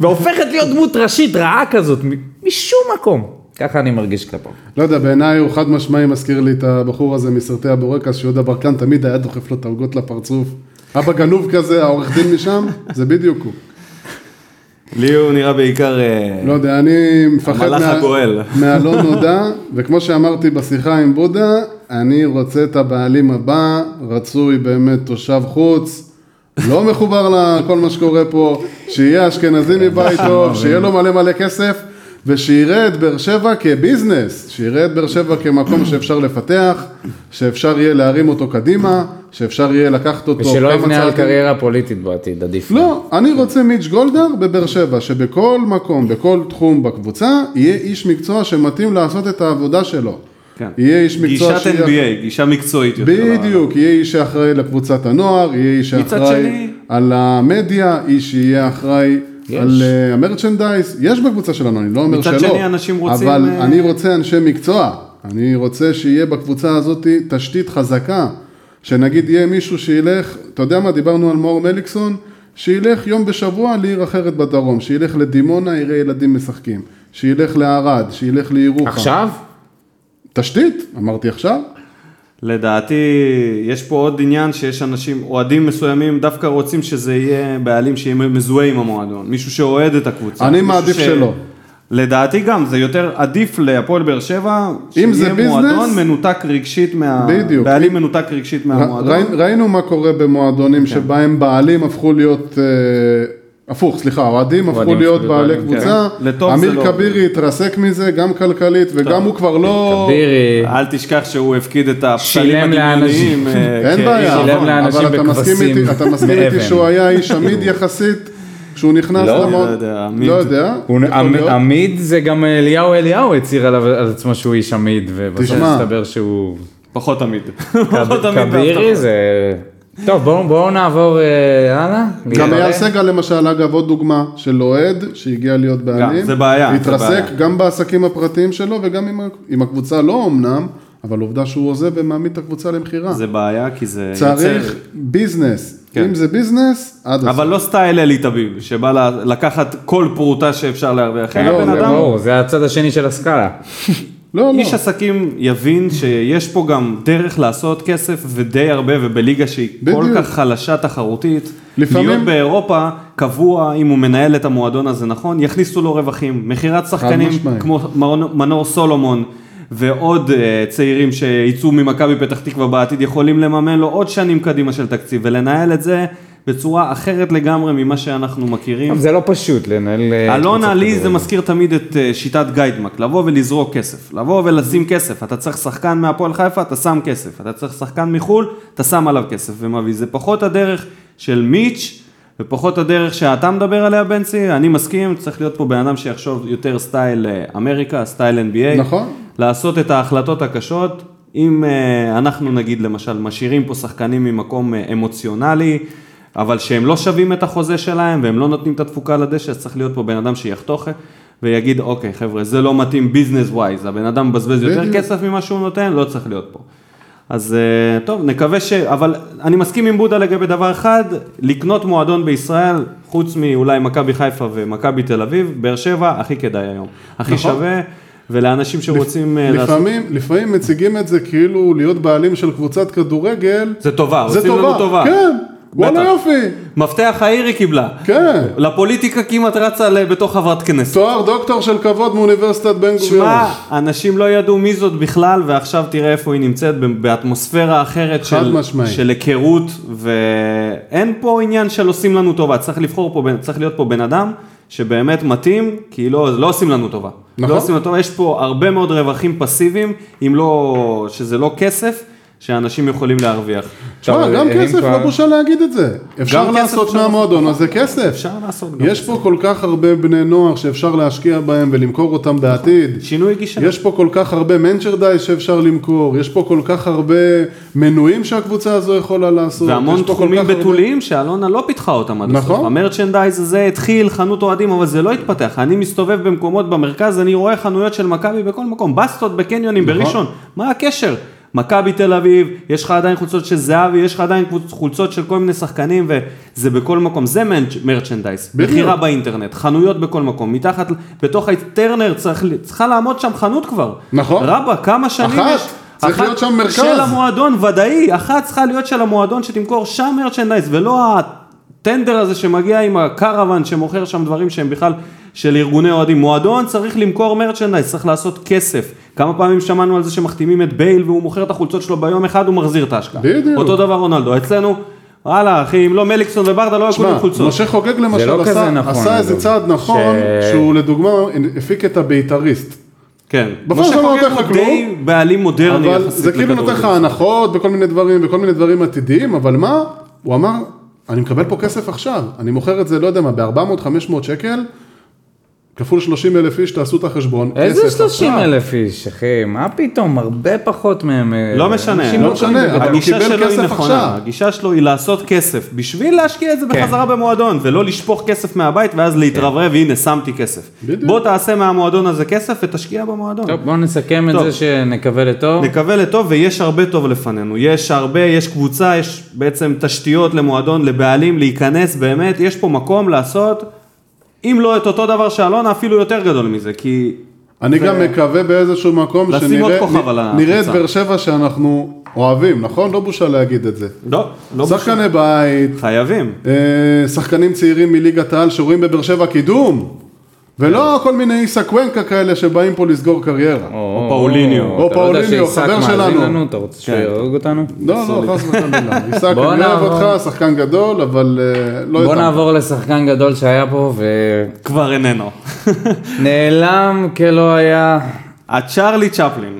[SPEAKER 2] והופכת להיות דמות ראשית רעה כזאת, מ- משום מקום. ככה אני מרגיש כלפיו.
[SPEAKER 3] לא יודע, בעיניי הוא חד משמעי מזכיר לי את הבחור הזה מסרטי הבורקס, שיהודה ברקן תמיד היה דוחף לו את העוגות לפרצוף. אבא גנוב כזה, העורך דין משם, זה בדיוק הוא.
[SPEAKER 1] לי הוא נראה בעיקר... אה,
[SPEAKER 3] לא יודע, אני מפחד
[SPEAKER 1] המלאך הגואל.
[SPEAKER 3] מהלא נודע, וכמו שאמרתי בשיחה עם בודה, אני רוצה את הבעלים הבא, רצוי באמת תושב חוץ, לא
[SPEAKER 1] כן,
[SPEAKER 3] מחובר לכל מה שקורה פה, שיהיה אשכנזי מבית טוב, שיהיה לו מלא מלא כסף, ושיראה את באר שבע כביזנס, שיראה את באר שבע כמקום שאפשר לפתח, שאפשר יהיה להרים אותו קדימה, שאפשר יהיה לקחת אותו
[SPEAKER 2] ושלא
[SPEAKER 3] כמה
[SPEAKER 2] יבנה על
[SPEAKER 3] צעדים.
[SPEAKER 2] קריירה פוליטית בעתיד, עדיף.
[SPEAKER 3] לא, אני רוצה מיץ' גולדהר בבאר שבע, שבכל מקום, בכל תחום בקבוצה, יהיה איש מקצוע שמתאים לעשות את העבודה שלו.
[SPEAKER 1] כן.
[SPEAKER 3] יהיה איש מקצוע
[SPEAKER 1] גישת NBA, גישה מקצועית יותר.
[SPEAKER 3] בדיוק, יהיה איש שאחראי לקבוצת הנוער, יהיה איש
[SPEAKER 1] מצד
[SPEAKER 3] שאחראי
[SPEAKER 1] שני-
[SPEAKER 3] על המדיה, איש שיהיה אחראי
[SPEAKER 2] יש.
[SPEAKER 3] על אה, המרצ'נדייז, יש בקבוצה שלנו, אני לא אומר
[SPEAKER 1] מצד
[SPEAKER 3] שלא.
[SPEAKER 1] שני, אנשים רוצים,
[SPEAKER 3] אבל
[SPEAKER 1] אה,
[SPEAKER 3] אני רוצה אנשי מקצוע, אני רוצה שיהיה בקבוצה הזאת תשתית חזקה, שנגיד יהיה מישהו שילך, אתה יודע מה, דיברנו על מאור מליקסון, שילך יום בשבוע לעיר אחרת בדרום, שילך לדימונה, יראה ילדים משחקים, שילך לערד, שילך לירוחם.
[SPEAKER 2] עכשיו?
[SPEAKER 3] תשתית, אמרתי עכשיו.
[SPEAKER 1] לדעתי, יש פה עוד עניין שיש אנשים, אוהדים מסוימים, דווקא רוצים שזה יהיה בעלים שיהיה מזוהה עם המועדון, מישהו שאוהד את הקבוצה.
[SPEAKER 3] אני
[SPEAKER 1] מישהו
[SPEAKER 3] מעדיף שלא.
[SPEAKER 1] לדעתי גם, זה יותר עדיף להפועל באר שבע,
[SPEAKER 3] אם זה ביזנס-
[SPEAKER 1] מועדון מנותק רגשית מה...
[SPEAKER 3] בדיוק.
[SPEAKER 1] בעלים מנותק רגשית מהמועדון.
[SPEAKER 3] ראי- ראינו מה קורה
[SPEAKER 1] כן.
[SPEAKER 3] במועדונים שבהם בעלים הפכו להיות, אה, הפוך, סליחה, אוהדים הפכו
[SPEAKER 2] אוהדים
[SPEAKER 3] להיות
[SPEAKER 2] הפכו
[SPEAKER 3] בעלי
[SPEAKER 2] להיות
[SPEAKER 3] קבוצה.
[SPEAKER 1] כן. לטוב זה
[SPEAKER 3] אמיר
[SPEAKER 1] לא.
[SPEAKER 3] כבירי התרסק מזה, גם כלכלית, וגם הוא כבר לא...
[SPEAKER 2] בירי,
[SPEAKER 1] אל תשכח שהוא הפקיד את הפסלים
[SPEAKER 2] שילם
[SPEAKER 1] הדמיוניים. אה,
[SPEAKER 3] אין
[SPEAKER 1] כאיש
[SPEAKER 3] בעיה,
[SPEAKER 1] עוון.
[SPEAKER 2] כן, שילם לאנשים
[SPEAKER 3] אבל אתה מסכים
[SPEAKER 2] בכבשים
[SPEAKER 3] איתי- אתה מסכים איתי
[SPEAKER 2] מאבן.
[SPEAKER 3] שהוא היה איש עמיד יחסית, כשהוא נכנס
[SPEAKER 2] לא,
[SPEAKER 3] למועד...
[SPEAKER 1] אני לא יודע, עמיד.
[SPEAKER 3] לא יודע.
[SPEAKER 2] הוא-
[SPEAKER 3] יכול
[SPEAKER 2] עמ-
[SPEAKER 3] להיות.
[SPEAKER 2] עמיד זה גם אה, אליהו אליהו הצהיר עליו- על עצמו שהוא איש עמיד, ובסוף
[SPEAKER 3] תשמע.
[SPEAKER 2] הסתבר שהוא...
[SPEAKER 1] פחות תמיד. פחות לא, תמיד
[SPEAKER 2] כבירי
[SPEAKER 1] בהבטחות.
[SPEAKER 2] זה... טוב, בואו בואו נעבור אה, הלאה.
[SPEAKER 3] גם
[SPEAKER 1] כן.
[SPEAKER 2] אה,
[SPEAKER 3] אייל סגל למשל, אגב, עוד דוגמה של אוהד שהגיע להיות בעלים.
[SPEAKER 1] זה בעיה, זה
[SPEAKER 3] התרסק
[SPEAKER 1] בעיה. גם
[SPEAKER 3] גם בעסקים הפרטיים שלו וגם עם ה- עם הקבוצה, לא אמנם, אבל עובדה שהוא עוזב ומעמיד את הקבוצה למכירה.
[SPEAKER 1] זה בעיה, כי זה
[SPEAKER 3] צריך
[SPEAKER 1] יוצר...
[SPEAKER 3] ביזנס.
[SPEAKER 1] כן.
[SPEAKER 3] אם זה ביזנס, עד הסוף.
[SPEAKER 1] אבל לא סטייל אלי תביב, שבא ל- לקחת כל פרוטה שאפשר להרוויח.
[SPEAKER 3] כן,
[SPEAKER 1] אלא
[SPEAKER 2] לא,
[SPEAKER 1] בן
[SPEAKER 2] זה
[SPEAKER 1] אדם,
[SPEAKER 2] ברור, זה הצד השני של הסקאלה.
[SPEAKER 3] לא, לא.
[SPEAKER 1] איש עסקים יבין שיש פה גם דרך לעשות כסף ודי הרבה, ובליגה שהיא כל
[SPEAKER 3] בדיוק.
[SPEAKER 1] כך חלשה תחרותית,
[SPEAKER 3] לפעמים-
[SPEAKER 1] להיות באירופה קבוע, אם הוא מנהל את המועדון הזה נכון, יכניסו לו רווחים. מכירת שחקנים
[SPEAKER 3] משמעית.
[SPEAKER 1] כמו מנור- מנור סולומון. ועוד אה, צעירים שיצאו ממכבי פתח תקווה בעתיד יכולים לממן לו עוד שנים קדימה של תקציב ולנהל את זה בצורה אחרת לגמרי ממה שאנחנו מכירים.
[SPEAKER 2] טוב, זה לא פשוט לנהל... אה,
[SPEAKER 1] אלונה,
[SPEAKER 2] קבוצת
[SPEAKER 1] לי
[SPEAKER 2] כדורגל.
[SPEAKER 1] זה מזכיר תמיד את אה, שיטת גיידמק, לבוא ולזרוק כסף, לבוא ולשים כסף, אתה צריך שחקן מהפועל חיפה, אתה שם כסף, אתה צריך שחקן מחול, אתה שם עליו כסף ומביא, זה פחות הדרך של מיץ' ופחות הדרך שאתה מדבר עליה, בנצי, אני מסכים, צריך להיות פה בן אדם שיחשוב יותר סטייל אה, אמריקה, סטייל NBA,
[SPEAKER 3] נכון.
[SPEAKER 1] לעשות את ההחלטות הקשות. אם אה, אנחנו נגיד למשל משאירים פה שחקנים ממקום אה, אמוציונלי, אבל שהם לא שווים את החוזה שלהם והם לא נותנים את התפוקה לדשא, אז צריך להיות פה בן אדם שיחתוך אה, ויגיד, אוקיי חבר'ה, זה לא מתאים ביזנס ווייז, הבן אדם מבזבז יותר
[SPEAKER 3] בדיוק.
[SPEAKER 1] כסף ממה שהוא נותן, לא צריך להיות פה. אז אה, טוב, נקווה ש... אבל אני מסכים עם בודה לגבי דבר אחד, לקנות מועדון בישראל, חוץ מאולי מכבי חיפה ומכבי תל אביב, באר שבע הכי כדאי היום, הכי
[SPEAKER 3] נכון.
[SPEAKER 1] שווה, ולאנשים שרוצים אה, לעשות...
[SPEAKER 3] לפעמים, לפעמים מציגים את זה כאילו להיות בעלים של קבוצת כדורגל,
[SPEAKER 1] זה טובה,
[SPEAKER 3] זה
[SPEAKER 1] עושים לנו
[SPEAKER 3] טובה,
[SPEAKER 1] טובה.
[SPEAKER 3] כן,
[SPEAKER 1] בטח.
[SPEAKER 3] וואלה יופי,
[SPEAKER 1] מפתח העיר היא קיבלה.
[SPEAKER 3] כן,
[SPEAKER 1] לפוליטיקה כמעט רצה ל- בתור חברת כנסת.
[SPEAKER 3] תואר דוקטור של כבוד מאוניברסיטת בן גוריון,
[SPEAKER 1] שמע, אנשים לא ידעו מי זאת בכלל, ועכשיו תראה איפה היא נמצאת, ב- באטמוספירה אחרת
[SPEAKER 3] חד
[SPEAKER 1] של,
[SPEAKER 3] משמעית.
[SPEAKER 1] של היכרות, ואין פה עניין של עושים לנו טובה, צריך לבחור פה, בן- צריך להיות פה בן אדם שבאמת מתאים, כי לא, לא עושים לנו טובה.
[SPEAKER 3] נכון.
[SPEAKER 1] לא עושים לנו טובה, יש פה הרבה מאוד רווחים פסיביים, אם לא, שזה לא כסף, שאנשים יכולים להרוויח.
[SPEAKER 3] שמע,
[SPEAKER 2] טוב,
[SPEAKER 3] גם
[SPEAKER 2] אם
[SPEAKER 3] כסף,
[SPEAKER 2] כבר-
[SPEAKER 3] לא בושה להגיד את זה, אפשר
[SPEAKER 1] כסף לא
[SPEAKER 3] לעשות
[SPEAKER 1] אפשר
[SPEAKER 3] מהמועדון הזה כסף,
[SPEAKER 1] אפשר לעשות גם.
[SPEAKER 3] יש פה כל כך הרבה בני נוער שאפשר להשקיע בהם ולמכור אותם בעתיד,
[SPEAKER 1] שינוי גישה.
[SPEAKER 3] יש פה כל כך הרבה מנצ'רדייז שאפשר למכור, יש פה כל כך הרבה מנויים שהקבוצה הזו יכולה לעשות.
[SPEAKER 1] והמון
[SPEAKER 3] יש פה כל
[SPEAKER 1] תחומים
[SPEAKER 3] כך הרבה-
[SPEAKER 1] בתוליים שאלונה לא פיתחה אותם עד הסוף.
[SPEAKER 3] נכון.
[SPEAKER 1] המרצ'נדייז הזה התחיל חנות אוהדים, אבל זה לא התפתח. אני מסתובב במקומות במרכז, אני רואה חנויות של מכבי בכל מקום, בסטות בקניונים
[SPEAKER 3] נכון.
[SPEAKER 1] בראשון, מה הקשר? מכבי תל אביב, יש לך עדיין חולצות של זהבי, יש לך עדיין קבוצ- חולצות של כל מיני שחקנים, וזה בכל מקום, זה מנצ'- מרצ'נדייז.
[SPEAKER 3] בדיוק.
[SPEAKER 1] מכירה באינטרנט, חנויות בכל מקום, מתחת, בתוך הטרנר צריך- צריכה לעמוד שם חנות כבר.
[SPEAKER 3] נכון.
[SPEAKER 1] רבא, כמה שנים
[SPEAKER 3] אחת.
[SPEAKER 1] יש?
[SPEAKER 3] צריך להיות שם מרכז.
[SPEAKER 1] של המועדון, ודאי, אחת צריכה להיות של המועדון שתמכור שם מרצ'נדייז, ולא הטנדר הזה שמגיע עם הקרוון שמוכר שם דברים שהם בכלל של ארגוני אוהדים. מועדון צריך למכור מרצ'נדייז, צריך לעשות כסף. כמה פעמים שמענו על זה שמחתימים את בייל והוא מוכר את החולצות שלו ביום אחד, הוא מחזיר את ההשקעה.
[SPEAKER 3] בדיוק.
[SPEAKER 1] אותו דבר רונלדו, אצלנו וואלה, אחי, אם לא מליקסון וברדה לא היו
[SPEAKER 3] תשמע,
[SPEAKER 1] קונים חולצות.
[SPEAKER 3] משה חוגג למשל
[SPEAKER 2] לא כזה
[SPEAKER 3] עשה,
[SPEAKER 2] נכון,
[SPEAKER 3] עשה איזה
[SPEAKER 2] אגב.
[SPEAKER 3] צעד נכון,
[SPEAKER 2] ש-
[SPEAKER 3] שהוא לדוגמה הפיק את הבית"ריסט.
[SPEAKER 1] כן.
[SPEAKER 3] בפועל זה לא
[SPEAKER 1] חוגג
[SPEAKER 3] נותן לך
[SPEAKER 1] הוא
[SPEAKER 3] כלום.
[SPEAKER 1] די בעלים מודרני
[SPEAKER 3] אבל זה כאילו נותן לך
[SPEAKER 1] לכדורגל.
[SPEAKER 3] הנחות בכל מיני דברים, בכל מיני דברים עתידיים, אבל מה? הוא אמר, אני מקבל פה כסף עכשיו, אני מוכר את זה, לא יודע מה, ב-400-500 שקל, כפול 30 אלף איש, תעשו את החשבון.
[SPEAKER 2] איזה
[SPEAKER 3] כסף
[SPEAKER 2] 30
[SPEAKER 3] עכשיו.
[SPEAKER 2] אלף איש, אחי? מה פתאום? הרבה פחות מהם. אה,
[SPEAKER 1] לא משנה.
[SPEAKER 2] אנשים
[SPEAKER 1] לא
[SPEAKER 2] קונים
[SPEAKER 3] משנה,
[SPEAKER 2] בגדול.
[SPEAKER 3] אבל הוא
[SPEAKER 1] הגישה
[SPEAKER 3] קיבל
[SPEAKER 1] שלו היא
[SPEAKER 3] כסף עכשיו.
[SPEAKER 1] נכונה, כן. הגישה שלו היא לעשות כסף, בשביל להשקיע את זה בחזרה במועדון, ולא לשפוך כסף מהבית ואז להתרברב, הנה שמתי כסף.
[SPEAKER 3] בדיוק.
[SPEAKER 1] בוא תעשה מהמועדון הזה כסף ותשקיע במועדון.
[SPEAKER 2] טוב, בואו נסכם את
[SPEAKER 1] טוב.
[SPEAKER 2] זה שנקווה לטוב.
[SPEAKER 1] נקווה לטוב ויש הרבה טוב לפנינו, יש הרבה, יש קבוצה, יש בעצם תשתיות למועדון, לבעלים, להיכנס באמת, יש פה מקום לעשות, אם לא את אותו דבר שאלונה, אפילו יותר גדול מזה, כי
[SPEAKER 3] אני גם מקווה באיזשהו מקום
[SPEAKER 1] לשים עוד כוכב על
[SPEAKER 3] שנראה נראה את
[SPEAKER 1] הקבוצה.
[SPEAKER 3] באר שבע שאנחנו אוהבים, נכון? לא בושה להגיד את זה.
[SPEAKER 1] לא, לא
[SPEAKER 3] שחקני בית,
[SPEAKER 1] חייבים.
[SPEAKER 3] אה, שחקנים צעירים מליגת העל שרואים בבאר שבע קידום, ולא
[SPEAKER 1] כן.
[SPEAKER 3] כל מיני איסה קוונקה כאלה שבאים פה לסגור קריירה.
[SPEAKER 2] או
[SPEAKER 1] פאוליניו.
[SPEAKER 3] או
[SPEAKER 2] אתה לא יודע
[SPEAKER 3] פאוליניו,
[SPEAKER 2] שעיסק
[SPEAKER 3] חבר
[SPEAKER 2] מאזין
[SPEAKER 3] שלנו.
[SPEAKER 2] לנו, אתה רוצה שהוא
[SPEAKER 1] כן.
[SPEAKER 2] יהרוג אותנו?
[SPEAKER 3] לא, לא, חס וחלילה. עיסק,
[SPEAKER 2] בוא
[SPEAKER 3] אני אוהב
[SPEAKER 2] נעבור.
[SPEAKER 3] אותך, שחקן גדול, אבל אה, לא
[SPEAKER 2] בוא
[SPEAKER 3] איתנו.
[SPEAKER 2] נעבור לשחקן גדול שהיה פה
[SPEAKER 1] כבר איננו.
[SPEAKER 2] ונעלם כלא היה.
[SPEAKER 1] הצ'רלי צ'פלין,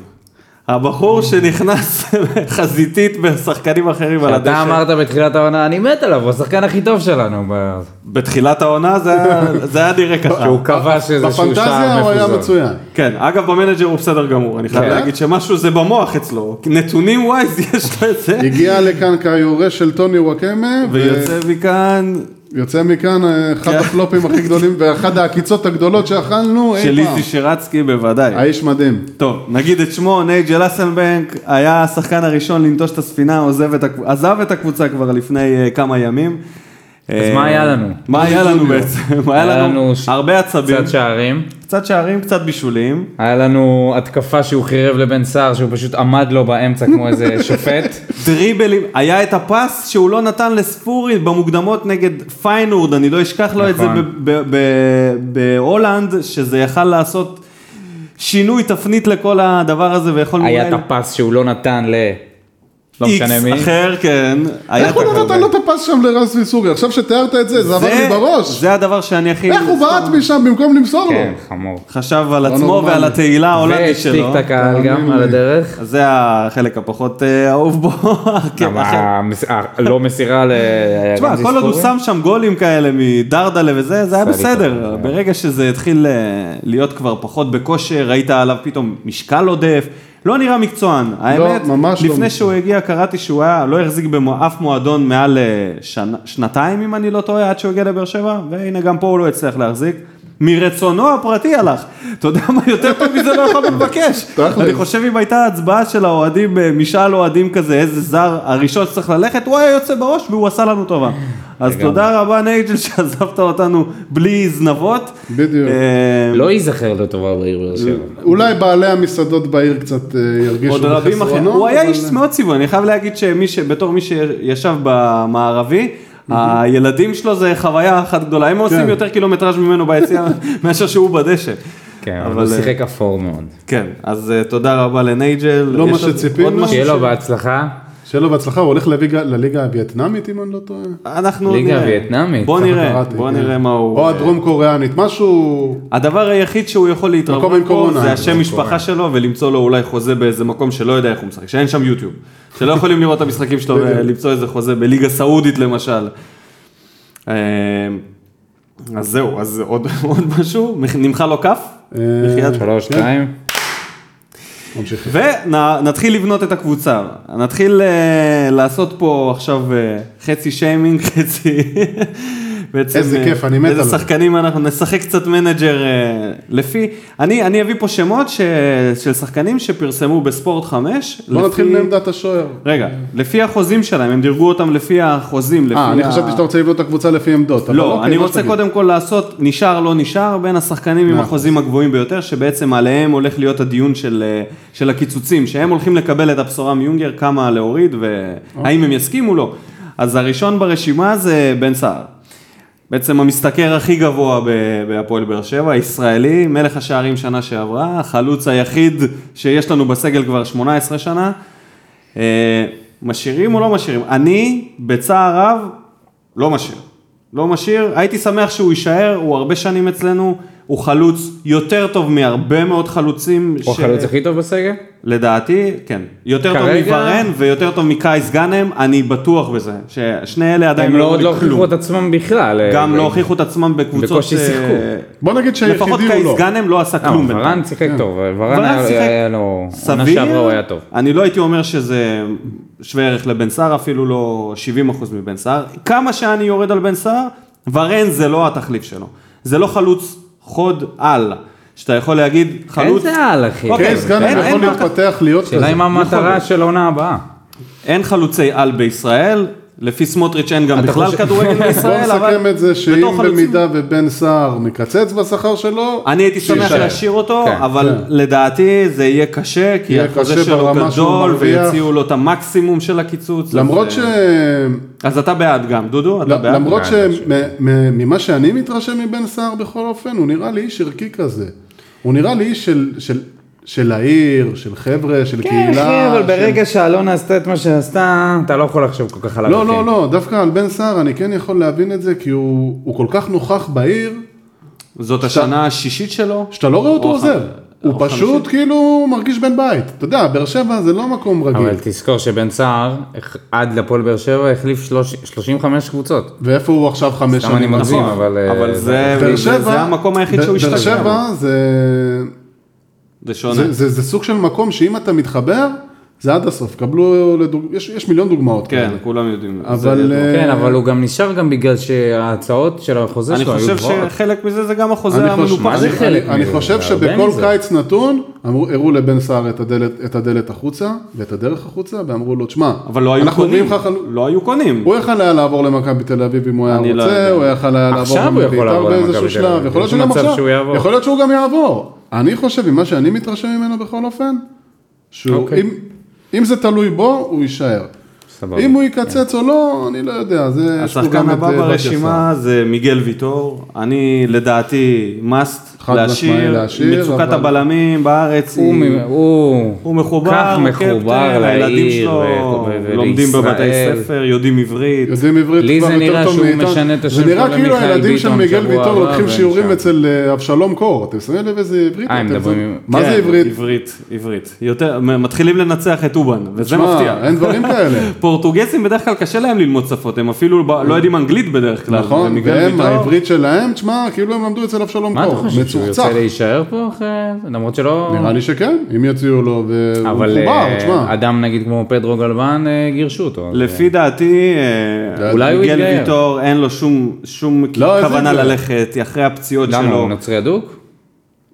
[SPEAKER 1] הבחור שנכנס חזיתית בשחקנים אחרים על
[SPEAKER 2] אתה
[SPEAKER 1] הדשא.
[SPEAKER 2] אמרת בתחילת העונה, אני מת עליו, הוא השחקן הכי טוב שלנו. ב- אה,
[SPEAKER 1] בתחילת העונה זה היה- זה היה נראה ככה.
[SPEAKER 2] שהוא כבש איזשהו
[SPEAKER 3] בפנטזיה
[SPEAKER 2] שער
[SPEAKER 3] הוא היה
[SPEAKER 2] מפוזר.
[SPEAKER 3] מצוין.
[SPEAKER 1] כן, אגב במנג'ר הוא בסדר גמור, אני חייב
[SPEAKER 2] כן?
[SPEAKER 1] להגיד שמשהו זה במוח אצלו, נתונים ווייז יש לו את זה,
[SPEAKER 3] הגיע לכאן כיורה של טוני וואקמה,
[SPEAKER 1] ויוצא מכאן
[SPEAKER 3] ויוצא מכאן אה, אחד
[SPEAKER 1] כן.
[SPEAKER 3] הפלופים הכי גדולים ואחד העקיצות הגדולות שאכלנו
[SPEAKER 1] של
[SPEAKER 3] אי פעם.
[SPEAKER 1] איזי שירצקי בוודאי.
[SPEAKER 3] האיש מדהים.
[SPEAKER 1] טוב, נגיד את שמו, נייג'ל אסנבנק, היה השחקן הראשון לנטוש את הספינה, עוזב את הקב- עזב את הקבוצה כבר לפני אה, כמה ימים. אה,
[SPEAKER 2] אז מה היה לנו?
[SPEAKER 1] מה היה לנו בעצם? היה
[SPEAKER 2] היה
[SPEAKER 1] לנו
[SPEAKER 2] לנו ש-
[SPEAKER 1] הרבה עצבים,
[SPEAKER 2] קצת שערים.
[SPEAKER 1] קצת שערים, קצת בישולים.
[SPEAKER 2] היה לנו התקפה שהוא חירב לבן סער, שהוא פשוט עמד לו באמצע כמו איזה שופט.
[SPEAKER 1] דריבלים, היה את הפס שהוא לא נתן לספורי במוקדמות נגד פיינורד, אני לא אשכח לו את זה
[SPEAKER 2] נכון.
[SPEAKER 1] ב- ב- ב- בהולנד, שזה יכל לעשות שינוי תפנית לכל הדבר הזה, ויכול
[SPEAKER 2] היה את
[SPEAKER 1] אולי
[SPEAKER 2] הפס שהוא לא נתן ל... לא משנה
[SPEAKER 1] איקס
[SPEAKER 2] מי.
[SPEAKER 1] אחר, כן. היה
[SPEAKER 3] איך הוא
[SPEAKER 1] את
[SPEAKER 3] לא נתן לו את הפס שם לרז ויסורי? עכשיו שתיארת את זה, זה עבר לי
[SPEAKER 1] זה-
[SPEAKER 3] בראש.
[SPEAKER 1] זה כאילו הדבר שאני הכי...
[SPEAKER 3] איך הוא בעט משם במקום למסור לו?
[SPEAKER 2] כן, חמור.
[SPEAKER 1] חשב על עצמו
[SPEAKER 3] נורמלי.
[SPEAKER 1] ועל התהילה ההולנדית
[SPEAKER 2] והשתיק
[SPEAKER 1] שלו. כן,
[SPEAKER 2] את הקהל
[SPEAKER 3] תאמין
[SPEAKER 2] גם
[SPEAKER 3] לי.
[SPEAKER 2] על הדרך.
[SPEAKER 1] אז זה החלק הפחות אה, אהוב בו. כן,
[SPEAKER 2] גם
[SPEAKER 1] אחר-
[SPEAKER 2] המס- ה- לא מסירה ל...
[SPEAKER 1] תשמע, כל עוד הוא שם שם גולים כאלה מדרדלה וזה, זה היה
[SPEAKER 2] סליחה,
[SPEAKER 1] בסדר.
[SPEAKER 2] כן.
[SPEAKER 1] ברגע שזה התחיל אה, להיות כבר פחות בכושר, ראית עליו פתאום משקל עודף, לא נראה מקצוען. האמת,
[SPEAKER 3] ממש לא
[SPEAKER 1] לפני
[SPEAKER 3] מקצוען.
[SPEAKER 1] שהוא הגיע קראתי שהוא היה, לא החזיק באף מועדון מעל אה, שנה- שנתיים, אם אני לא טועה, עד שהוא הגיע לבאר שבע, והנה גם פה הוא לא הצליח להחזיק. מרצונו הפרטי הלך, אתה יודע מה יותר טוב מזה לא יכול לבקש.
[SPEAKER 3] תכלס.
[SPEAKER 1] אני חושב אם הייתה הצבעה של האוהדים, אה, משאל אוהדים כזה, איזה זר הראשון שצריך ללכת, הוא היה יוצא בראש והוא עשה לנו טובה. אז תודה רבה נייג'ל שעזבת אותנו בלי זנבות.
[SPEAKER 3] בדיוק.
[SPEAKER 1] אה,
[SPEAKER 2] לא ייזכר לטובה בעיר באר שבע.
[SPEAKER 3] אולי בעלי המסעדות בעיר קצת אה, ירגישו
[SPEAKER 1] עוד רבים אחרים.
[SPEAKER 3] בחסרונו,
[SPEAKER 1] הוא היה
[SPEAKER 3] אבל- לא. אה,
[SPEAKER 1] איש מאוד צבעוני, אני חייב להגיד שמי ש- בתור מי שישב במערבי, הילדים שלו זה חוויה אחת גדולה, הם
[SPEAKER 3] כן.
[SPEAKER 1] עושים יותר קילומטראז' ממנו ביציאה מאשר שהוא בדשא.
[SPEAKER 2] כן, אבל
[SPEAKER 1] אבל,
[SPEAKER 2] הוא
[SPEAKER 1] אה,
[SPEAKER 2] שיחק אפור מאוד.
[SPEAKER 1] כן, אז אה, תודה רבה לנייג'ל.
[SPEAKER 3] לא
[SPEAKER 1] יש
[SPEAKER 3] מה
[SPEAKER 1] עוד-
[SPEAKER 3] שציפינו.
[SPEAKER 1] עוד משהו
[SPEAKER 2] שיהיה לו
[SPEAKER 1] ש-
[SPEAKER 2] בהצלחה.
[SPEAKER 3] שיהיה לו בהצלחה, הוא הולך לליגה- לליגה הווייטנאמית אם אני לא טועה.
[SPEAKER 1] אנחנו
[SPEAKER 2] ליגה
[SPEAKER 1] נראה.
[SPEAKER 2] וייטנאמית.
[SPEAKER 1] בוא נראה,
[SPEAKER 3] קראתי,
[SPEAKER 1] בוא
[SPEAKER 3] כן.
[SPEAKER 1] נראה מה הוא. אה,
[SPEAKER 3] או הדרום קוריאנית, משהו...
[SPEAKER 1] הדבר היחיד שהוא יכול
[SPEAKER 3] מקום
[SPEAKER 1] להתרברב
[SPEAKER 3] עם
[SPEAKER 1] פה
[SPEAKER 3] קורונה.
[SPEAKER 1] זה השם
[SPEAKER 3] מקום
[SPEAKER 1] משפחה שלו ולמצוא לו אולי חוזה באיזה מקום שלא יודע איך הוא משחק, שאין שם יוטיוב. שלא יכולים לראות את המשחקים שלו ולמצוא איזה חוזה בליגה סעודית למשל. אה, אז זהו, אז עוד עוד משהו? מח- נמחא לו כף?
[SPEAKER 3] אה,
[SPEAKER 1] בחייאת.
[SPEAKER 2] שלוש, שתיים.
[SPEAKER 3] ממשיכים.
[SPEAKER 1] ונתחיל לבנות את הקבוצה, נתחיל אה, לעשות פה עכשיו אה, חצי שיימינג, חצי... בעצם,
[SPEAKER 3] איזה
[SPEAKER 1] אה,
[SPEAKER 3] כיף, אני מת
[SPEAKER 1] איזה
[SPEAKER 3] עליו.
[SPEAKER 1] שחקנים אנחנו, נשחק קצת מנג'ר אה, לפי, אני, אני אביא פה שמות ש, של שחקנים שפרסמו בספורט 5.
[SPEAKER 3] בוא נתחיל מעמדת השוער.
[SPEAKER 1] רגע, לפי החוזים שלהם, הם דירגו אותם לפי החוזים, לפי
[SPEAKER 3] אה, אני
[SPEAKER 1] ה-
[SPEAKER 3] חשבתי שאתה רוצה לבנות את הקבוצה לפי עמדות. אבל
[SPEAKER 1] לא,
[SPEAKER 3] אוקיי,
[SPEAKER 1] אני
[SPEAKER 3] מה
[SPEAKER 1] רוצה
[SPEAKER 3] שתגיד.
[SPEAKER 1] קודם כל לעשות נשאר לא נשאר בין השחקנים עם
[SPEAKER 3] מאה
[SPEAKER 1] החוזים הגבוהים ביותר, שבעצם עליהם הולך להיות הדיון של, אה, של הקיצוצים, שהם הולכים לקבל את הבשורה מיונגר, כמה להוריד והאם
[SPEAKER 3] אוקיי.
[SPEAKER 1] הם יסכימו או לא. אז הראשון ברשימה זה בן סער. בעצם המשתכר הכי גבוה ב- בהפועל באר שבע, ישראלי, מלך השערים שנה שעברה, החלוץ היחיד שיש לנו בסגל כבר 18 שנה. אה, משאירים או לא משאירים? אני, בצער רב, לא משאיר. לא משאיר, הייתי שמח שהוא יישאר, הוא הרבה שנים אצלנו, הוא חלוץ יותר טוב מהרבה מאוד חלוצים.
[SPEAKER 2] הוא
[SPEAKER 1] ש-
[SPEAKER 2] החלוץ הכי טוב בסגל?
[SPEAKER 1] לדעתי, כן. יותר טוב
[SPEAKER 2] כרגע-
[SPEAKER 1] מוורן ויותר טוב מקייס גאנם, אני בטוח בזה. ששני אלה עדיין
[SPEAKER 2] הם לא
[SPEAKER 1] הראו
[SPEAKER 2] עוד
[SPEAKER 1] לי
[SPEAKER 2] לא
[SPEAKER 1] כלום.
[SPEAKER 2] הוכיחו את עצמם בכלל. אה,
[SPEAKER 1] גם לא הוכיחו את עצמם בקבוצות...
[SPEAKER 2] בקושי
[SPEAKER 1] אה,
[SPEAKER 2] שיחקו.
[SPEAKER 3] אוקיי, בוא נגיד שהיחידי
[SPEAKER 1] לפחות
[SPEAKER 3] הוא
[SPEAKER 1] קייס
[SPEAKER 3] לא.
[SPEAKER 1] גאנם לא עשה
[SPEAKER 2] עצמם.
[SPEAKER 1] כלום. בינתיים.
[SPEAKER 2] אה, ורן שיחק טוב, כן. ורן
[SPEAKER 1] ורן
[SPEAKER 2] היה-
[SPEAKER 1] שיחק
[SPEAKER 2] היה לו... עונה
[SPEAKER 1] סביר,
[SPEAKER 2] שעברה הוא היה טוב.
[SPEAKER 1] אני לא הייתי אומר שזה שווה ערך לבן סער, אפילו לא 70% מבן סער. כמה שאני יורד על בן סער, ורן זה לא התחליף שלו. זה לא חלוץ חוד על, שאתה יכול להגיד חלוץ...
[SPEAKER 2] איזה על, אחי?
[SPEAKER 1] אוקיי,
[SPEAKER 3] קייס גאנם
[SPEAKER 1] אין-
[SPEAKER 3] כן, יכול
[SPEAKER 1] אין מה-
[SPEAKER 3] להתפתח להיות כזה.
[SPEAKER 2] השאלה היא מה המטרה של העונה הבאה.
[SPEAKER 1] אין חלוצי על בישראל, לפי סמוטריץ' אין גם
[SPEAKER 2] אתה
[SPEAKER 1] בכלל
[SPEAKER 2] חושב-
[SPEAKER 1] כדורגל
[SPEAKER 3] בוא
[SPEAKER 1] בישראל, אבל...
[SPEAKER 3] נסכם את זה
[SPEAKER 1] בתור
[SPEAKER 3] שאם
[SPEAKER 1] חלוצים-
[SPEAKER 3] במידה ובן סער מקצץ בשכר שלו,
[SPEAKER 1] אני הייתי שמח
[SPEAKER 3] שיישאר.
[SPEAKER 1] להשאיר אותו,
[SPEAKER 2] כן,
[SPEAKER 1] אבל לדעתי זה יהיה קשה, כי
[SPEAKER 3] יהיה
[SPEAKER 1] החוזה
[SPEAKER 3] קשה
[SPEAKER 1] שלו
[SPEAKER 3] ברמה שהוא
[SPEAKER 1] גדול,
[SPEAKER 3] מרוויח.
[SPEAKER 1] ויציעו לו את המקסימום של הקיצוץ.
[SPEAKER 3] למרות
[SPEAKER 1] אז,
[SPEAKER 3] ש... לא,
[SPEAKER 1] אה, אז אתה בעד גם, דודו, אתה בעד?
[SPEAKER 3] למרות
[SPEAKER 2] בעד השם.
[SPEAKER 3] שממה שאני מתרשם מבן סער בכל אופן, הוא נראה לי איש ערכי כזה. הוא נראה לי איש של- של- של העיר, של חבר'ה, של
[SPEAKER 2] כן,
[SPEAKER 3] קהילה.
[SPEAKER 2] אחי, אבל
[SPEAKER 3] של-
[SPEAKER 2] ברגע שאלונה עשתה את מה שעשתה, אתה לא יכול לחשוב כל כך עליו.
[SPEAKER 3] לא, לא, לא, דווקא על בן סער אני כן יכול להבין את זה, כי הוא הוא כל כך נוכח בעיר,
[SPEAKER 1] זאת השנה השישית שלו?
[SPEAKER 3] שאתה לא רואה אותו
[SPEAKER 1] או
[SPEAKER 3] עוזב.
[SPEAKER 1] ח-
[SPEAKER 3] הוא
[SPEAKER 1] או
[SPEAKER 3] פשוט
[SPEAKER 1] חמישית.
[SPEAKER 3] כאילו מרגיש בן בית. אתה יודע, באר שבע זה לא מקום
[SPEAKER 2] אבל
[SPEAKER 3] רגיל.
[SPEAKER 2] תזכור שבן סער, הח- עד לפועל באר שבע, החליף שלוש- 35 קבוצות.
[SPEAKER 3] ואיפה הוא עכשיו חמש
[SPEAKER 2] סתם אני
[SPEAKER 3] שנים?
[SPEAKER 2] מגזים,
[SPEAKER 3] נכון.
[SPEAKER 2] אבל... אה,
[SPEAKER 1] אבל זה
[SPEAKER 3] באר
[SPEAKER 1] זה-
[SPEAKER 3] שבע-
[SPEAKER 1] זה המקום היחיד
[SPEAKER 3] ב-
[SPEAKER 1] שהוא
[SPEAKER 3] באר
[SPEAKER 1] השתגע. בו. לא
[SPEAKER 3] שבע זה...
[SPEAKER 1] זה שונה.
[SPEAKER 3] זה, זה, זה סוג של מקום שאם אתה מתחבר, זה עד הסוף. קבלו, לדוג... יש, יש מיליון דוגמאות
[SPEAKER 1] כן,
[SPEAKER 3] כאלה.
[SPEAKER 1] כולם יודעים. זה
[SPEAKER 3] אבל,
[SPEAKER 1] ידוע.
[SPEAKER 3] אה,
[SPEAKER 2] כן, אבל הוא גם נשאר גם בגלל שההצעות של החוזה
[SPEAKER 1] אני
[SPEAKER 2] שלו היו
[SPEAKER 1] חושב
[SPEAKER 2] גבוהות.
[SPEAKER 1] שחלק מזה זה גם
[SPEAKER 3] לא, אני
[SPEAKER 1] החוזה
[SPEAKER 3] חושב,
[SPEAKER 1] המנופח.
[SPEAKER 2] מה זה
[SPEAKER 3] אני-
[SPEAKER 2] חלק
[SPEAKER 3] אני, אני
[SPEAKER 2] מזה?
[SPEAKER 3] חושב
[SPEAKER 2] זה הרבה
[SPEAKER 3] שבכל
[SPEAKER 2] מזה.
[SPEAKER 3] קיץ נתון, אמרו, הראו לבן סער את הדלת, את הדלת החוצה, ואת הדרך החוצה, ואמרו לו, תשמע,
[SPEAKER 1] אבל לא היו
[SPEAKER 3] אנחנו
[SPEAKER 1] קונים.
[SPEAKER 3] מביאים לך חלו-
[SPEAKER 1] לא היו קונים.
[SPEAKER 3] הוא יכל היה לעבור למכבי תל אביב אם הוא היה
[SPEAKER 1] אני
[SPEAKER 3] רוצה,
[SPEAKER 1] לא יודע.
[SPEAKER 3] הוא יכל היה לעבור
[SPEAKER 2] עכשיו הוא יכול
[SPEAKER 3] לבית"ר
[SPEAKER 2] לעבור למכבי
[SPEAKER 3] באיזשהו
[SPEAKER 2] תל אביב.
[SPEAKER 3] שלב, יכול להיות
[SPEAKER 2] יש
[SPEAKER 3] שגם
[SPEAKER 2] מצב
[SPEAKER 3] עכשיו,
[SPEAKER 2] שהוא יעבור.
[SPEAKER 3] יכול להיות שהוא גם יעבור. אני חושב, ממה שאני מתרשם ממנו בכל אופן, שהוא,
[SPEAKER 2] אוקיי.
[SPEAKER 3] אם, אם זה תלוי בו, הוא יישאר.
[SPEAKER 2] סבבה.
[SPEAKER 3] אם הוא יקצץ או לא, אני לא יודע, זה... יש פה
[SPEAKER 1] השחקן
[SPEAKER 3] גם את,
[SPEAKER 1] הבא
[SPEAKER 3] אה, בת יפה.
[SPEAKER 1] ברשימה זה מיגל ויטור, אני לדעתי must
[SPEAKER 3] חד משמעי
[SPEAKER 1] להשאיר,
[SPEAKER 3] להשאיר,
[SPEAKER 1] מצוקת
[SPEAKER 3] אבל-
[SPEAKER 1] הבלמים בארץ
[SPEAKER 2] הוא
[SPEAKER 1] היא-
[SPEAKER 2] מ- הוא...
[SPEAKER 1] הוא מחובר,
[SPEAKER 2] כך
[SPEAKER 1] הוא
[SPEAKER 2] מחובר
[SPEAKER 1] קפטן, הילדים
[SPEAKER 2] לעיר,
[SPEAKER 1] שלו
[SPEAKER 2] ו- ו-
[SPEAKER 1] לומדים בבתי
[SPEAKER 2] ולישראל.
[SPEAKER 1] ספר, יודעים עברית,
[SPEAKER 3] יודעים עברית
[SPEAKER 2] לי
[SPEAKER 3] כבר
[SPEAKER 2] זה
[SPEAKER 3] יותר
[SPEAKER 2] נראה
[SPEAKER 3] טוב
[SPEAKER 2] שהוא
[SPEAKER 3] מאיתנו.
[SPEAKER 2] משנה את השם
[SPEAKER 3] זה נראה
[SPEAKER 2] שלו
[SPEAKER 3] כאילו
[SPEAKER 2] למיכאל
[SPEAKER 3] הילדים של
[SPEAKER 2] ביטון
[SPEAKER 3] מיגל
[SPEAKER 2] שבוע
[SPEAKER 3] ויטור
[SPEAKER 2] הבא,
[SPEAKER 3] לוקחים
[SPEAKER 2] והם
[SPEAKER 3] שיעורים
[SPEAKER 2] שם.
[SPEAKER 3] אצל אה, אבשלום קור, אתם שמים לב איזה עברית?
[SPEAKER 2] אה, הם
[SPEAKER 3] אתם
[SPEAKER 2] מדברים
[SPEAKER 3] זה-
[SPEAKER 2] עם-
[SPEAKER 3] מה
[SPEAKER 1] כן,
[SPEAKER 3] זה עברית?
[SPEAKER 1] עברית, עברית. יותר, מ- מתחילים לנצח את אובן, וזה
[SPEAKER 3] שמע,
[SPEAKER 1] מפתיע.
[SPEAKER 3] אין דברים כאלה.
[SPEAKER 1] פורטוגזים בדרך כלל קשה להם ללמוד שפות, הם אפילו ב- לא יודעים אנגלית בדרך כלל.
[SPEAKER 3] נכון,
[SPEAKER 1] ומיגל
[SPEAKER 3] והם,
[SPEAKER 1] ויטור-
[SPEAKER 3] העברית שלהם, תשמע, כאילו הם למדו אצל אבשלום
[SPEAKER 2] מה אתה
[SPEAKER 3] קור,
[SPEAKER 2] חושב, שהוא
[SPEAKER 3] מצוחצח.
[SPEAKER 2] ירצה להישאר פה אחרי... למרות שלא...
[SPEAKER 3] נראה לי שכן, אם יציעו לו, והוא
[SPEAKER 2] אבל
[SPEAKER 3] מחובר,
[SPEAKER 2] אה,
[SPEAKER 3] תשמע.
[SPEAKER 2] אדם נגיד כמו פדרו גלבן, אה, גירשו אותו. אז,
[SPEAKER 3] אוקיי.
[SPEAKER 1] לפי דעתי, אה,
[SPEAKER 2] אולי הוא
[SPEAKER 1] מיגל
[SPEAKER 2] יתגייר.
[SPEAKER 1] ויטור אין לו שום שום
[SPEAKER 3] לא, איזה
[SPEAKER 1] כוונה
[SPEAKER 3] זה?
[SPEAKER 1] ללכת, אחרי הפציעות
[SPEAKER 2] למה, הוא
[SPEAKER 1] שלו.
[SPEAKER 2] נוצרי אדוק?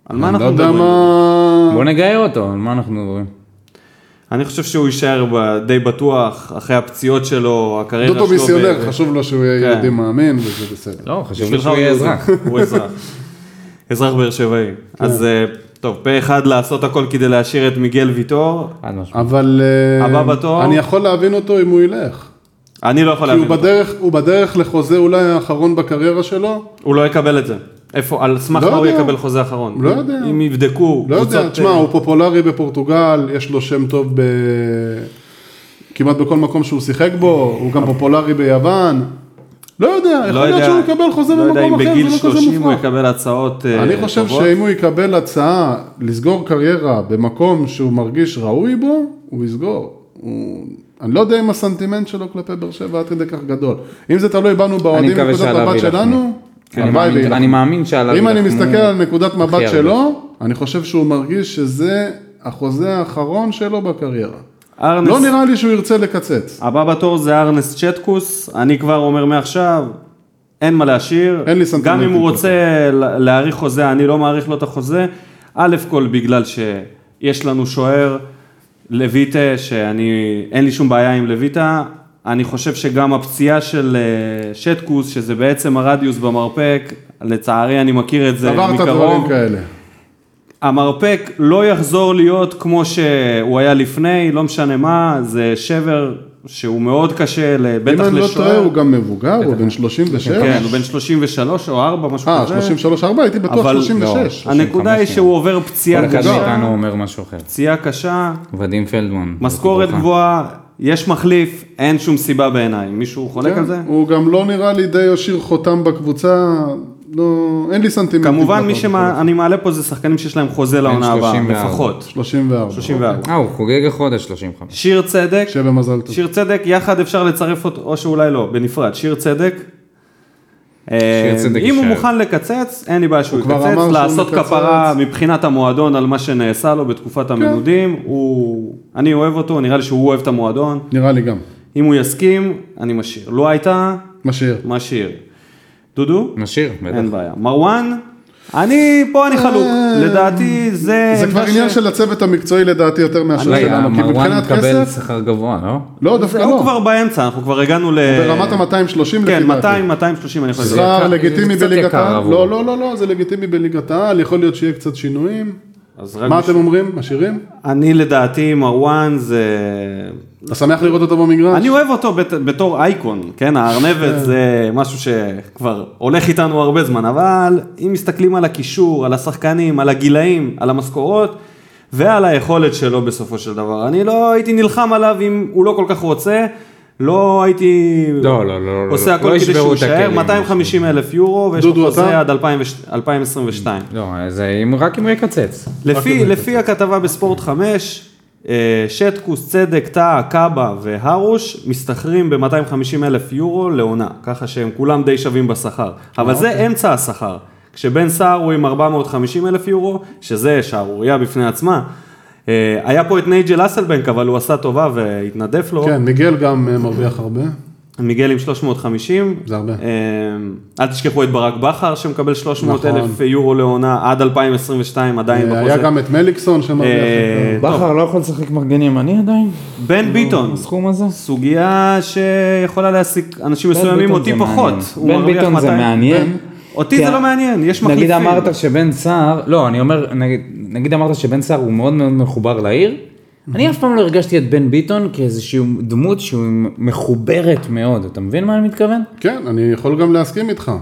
[SPEAKER 1] על מה
[SPEAKER 3] אני לא
[SPEAKER 1] אנחנו
[SPEAKER 3] יודע
[SPEAKER 1] מדברים?
[SPEAKER 3] מה...
[SPEAKER 2] בוא נגייר אותו, על מה אנחנו מדברים?
[SPEAKER 1] אני חושב שהוא יישאר ב- די בטוח, אחרי הפציעות שלו, הקריירה שלו.
[SPEAKER 3] דודו מיסיונר,
[SPEAKER 1] ב-
[SPEAKER 3] חשוב לו שהוא יהיה
[SPEAKER 1] כן.
[SPEAKER 3] יהודי מאמין, וזה בסדר.
[SPEAKER 2] לא, חשוב לי
[SPEAKER 1] בשבילך
[SPEAKER 2] שהוא
[SPEAKER 1] הוא
[SPEAKER 2] יהיה
[SPEAKER 1] יהודי.
[SPEAKER 2] אזרח.
[SPEAKER 1] הוא אזרח. אזרח באר שבעי.
[SPEAKER 3] כן.
[SPEAKER 1] אז אה, טוב, פה אחד לעשות הכל כדי להשאיר את מיגל ויטור.
[SPEAKER 2] חד משמעית.
[SPEAKER 3] אבל אה,
[SPEAKER 1] הבא בתור?
[SPEAKER 3] אני יכול להבין אותו אם הוא ילך.
[SPEAKER 1] אני לא יכול
[SPEAKER 3] כי הוא
[SPEAKER 1] להבין. אותו.
[SPEAKER 3] בדרך, הוא בדרך לחוזה אולי האחרון בקריירה שלו,
[SPEAKER 1] הוא לא יקבל את זה. איפה, על סמך
[SPEAKER 3] לא
[SPEAKER 1] מה הוא
[SPEAKER 3] יודע.
[SPEAKER 1] יקבל חוזה אחרון?
[SPEAKER 3] לא יודע.
[SPEAKER 1] אם יבדקו
[SPEAKER 3] לא יודע,
[SPEAKER 1] קבוצות,
[SPEAKER 3] תשמע,
[SPEAKER 1] אה,
[SPEAKER 3] הוא פופולרי בפורטוגל, יש לו שם טוב ב... כמעט בכל מקום שהוא שיחק בו, הוא גם פופולרי ביוון, לא יודע,
[SPEAKER 1] לא
[SPEAKER 3] יכול להיות
[SPEAKER 1] יודע.
[SPEAKER 3] שהוא יקבל חוזה
[SPEAKER 1] לא יודע אם
[SPEAKER 3] במקום אחר,
[SPEAKER 1] בגיל
[SPEAKER 3] זה לא כזה
[SPEAKER 1] 30 הוא
[SPEAKER 3] מופרך.
[SPEAKER 1] יקבל הצעות אה,
[SPEAKER 3] אני חושב
[SPEAKER 1] טובות.
[SPEAKER 3] שאם הוא יקבל הצעה לסגור קריירה במקום שהוא מרגיש ראוי בו, הוא יסגור. הוא... אני לא יודע אם הסנטימנט שלו כלפי באר שבע עד כדי כך גדול. אם זה תלוי בנו באוהדים
[SPEAKER 2] מקווה
[SPEAKER 3] מנקודת
[SPEAKER 2] שעליו
[SPEAKER 3] מבט
[SPEAKER 2] יילחמו.
[SPEAKER 3] שלנו,
[SPEAKER 1] כן,
[SPEAKER 2] אני
[SPEAKER 3] כן, הלוואי
[SPEAKER 2] מאמין-
[SPEAKER 3] ויילחמו.
[SPEAKER 2] אני מאמין שעליו...
[SPEAKER 3] אם אני
[SPEAKER 2] יילחמו.
[SPEAKER 3] מסתכל על נקודת מבט
[SPEAKER 2] הרבה.
[SPEAKER 3] שלו, אני חושב שהוא מרגיש שזה החוזה האחרון שלו בקריירה.
[SPEAKER 1] ארנס-
[SPEAKER 3] לא נראה לי שהוא ירצה לקצץ.
[SPEAKER 1] הבא בתור זה ארנס צ'טקוס, אני כבר אומר מעכשיו, אין מה להשאיר.
[SPEAKER 3] אין לי סנטימנטים
[SPEAKER 1] גם אם הוא
[SPEAKER 3] כלפיו.
[SPEAKER 1] רוצה לה- להאריך חוזה, אני לא מאריך לו את החוזה. א' כל בגלל שיש לנו שוער, לויטה, שאני, אין לי שום בעיה עם לויטה. אני חושב שגם הפציעה של אה, שטקוס, שזה בעצם הרדיוס במרפק, לצערי אני מכיר את זה
[SPEAKER 3] עברת דברים
[SPEAKER 1] מקרוב.
[SPEAKER 3] כאלה.
[SPEAKER 1] המרפק לא יחזור להיות כמו שהוא היה לפני, לא משנה מה, זה שבר שהוא מאוד קשה, ל-
[SPEAKER 3] אם
[SPEAKER 1] בטח
[SPEAKER 3] אני לא
[SPEAKER 1] לשוער.
[SPEAKER 3] טועה, הוא גם מבוגר, הוא בן אה, 36.
[SPEAKER 1] כן, הוא בן 33 או 4, משהו
[SPEAKER 3] אה, לא
[SPEAKER 1] כזה.
[SPEAKER 3] 33, 4, הייתי בטוח
[SPEAKER 1] אבל לא,
[SPEAKER 3] 36.
[SPEAKER 1] הנקודה היא שהוא עובר פציעה
[SPEAKER 2] כל אחד
[SPEAKER 1] קשה,
[SPEAKER 2] מאיתנו אומר משהו אחר.
[SPEAKER 1] פציעה קשה,
[SPEAKER 2] ודים פלדמן.
[SPEAKER 1] משכורת
[SPEAKER 2] בטוחה.
[SPEAKER 1] גבוהה, יש מחליף, אין שום סיבה בעיניי. מישהו חולק
[SPEAKER 3] כן,
[SPEAKER 1] על זה?
[SPEAKER 3] הוא גם לא נראה לי די ישיר חותם בקבוצה, לא, אין לי סנטימנטים.
[SPEAKER 1] כמובן,
[SPEAKER 3] כלפיו.
[SPEAKER 1] מי שאני מעלה פה זה שחקנים שיש להם חוזה לעונה הבאה,
[SPEAKER 2] 34.
[SPEAKER 1] לפחות.
[SPEAKER 3] 34.
[SPEAKER 1] 34.
[SPEAKER 2] אה, הוא חוגג החודש 35.
[SPEAKER 1] שיר צדק,
[SPEAKER 3] שיהיה במזל טוב.
[SPEAKER 1] שיר צדק, יחד אפשר לצרף אותו, או שאולי לא, בנפרד. שיר צדק. אה,
[SPEAKER 2] צדק
[SPEAKER 1] אם הוא
[SPEAKER 2] יישאר.
[SPEAKER 1] מוכן לקצץ, אין לי בעיה שהוא
[SPEAKER 3] כבר אמר
[SPEAKER 1] יקצץ,
[SPEAKER 3] שהוא
[SPEAKER 1] לעשות
[SPEAKER 3] מקצץ. כן.
[SPEAKER 1] כפרה מבחינת המועדון על מה שנעשה לו בתקופת המנודים, הוא... אני אוהב אותו, נראה לי שהוא אוהב את המועדון,
[SPEAKER 3] נראה לי גם.
[SPEAKER 1] אם הוא יסכים, אני משאיר. לא הייתה,
[SPEAKER 3] משאיר.
[SPEAKER 1] משאיר. דודו?
[SPEAKER 2] נשאיר,
[SPEAKER 1] אין
[SPEAKER 2] בטח.
[SPEAKER 1] בעיה. מרואן? אני, פה אני חלוק, לדעתי זה...
[SPEAKER 3] אה, זה כבר
[SPEAKER 1] עמדה
[SPEAKER 3] עניין
[SPEAKER 1] ש-
[SPEAKER 3] של הצוות המקצועי לדעתי יותר מאשר
[SPEAKER 2] אולי
[SPEAKER 3] שלנו, כי
[SPEAKER 2] לא, מרואן
[SPEAKER 3] מבחינת
[SPEAKER 2] מקבל
[SPEAKER 3] כסף,
[SPEAKER 2] שכר גבוה, לא?
[SPEAKER 3] לא, דווקא
[SPEAKER 1] הוא
[SPEAKER 3] לא.
[SPEAKER 1] כבר באמצע, אנחנו כבר הגענו ל...
[SPEAKER 3] ברמת ה-230
[SPEAKER 1] כן, אה,
[SPEAKER 3] לפי דעתי. לא
[SPEAKER 1] 200, 230, אני חושב.
[SPEAKER 3] שכר
[SPEAKER 2] יקר-
[SPEAKER 3] לגיטימי
[SPEAKER 2] זה קצת
[SPEAKER 3] בליגת
[SPEAKER 2] יקר
[SPEAKER 3] העל.
[SPEAKER 2] עבורו.
[SPEAKER 3] לא, לא, לא, לא, זה לגיטימי בליגת העל, יכול להיות שיהיה קצת שינויים.
[SPEAKER 1] אז רק
[SPEAKER 3] מה
[SPEAKER 1] בשביל-
[SPEAKER 3] אתם אומרים? משאירים?
[SPEAKER 1] אני לדעתי מרואן זה...
[SPEAKER 3] אתה שמח לראות אותו במגרש?
[SPEAKER 1] אני אוהב אותו בת- בתור אייקון, כן? הארנבת זה משהו שכבר הולך איתנו הרבה זמן, אבל אם מסתכלים על הקישור, על השחקנים, על הגילאים, על המשכורות ועל היכולת שלו בסופו של דבר, אני לא הייתי נלחם עליו אם הוא לא כל כך רוצה, לא הייתי...
[SPEAKER 2] לא, לא, לא, לא.
[SPEAKER 1] עושה
[SPEAKER 2] לא
[SPEAKER 1] הכל כדי
[SPEAKER 2] ישברו
[SPEAKER 1] שהוא
[SPEAKER 2] את
[SPEAKER 1] יישאר,
[SPEAKER 2] הכלים.
[SPEAKER 1] 250 אלף יורו, ויש לו
[SPEAKER 3] דודו,
[SPEAKER 1] חוזה
[SPEAKER 3] אתה?
[SPEAKER 1] עד 2000 2022.
[SPEAKER 2] לא, זה אם- רק אם הוא יקצץ.
[SPEAKER 3] אוקיי,
[SPEAKER 1] לפי, לפי הכתבה בספורט 5, אה, שטקוס, צדק, טאה, קאבה והרוש משתכרים ב-250 אלף יורו לעונה, ככה שהם כולם די שווים בשכר. אבל
[SPEAKER 3] אוקיי.
[SPEAKER 1] זה אמצע השכר. כשבן סער הוא עם 450 אלף יורו, שזה שערורייה בפני עצמה. אה, היה פה את נייג'ל אסלבנק, אבל הוא עשה טובה והתנדף לו.
[SPEAKER 3] כן, מיגל גם אה, מרוויח הרבה.
[SPEAKER 1] מיגל עם 350.
[SPEAKER 3] זה הרבה.
[SPEAKER 1] אמ, אל תשכחו את ברק בכר שמקבל 300
[SPEAKER 3] נכון.
[SPEAKER 1] אלף יורו לעונה עד 2022 עדיין
[SPEAKER 3] אה, היה
[SPEAKER 1] בחוזה.
[SPEAKER 3] גם את מליקסון שמרוויח.
[SPEAKER 1] לא אה,
[SPEAKER 3] יותר.
[SPEAKER 1] בכר
[SPEAKER 2] לא יכול לשחק מגן ימני עדיין?
[SPEAKER 1] בן ביטון,
[SPEAKER 2] הסכום הזה?
[SPEAKER 1] סוגיה שיכולה להעסיק אנשים מסוימים, אותי פחות. הוא
[SPEAKER 2] בן
[SPEAKER 1] מרוויח
[SPEAKER 2] ביטון זה
[SPEAKER 1] 200.
[SPEAKER 2] מעניין.
[SPEAKER 1] אותי
[SPEAKER 2] כי
[SPEAKER 1] זה
[SPEAKER 2] ה-
[SPEAKER 1] לא מעניין, יש
[SPEAKER 2] נגיד
[SPEAKER 1] מחליפים.
[SPEAKER 2] אמרת שבן סער, לא, אני אומר, נגיד- נגיד אמרת שבן סער הוא מאוד מאוד מחובר לעיר. אני אף פעם לא הרגשתי את בן ביטון כאיזושהי דמות שהוא מחוברת מאוד, אתה מבין מה אני מתכוון?
[SPEAKER 3] כן, אני יכול גם להסכים איתך.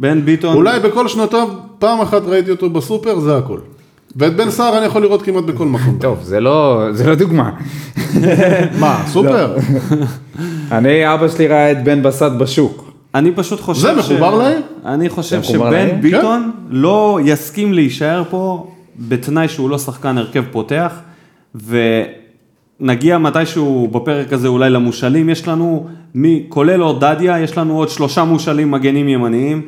[SPEAKER 1] בן ביטון,
[SPEAKER 3] אולי בכל שנותיו, פעם אחת ראיתי אותו בסופר, זה הכל. ואת בן סער אני יכול לראות כמעט בכל מקום.
[SPEAKER 2] טוב, זה לא, זה לא דוגמה.
[SPEAKER 1] לא.
[SPEAKER 3] מה, סופר?
[SPEAKER 2] אני, אבא שלי ראה את בן בסט בשוק.
[SPEAKER 1] אני פשוט חושב
[SPEAKER 3] זה מחובר לעיר? כן.
[SPEAKER 1] אני חושב
[SPEAKER 2] זה מחובר לעיר?
[SPEAKER 1] שבן ביטון לא יסכים להישאר פה בתנאי שהוא לא שחקן הרכב פותח, ונגיע מתישהו בפרק הזה אולי למושאלים, יש לנו, מי, כולל עוד דדיה, יש לנו עוד שלושה מושאלים מגנים ימניים.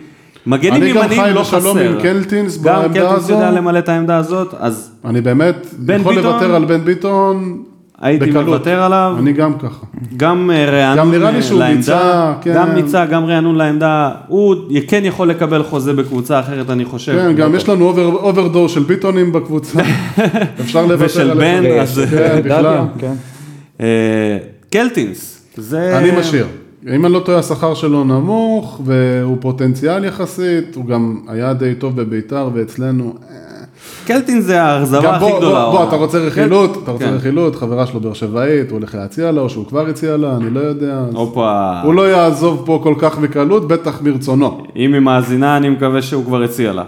[SPEAKER 1] מגנים
[SPEAKER 3] אני גם
[SPEAKER 1] ימניים
[SPEAKER 3] חי
[SPEAKER 1] לא חסר.
[SPEAKER 3] בשלום עם קלטינס
[SPEAKER 1] גם
[SPEAKER 3] בעמדה
[SPEAKER 1] קלטינס
[SPEAKER 3] הזו.
[SPEAKER 1] יודע למלא את העמדה הזאת, אז
[SPEAKER 3] אני באמת
[SPEAKER 1] בן
[SPEAKER 3] יכול
[SPEAKER 1] ביטון?
[SPEAKER 3] לוותר על בן ביטון
[SPEAKER 1] הייתי
[SPEAKER 3] בקלות.
[SPEAKER 1] מוותר עליו.
[SPEAKER 3] אני גם ככה.
[SPEAKER 1] גם אה, רענון
[SPEAKER 3] גם נראה לי
[SPEAKER 1] אה,
[SPEAKER 3] שהוא
[SPEAKER 1] לעמדה,
[SPEAKER 3] ביצע, כן.
[SPEAKER 1] גם ניצה, גם רענון לעמדה, הוא כן יכול לקבל חוזה בקבוצה אחרת, אני חושב.
[SPEAKER 3] כן, גם יש לנו אובר- אוברדור של ביטונים בקבוצה. אפשר לוותר
[SPEAKER 1] ושל
[SPEAKER 3] עליהם.
[SPEAKER 1] בן,
[SPEAKER 3] כן,
[SPEAKER 1] אז-
[SPEAKER 3] כן, בכלל.
[SPEAKER 2] כן.
[SPEAKER 1] אה, קלטינס, זה...
[SPEAKER 3] אני משאיר. אם אני לא טועה, השכר שלו נמוך, והוא פוטנציאל יחסית, הוא גם היה די טוב בביתר ואצלנו. אה,
[SPEAKER 1] קלטינס זה האכזבה
[SPEAKER 3] גם
[SPEAKER 1] הכי
[SPEAKER 3] בוא,
[SPEAKER 1] גדולה.
[SPEAKER 3] בוא, בוא, אתה רוצה רכילות, אתה רוצה
[SPEAKER 1] כן.
[SPEAKER 3] רכילות, חברה שלו באר שבעית, הוא הולך להציע לה, או שהוא כבר הציע לה, אני לא יודע. אז
[SPEAKER 1] הופה,
[SPEAKER 3] הוא לא יעזוב פה כל כך בקלות, בטח מרצונו.
[SPEAKER 1] אם היא מאזינה, אני מקווה שהוא כבר הציע לה.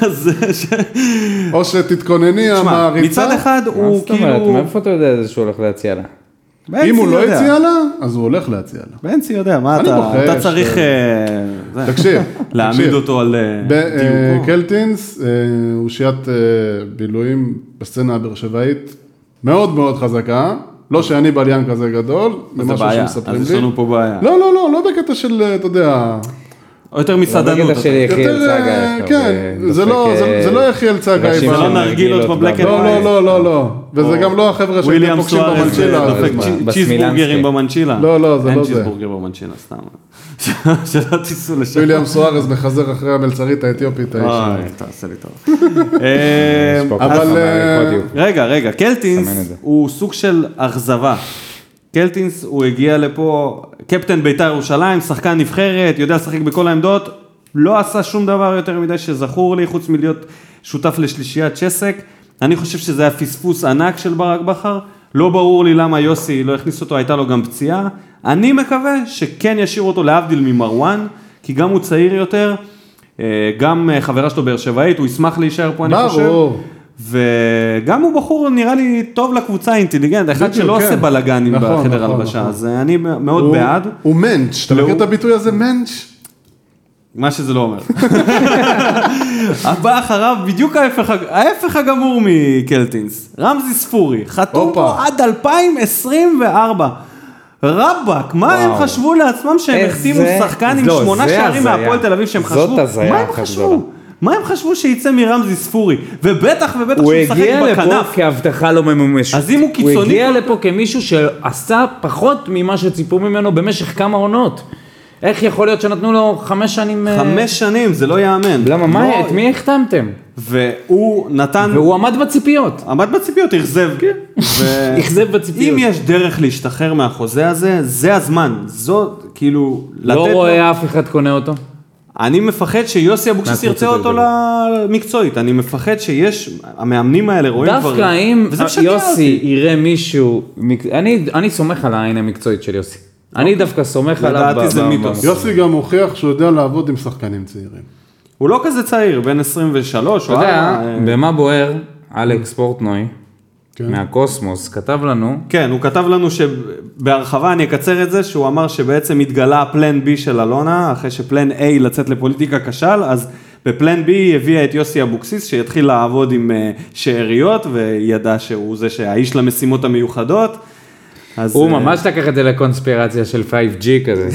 [SPEAKER 1] אז ש-
[SPEAKER 3] או שתתכונני,
[SPEAKER 1] תשמע,
[SPEAKER 3] המעריצה.
[SPEAKER 1] מצד אחד
[SPEAKER 2] מה
[SPEAKER 1] הוא
[SPEAKER 2] זאת אומרת,
[SPEAKER 1] כאילו...
[SPEAKER 2] מאיפה אתה יודע שהוא הולך להציע לה?
[SPEAKER 1] בנצי
[SPEAKER 3] אם הוא לא
[SPEAKER 1] יודע.
[SPEAKER 3] הציע לה, אז הוא הולך להציע לה.
[SPEAKER 1] בנצי יודע, מה
[SPEAKER 3] אני
[SPEAKER 1] אתה,
[SPEAKER 3] בוחש,
[SPEAKER 1] אתה צריך אה, זה,
[SPEAKER 3] תקשיב,
[SPEAKER 1] להעמיד
[SPEAKER 3] תקשיב.
[SPEAKER 1] אותו על אה,
[SPEAKER 3] ב- אה,
[SPEAKER 1] דיוקו.
[SPEAKER 3] קלטינס אה, הוא שיעת אה, בילויים בסצנה הבאר שבעית מאוד מאוד חזקה, לא שאני בליין כזה גדול, זה
[SPEAKER 1] זה
[SPEAKER 3] משהו
[SPEAKER 1] בעיה,
[SPEAKER 3] שמספרים לי.
[SPEAKER 1] אז יש לנו פה בעיה.
[SPEAKER 3] לא, לא, לא, לא בקטע של, אה, אתה יודע,
[SPEAKER 1] או יותר
[SPEAKER 3] לא,
[SPEAKER 1] מסעדנות.
[SPEAKER 2] בקטע
[SPEAKER 1] אתה-
[SPEAKER 2] של יחיאל
[SPEAKER 3] יותר, אה,
[SPEAKER 2] צגה.
[SPEAKER 3] כן, זה לא-
[SPEAKER 2] אה,
[SPEAKER 3] זה- זה לא יחיאל צגה,
[SPEAKER 1] זה לא נרגילות בבלק
[SPEAKER 3] לא,
[SPEAKER 1] וואי.
[SPEAKER 3] לא, לא, לא, לא, וזה גם לא החבר'ה שאתם
[SPEAKER 1] אה, וויליאם
[SPEAKER 3] פוגשים
[SPEAKER 1] סוארז
[SPEAKER 3] במנצ'ילה.
[SPEAKER 1] אה,
[SPEAKER 3] הרבה
[SPEAKER 1] דופק
[SPEAKER 3] זמן.
[SPEAKER 1] צ'י-
[SPEAKER 2] בסמילנסקי.
[SPEAKER 1] צ'יזבורגרים במנצ'ילה.
[SPEAKER 3] לא, לא, זה
[SPEAKER 1] אין
[SPEAKER 3] לא זה.
[SPEAKER 1] צ'יזבורגר במנצ'ילה, סתם. שלא תיסעו לשם.
[SPEAKER 3] וויליאם סוארז מחזר אחרי המלצרית
[SPEAKER 1] אה,
[SPEAKER 3] האתיופית האיש.
[SPEAKER 1] אוי, תעשה לי טוב. אה,
[SPEAKER 3] אבל,
[SPEAKER 1] רגע, רגע,
[SPEAKER 2] סמן את
[SPEAKER 1] קלטינס
[SPEAKER 2] זה.
[SPEAKER 1] הוא סוג של אכזבה. קלטינס, הוא הגיע לפה, קפטן בית"ר ירושלים, שחקן נבחרת, יודע לשחק בכל העמדות, לא עשה שום דבר יותר מדי שזכור לי, חוץ מלהיות שותף לשלישיית שסק. אני חושב שזה היה פספוס ענק של ברק בכר, לא ברור לי למה יוסי לא הכניס אותו, הייתה לו גם פציעה. אני מקווה שכן ישאיר אותו להבדיל ממרואן, כי גם הוא צעיר יותר, אה, גם אה, חברה שלו באר שבעית, הוא ישמח להישאר פה, אני חושב.
[SPEAKER 3] ברור.
[SPEAKER 1] וגם הוא בחור נראה לי טוב לקבוצה אינטליגנט, אחד
[SPEAKER 3] בדיוק,
[SPEAKER 1] שלא
[SPEAKER 3] כן.
[SPEAKER 1] עושה בלאגנים
[SPEAKER 3] נכון,
[SPEAKER 1] בחדר
[SPEAKER 3] נכון,
[SPEAKER 1] הלבשה,
[SPEAKER 3] נכון.
[SPEAKER 1] אז אני מאוד
[SPEAKER 3] הוא-
[SPEAKER 1] בעד,
[SPEAKER 3] הוא מענץ', אתה
[SPEAKER 1] לא,
[SPEAKER 3] מכיר את
[SPEAKER 1] הוא-
[SPEAKER 3] הביטוי הזה מענץ'?
[SPEAKER 1] מה שזה לא אומר. הבא אחריו בדיוק ההפך, הג- ההפך הגמור מקלטינס, רמזי ספורי, חתום
[SPEAKER 3] הופה.
[SPEAKER 1] פה עד 2024. רבאק, מה הם
[SPEAKER 2] וואו.
[SPEAKER 1] חשבו לעצמם שהם
[SPEAKER 2] איך
[SPEAKER 1] החתימו
[SPEAKER 2] זה-
[SPEAKER 1] שחקן עם
[SPEAKER 2] לא,
[SPEAKER 1] שמונה
[SPEAKER 2] זה
[SPEAKER 1] שערים
[SPEAKER 2] הזיה.
[SPEAKER 1] מהפועל תל אביב שהם
[SPEAKER 2] זאת
[SPEAKER 1] חשבו?
[SPEAKER 2] הזיה
[SPEAKER 1] מה הם
[SPEAKER 2] אחת
[SPEAKER 1] חשבו?
[SPEAKER 2] גדולה.
[SPEAKER 1] מה הם חשבו שיצא מרמזי ספורי? ובטח ובטח
[SPEAKER 2] הוא
[SPEAKER 1] שהוא משחק
[SPEAKER 2] הגיע לפה
[SPEAKER 1] בכנף.
[SPEAKER 2] כהבטחה לא ממומשת.
[SPEAKER 1] אז אם הוא קיצוני
[SPEAKER 2] הוא הגיע
[SPEAKER 1] כל
[SPEAKER 2] לפה כמישהו שעשה פחות ממה שציפו ממנו במשך כמה עונות. איך יכול להיות שנתנו לו חמש שנים... אה,
[SPEAKER 1] חמש שנים, זה לא ייאמן.
[SPEAKER 2] למה,
[SPEAKER 1] לא-
[SPEAKER 2] מה, את מי החתמתם?
[SPEAKER 1] והוא נתן,
[SPEAKER 2] והוא עמד בציפיות.
[SPEAKER 1] עמד בציפיות, אכזב. ו-
[SPEAKER 2] אכזב בציפיות.
[SPEAKER 1] אם יש דרך להשתחרר מהחוזה הזה, זה הזמן. זאת, כאילו, לתת...
[SPEAKER 2] לא
[SPEAKER 1] לו-
[SPEAKER 2] רואה אף אחד קונה אותו.
[SPEAKER 1] אני מפחד שיוסי אבוקסיס
[SPEAKER 2] מהקבוצות
[SPEAKER 1] ירצה אותו
[SPEAKER 2] הגדולות.
[SPEAKER 1] למקצועית. אני מפחד שיש, המאמנים האלה רואים דברים.
[SPEAKER 2] דווקא אם
[SPEAKER 1] וזה משגע
[SPEAKER 2] יוסי
[SPEAKER 1] אותי.
[SPEAKER 2] יראה מישהו, מק- אני אני סומך על העין המקצועית של יוסי. אני דווקא סומך עליו.
[SPEAKER 1] אוקיי. לדעתי
[SPEAKER 2] ב-
[SPEAKER 1] זה
[SPEAKER 2] ב-
[SPEAKER 1] מיתוס.
[SPEAKER 2] ב-
[SPEAKER 3] יוסי גם הוכיח שהוא יודע לעבוד עם שחקנים צעירים.
[SPEAKER 1] הוא לא כזה צעיר, בן 23,
[SPEAKER 2] אתה
[SPEAKER 1] הוא
[SPEAKER 2] יודע,
[SPEAKER 1] היה-
[SPEAKER 2] במה בוער, אלכס פורטנוי,
[SPEAKER 3] כן.
[SPEAKER 2] מהקוסמוס, כתב לנו,
[SPEAKER 1] כן, הוא כתב לנו שבהרחבה, אני אקצר את זה, שהוא אמר שבעצם התגלה הפלן בי של אלונה, אחרי שפלן A לצאת לפוליטיקה כשל, אז בפלן B היא הביאה את יוסי אבוקסיס, שיתחיל לעבוד עם אה, שאריות, וידע שהוא זה שהאיש למשימות המיוחדות. אז,
[SPEAKER 2] הוא
[SPEAKER 1] אה,
[SPEAKER 2] ממש לקח את זה לקונספירציה של 5G כזה.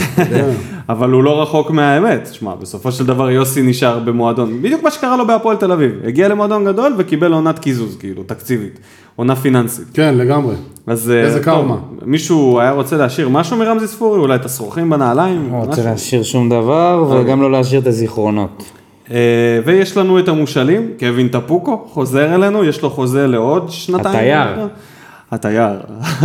[SPEAKER 1] אבל הוא לא רחוק מהאמת, שמע, בסופו של דבר יוסי נשאר במועדון, בדיוק מה שקרה לו בהפועל תל אביב, הגיע למועדון גדול וקיבל עונת קיזוז, כאילו, תקציבית, עונה פיננסית.
[SPEAKER 3] כן, לגמרי.
[SPEAKER 1] אז אה,
[SPEAKER 3] איזה
[SPEAKER 1] טוב,
[SPEAKER 3] קרמה.
[SPEAKER 1] מישהו היה רוצה להשאיר משהו מרמזי ספורי? אולי את השרוכים בנעליים?
[SPEAKER 2] לא רוצה
[SPEAKER 1] משהו?
[SPEAKER 2] להשאיר שום דבר, וגם לא להשאיר את הזיכרונות.
[SPEAKER 1] אה, ויש לנו את המושאלים, קווין טפוקו חוזר אלינו, יש לו חוזה לעוד שנתיים.
[SPEAKER 2] התייר.
[SPEAKER 1] התייר.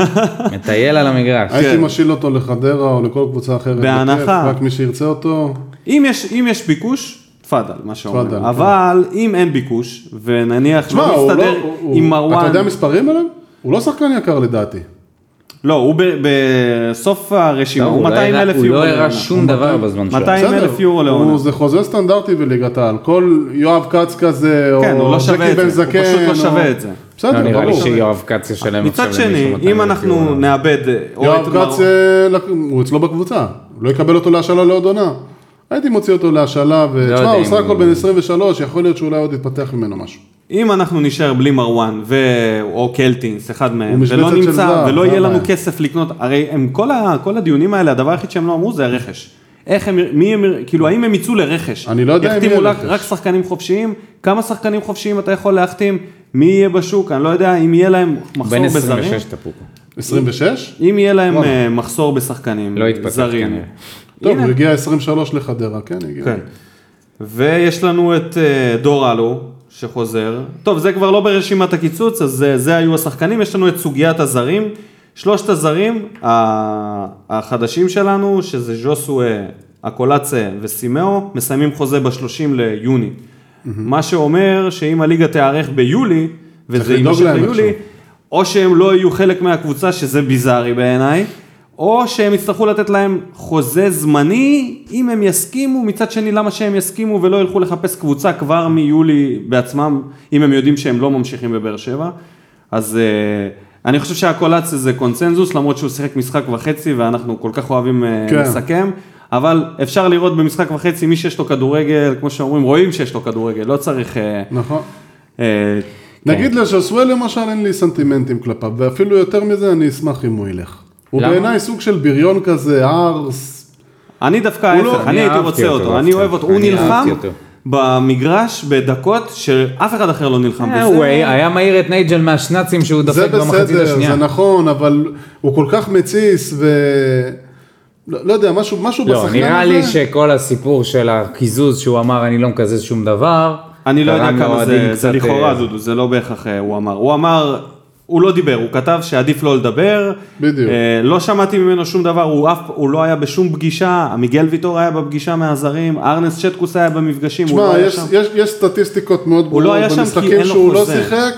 [SPEAKER 2] מטייל על המגרש.
[SPEAKER 3] הייתי משאיל אותו לחדרה או לכל קבוצה אחרת.
[SPEAKER 1] כן. בהנחה. לא
[SPEAKER 3] בכיף, רק מי שירצה אותו,
[SPEAKER 1] אם יש- אם יש ביקוש, תפאדל, מה
[SPEAKER 3] תפאדל,
[SPEAKER 1] שאומרים.
[SPEAKER 3] כן.
[SPEAKER 1] אבל אם אין ביקוש, ונניח
[SPEAKER 3] תשמע,
[SPEAKER 1] לא
[SPEAKER 3] הוא לא...
[SPEAKER 1] מסתדר
[SPEAKER 3] הוא-
[SPEAKER 1] עם
[SPEAKER 3] הוא-
[SPEAKER 1] מרואן,
[SPEAKER 3] אתה יודע מספרים עליו? הוא לא שחקן יקר לדעתי.
[SPEAKER 1] לא, הוא ב- בסוף הרשימה,
[SPEAKER 2] הוא
[SPEAKER 1] הוא
[SPEAKER 2] לא
[SPEAKER 1] 200
[SPEAKER 2] הראה-
[SPEAKER 1] אלף
[SPEAKER 2] הוא
[SPEAKER 1] יורו.
[SPEAKER 2] לא הראה
[SPEAKER 1] לעונה.
[SPEAKER 2] שום דבר בזמן שלו.
[SPEAKER 1] 200
[SPEAKER 3] בסדר,
[SPEAKER 1] אלף יורו
[SPEAKER 3] הוא-
[SPEAKER 1] לעונה.
[SPEAKER 3] זה חוזה סטנדרטי בליגת העל. כל יואב כץ כזה, או
[SPEAKER 1] כן, הוא לא שווה
[SPEAKER 3] ז'קי
[SPEAKER 1] את זה,
[SPEAKER 3] בן
[SPEAKER 1] הוא
[SPEAKER 3] זקן.
[SPEAKER 1] פשוט לא
[SPEAKER 3] או-
[SPEAKER 1] שווה את זה.
[SPEAKER 2] לא
[SPEAKER 3] בסדר,
[SPEAKER 2] נראה לי
[SPEAKER 3] ברור.
[SPEAKER 2] שיואב כץ ישלם עכשיו
[SPEAKER 1] מצד
[SPEAKER 2] למישהו
[SPEAKER 1] שני,
[SPEAKER 2] 200,000
[SPEAKER 1] אם אנחנו
[SPEAKER 2] יורו.
[SPEAKER 1] נאבד או
[SPEAKER 3] יואב
[SPEAKER 1] את
[SPEAKER 3] כץ,
[SPEAKER 1] מרואן,
[SPEAKER 3] אה, לק- הוא אצלו בקבוצה. הוא לא יקבל אותו להשאלה לעוד עונה. הייתי מוציא אותו להשאלה,
[SPEAKER 1] לא
[SPEAKER 2] יודע
[SPEAKER 3] ותשמע, הוא
[SPEAKER 2] אם
[SPEAKER 3] סך הכל
[SPEAKER 2] הוא-
[SPEAKER 3] בן 23, יכול להיות שאולי עוד יתפתח ממנו משהו.
[SPEAKER 1] אם אנחנו נשאר בלי מרואן ו... או קלטינס, אחד מהם,
[SPEAKER 3] משבצת
[SPEAKER 1] ולא
[SPEAKER 3] של
[SPEAKER 1] נמצא,
[SPEAKER 3] זהב,
[SPEAKER 1] ולא
[SPEAKER 3] זה
[SPEAKER 1] יהיה לנו
[SPEAKER 3] הבעיה.
[SPEAKER 1] כסף לקנות, הרי הם כל, ה... כל הדיונים האלה, הדבר היחיד שהם לא אמרו זה הרכש. איך הם, מי הם, כאילו האם הם יצאו לרכש?
[SPEAKER 3] אני לא יודע אם
[SPEAKER 1] יחתימו
[SPEAKER 3] יהיה
[SPEAKER 1] רק-
[SPEAKER 3] רכש.
[SPEAKER 1] רק שחקנים חופשיים, כמה שחקנים חופשיים אתה יכול להחתים, מי יהיה בשוק, אני לא יודע אם יהיה להם מחסור
[SPEAKER 2] בן
[SPEAKER 1] בזרים,
[SPEAKER 2] 26 תפוקו.
[SPEAKER 1] אה,
[SPEAKER 3] 26?
[SPEAKER 1] אם יהיה להם אה, מחסור בשחקנים,
[SPEAKER 2] לא יתפתח
[SPEAKER 1] זרים.
[SPEAKER 2] כנראה.
[SPEAKER 3] טוב,
[SPEAKER 1] הנה.
[SPEAKER 3] הוא הגיע 23 לחדרה, כן, הגיע.
[SPEAKER 1] כן. ויש לנו את אה, דור אלו שחוזר. טוב, זה כבר לא ברשימת הקיצוץ, אז זה, זה היו השחקנים. יש לנו את סוגיית הזרים. שלושת הזרים ה- החדשים שלנו, שזה ז'וסואה, הקולצה וסימאו, מסיימים חוזה ב-30 ליוני. מה שאומר שאם הליגה תיארך ביולי, וזה
[SPEAKER 3] צריך לדאוג
[SPEAKER 1] יימשך
[SPEAKER 3] להם
[SPEAKER 1] ליולי,
[SPEAKER 3] עכשיו.
[SPEAKER 1] או שהם לא יהיו חלק מהקבוצה, שזה ביזארי בעיניי, או שהם יצטרכו לתת להם חוזה זמני, אם הם יסכימו, מצד שני למה שהם יסכימו ולא ילכו לחפש קבוצה כבר מיולי בעצמם, אם הם יודעים שהם לא ממשיכים בבאר שבע. אז אה, אני חושב שהקולץ זה קונצנזוס, למרות שהוא שיחק משחק וחצי ואנחנו כל כך אוהבים אה,
[SPEAKER 3] כן.
[SPEAKER 1] לסכם. אבל אפשר לראות במשחק וחצי מי שיש לו כדורגל, כמו שאומרים, רואים שיש לו כדורגל, לא צריך... אה,
[SPEAKER 3] נכון.
[SPEAKER 1] אה,
[SPEAKER 3] נגיד לז'סואל למשל אין לי סנטימנטים כלפיו, ואפילו יותר מזה אני אשמח אם הוא ילך. הוא
[SPEAKER 2] למה?
[SPEAKER 3] בעיניי סוג של בריון כזה, ארס.
[SPEAKER 1] אני דווקא
[SPEAKER 3] הוא לא-
[SPEAKER 1] ההפך, אני
[SPEAKER 2] אני
[SPEAKER 1] הייתי
[SPEAKER 2] אהבתי
[SPEAKER 1] רוצה
[SPEAKER 2] אותו,
[SPEAKER 1] אותו,
[SPEAKER 2] אהבתי
[SPEAKER 1] אני
[SPEAKER 2] אותו.
[SPEAKER 1] אוהב אותו, הוא
[SPEAKER 2] אני
[SPEAKER 1] נלחם
[SPEAKER 2] אהבתי אותו.
[SPEAKER 1] במגרש בדקות שאף אחד אחר לא נלחם
[SPEAKER 2] אה, הוא
[SPEAKER 1] בזה.
[SPEAKER 2] היה מעיר את נייג'ל מהשנאצים שהוא
[SPEAKER 3] זה
[SPEAKER 2] דפק במחצית
[SPEAKER 3] בסדר,
[SPEAKER 2] השנייה.
[SPEAKER 3] זה נכון, אבל הוא כל כך מתסיס ו... לא לא יודע, משהו משהו בשחקן
[SPEAKER 2] לא,
[SPEAKER 3] הזה.
[SPEAKER 2] נראה לי שכל הסיפור של הקיזוז שהוא אמר אני לא מקזז שום דבר.
[SPEAKER 1] אני לא יודע
[SPEAKER 2] גרם
[SPEAKER 1] כמה
[SPEAKER 2] לאוהדים
[SPEAKER 1] זה, זה
[SPEAKER 2] קצת,
[SPEAKER 1] לכאורה
[SPEAKER 2] אה,
[SPEAKER 1] דודו, זה לא בהכרח אה, הוא אמר. הוא אמר, הוא לא דיבר, הוא כתב שעדיף לא לדבר.
[SPEAKER 3] בדיוק.
[SPEAKER 1] אה, לא שמעתי ממנו שום דבר, הוא אף, הוא לא היה בשום פגישה, מיגל ויטור היה בפגישה מהזרים, ארנס שטקוס היה במפגשים, הוא לא
[SPEAKER 3] תשמע,
[SPEAKER 1] היה
[SPEAKER 3] יש,
[SPEAKER 1] שם.
[SPEAKER 3] יש, יש סטטיסטיקות מאוד
[SPEAKER 1] לא
[SPEAKER 3] ברורות
[SPEAKER 1] היה שם כי אין
[SPEAKER 3] במשחקים
[SPEAKER 1] לו
[SPEAKER 3] שהוא לא
[SPEAKER 1] חוזה.
[SPEAKER 3] שיחק,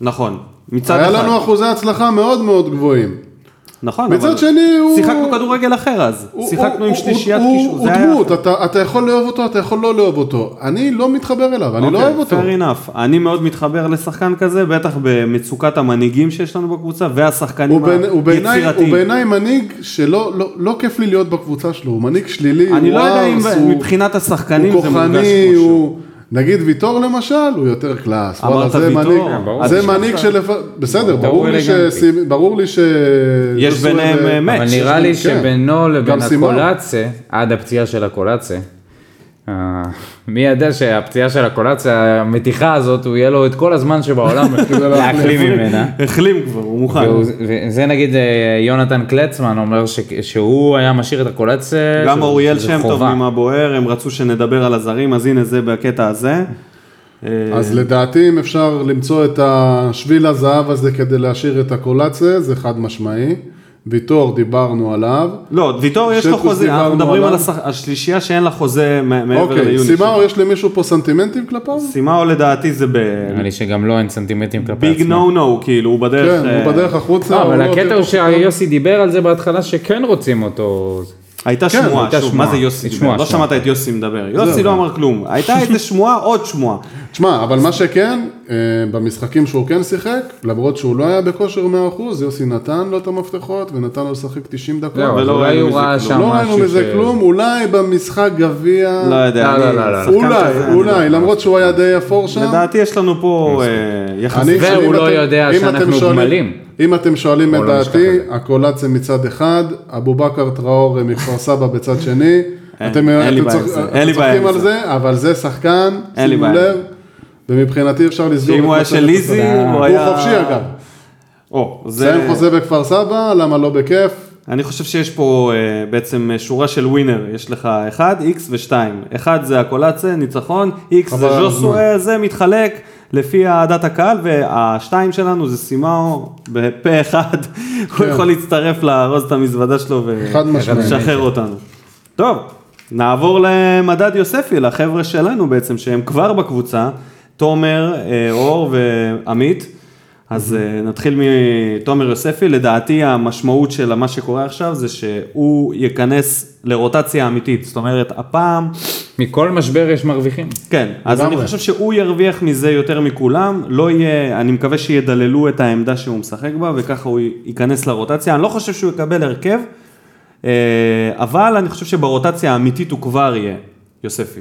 [SPEAKER 1] נכון, מצד
[SPEAKER 3] היה
[SPEAKER 1] אחד.
[SPEAKER 3] לנו אחוזי הצלחה מאוד מאוד גבוהים.
[SPEAKER 1] נכון,
[SPEAKER 3] מצד
[SPEAKER 1] אבל
[SPEAKER 3] שני, הוא-
[SPEAKER 1] שיחקנו כדורגל אחר אז,
[SPEAKER 3] הוא-
[SPEAKER 1] שיחקנו
[SPEAKER 3] הוא-
[SPEAKER 1] עם
[SPEAKER 3] הוא-
[SPEAKER 1] שלישיית
[SPEAKER 3] הוא-
[SPEAKER 1] קישור,
[SPEAKER 3] הוא
[SPEAKER 1] זה היה...
[SPEAKER 3] דמות, אתה- אתה יכול לאהוב אותו, אתה יכול לא לאהוב אותו. אני לא מתחבר אליו, אני לא
[SPEAKER 1] אוקיי,
[SPEAKER 3] אוהב אותו.
[SPEAKER 1] fair enough. אני מאוד מתחבר לשחקן כזה, בטח במצוקת המנהיגים שיש לנו בקבוצה,
[SPEAKER 3] הוא
[SPEAKER 1] והשחקנים
[SPEAKER 3] בעיני- הוא בעיני- הוא
[SPEAKER 1] היצירתיים.
[SPEAKER 3] בעיניי מנהיג שלא לא- לא כיף לי להיות בקבוצה שלו, הוא מנהיג שלילי, הוא
[SPEAKER 1] אני לא יודע אם
[SPEAKER 3] ארס, הוא-
[SPEAKER 1] מבחינת השחקנים
[SPEAKER 3] הוא
[SPEAKER 1] זה מורגש
[SPEAKER 3] כוחני,
[SPEAKER 1] כמו שהוא.
[SPEAKER 3] הוא... נגיד ויטור למשל, הוא יותר קלאס.
[SPEAKER 1] אמרת
[SPEAKER 3] וואלה, זה
[SPEAKER 1] ויטור,
[SPEAKER 3] מנהיג-
[SPEAKER 1] כן,
[SPEAKER 2] ברור.
[SPEAKER 3] זה
[SPEAKER 2] אז
[SPEAKER 3] מנהיג של... בסדר,
[SPEAKER 2] ברור,
[SPEAKER 3] ברור לי
[SPEAKER 2] אלגנטי.
[SPEAKER 3] שסימ- ברור לי ש...
[SPEAKER 1] יש
[SPEAKER 3] ז'וסווה
[SPEAKER 1] ביניהם,
[SPEAKER 3] ו-
[SPEAKER 1] אה, מאץ'.
[SPEAKER 2] אבל
[SPEAKER 1] שיש
[SPEAKER 2] נראה לי
[SPEAKER 3] לנו- כן.
[SPEAKER 2] שבינו לבין
[SPEAKER 3] גם סימון.
[SPEAKER 2] הקולאצה, עד הפציעה של הקולאצה, אה, מי ידע שהפציעה של הקולאצה, המתיחה הזאת, הוא יהיה לו את כל הזמן שבעולם
[SPEAKER 1] לא
[SPEAKER 2] להחלים ממנה.
[SPEAKER 1] אה. החלים כבר, הוא מוכן.
[SPEAKER 2] והוא- וזה נגיד אה, יונתן קלצמן אומר ש- שהוא היה משאיר את הקולאצה.
[SPEAKER 1] גם
[SPEAKER 2] שזה-
[SPEAKER 1] אוריאל
[SPEAKER 2] שזה
[SPEAKER 1] שם טוב
[SPEAKER 2] חובה.
[SPEAKER 1] ממה בוער, הם רצו שנדבר על הזרים, אז הנה זה בקטע הזה. אה,
[SPEAKER 3] אז לדעתי אם אפשר למצוא את השביל הזהב הזה כדי להשאיר את הקולציה, זה חד משמעי. ויטור, דיברנו עליו.
[SPEAKER 1] לא, ויטור יש לו
[SPEAKER 3] שטוס
[SPEAKER 1] חוזה, אנחנו
[SPEAKER 3] דיברנו
[SPEAKER 1] מדברים על
[SPEAKER 3] עליו.
[SPEAKER 1] השח- השלישייה שאין לה חוזה מ- מעבר
[SPEAKER 3] אוקיי,
[SPEAKER 1] ליוני.
[SPEAKER 3] סימאו, יש למישהו פה סנטימנטים כלפיו?
[SPEAKER 1] סימאו לדעתי זה
[SPEAKER 2] נראה לי שגם לו אין סנטימטרים כלפי
[SPEAKER 1] ביג
[SPEAKER 2] עצמו.
[SPEAKER 1] נו נו, כאילו, הוא בדרך...
[SPEAKER 3] כן,
[SPEAKER 1] אה, אוקיי,
[SPEAKER 3] הוא בדרך החוצה.
[SPEAKER 2] לא, אבל
[SPEAKER 3] לא
[SPEAKER 2] הקטע
[SPEAKER 3] יותר
[SPEAKER 2] הוא
[SPEAKER 3] טוב.
[SPEAKER 2] שיוסי דיבר על זה בהתחלה שכן רוצים אותו.
[SPEAKER 1] הייתה
[SPEAKER 3] כן,
[SPEAKER 1] שמועה,
[SPEAKER 2] הייתה
[SPEAKER 1] שוב,
[SPEAKER 2] שמועה.
[SPEAKER 1] מה זה יוסי?
[SPEAKER 2] שמועה,
[SPEAKER 1] דיבר? לא
[SPEAKER 2] שמועה.
[SPEAKER 1] שמעת את יוסי מדבר, יוסי לא אמר כלום, הייתה איזה שמועה, עוד שמועה.
[SPEAKER 3] תשמע, אבל מה שכן, אה, במשחקים שהוא כן שיחק, למרות שהוא לא היה בכושר 100%, יוסי נתן לו את המפתחות ונתן לו לשחק 90 דקות.
[SPEAKER 2] זהו, לא, אז
[SPEAKER 1] לא, ולא
[SPEAKER 2] אולי
[SPEAKER 1] ראינו
[SPEAKER 2] הוא
[SPEAKER 1] מזה
[SPEAKER 2] ראה
[SPEAKER 1] כלום.
[SPEAKER 2] שם
[SPEAKER 3] לא ראינו
[SPEAKER 2] משהו
[SPEAKER 3] מזה
[SPEAKER 2] ש-
[SPEAKER 3] כלום, אולי במשחק גביע,
[SPEAKER 1] לא יודע,
[SPEAKER 2] לא, לא,
[SPEAKER 1] אני-
[SPEAKER 2] לא, לא.
[SPEAKER 1] שחקן
[SPEAKER 3] אולי,
[SPEAKER 1] כזה, אני לא-
[SPEAKER 3] אולי, למרות שהוא היה די אפור שם.
[SPEAKER 1] לדעתי יש לנו פה אה, יחסים.
[SPEAKER 2] והוא
[SPEAKER 3] אם
[SPEAKER 2] לא
[SPEAKER 3] אתם-
[SPEAKER 2] יודע
[SPEAKER 3] אם
[SPEAKER 2] שאנחנו
[SPEAKER 3] אתם שואלים-
[SPEAKER 2] גמלים.
[SPEAKER 3] אם אתם שואלים את
[SPEAKER 2] בואו לא נשכח
[SPEAKER 3] דעתי,
[SPEAKER 2] את
[SPEAKER 3] הקולציה מצד אחד, אבו בכר טראור מכפר סבא בצד שני.
[SPEAKER 1] אין-
[SPEAKER 3] אתם
[SPEAKER 1] אין לי בעיה
[SPEAKER 3] אתם
[SPEAKER 1] עם
[SPEAKER 3] צוחק-
[SPEAKER 1] זה,
[SPEAKER 3] אתם
[SPEAKER 1] אין לי בעיה
[SPEAKER 3] צוחקים
[SPEAKER 1] עם
[SPEAKER 3] על זה, אבל זה שחקן,
[SPEAKER 1] אין לי
[SPEAKER 3] שימו
[SPEAKER 1] בעיה.
[SPEAKER 3] לב, ומבחינתי אפשר לסגור.
[SPEAKER 1] שאם
[SPEAKER 3] את
[SPEAKER 1] הוא היה
[SPEAKER 3] מצב
[SPEAKER 1] של
[SPEAKER 3] את
[SPEAKER 1] איזי,
[SPEAKER 3] הסדר.
[SPEAKER 1] הוא היה...
[SPEAKER 3] הוא חופשי אגב.
[SPEAKER 1] או,
[SPEAKER 3] זה
[SPEAKER 1] זה...
[SPEAKER 3] עם חוזה בכפר סבא, למה לא בכיף?
[SPEAKER 1] אני חושב שיש פה אה, בעצם אה, שורה של ווינר, יש לך 1, X ו-2. 1 זה הקולאצה, ניצחון, X
[SPEAKER 3] חבל
[SPEAKER 1] זה
[SPEAKER 3] על
[SPEAKER 1] ז'וסווה, זה מתחלק לפי אהדת הקהל, וה-2 שלנו זה סימאו בפה אחד, הוא יכול להצטרף לארוז את המזוודה שלו
[SPEAKER 3] כן. חד משמעית.
[SPEAKER 1] ולשחרר אותנו. טוב, נעבור למדד יוספי, לחבר'ה שלנו בעצם, שהם כבר בקבוצה, תומר, אה, אור ועמית. אז אה, נתחיל מתומר יוספי, לדעתי המשמעות של מה שקורה עכשיו זה שהוא ייכנס לרוטציה אמיתית, זאת אומרת הפעם,
[SPEAKER 2] מכל משבר יש מרוויחים.
[SPEAKER 1] כן, אז אני
[SPEAKER 3] לגמרי.
[SPEAKER 1] חושב שהוא ירוויח מזה יותר מכולם, לא יהיה, אני מקווה שידללו את העמדה שהוא משחק בה וככה הוא ייכנס לרוטציה, אני לא חושב שהוא יקבל הרכב, אה, אבל אני חושב שברוטציה האמיתית הוא כבר יהיה, יוספי.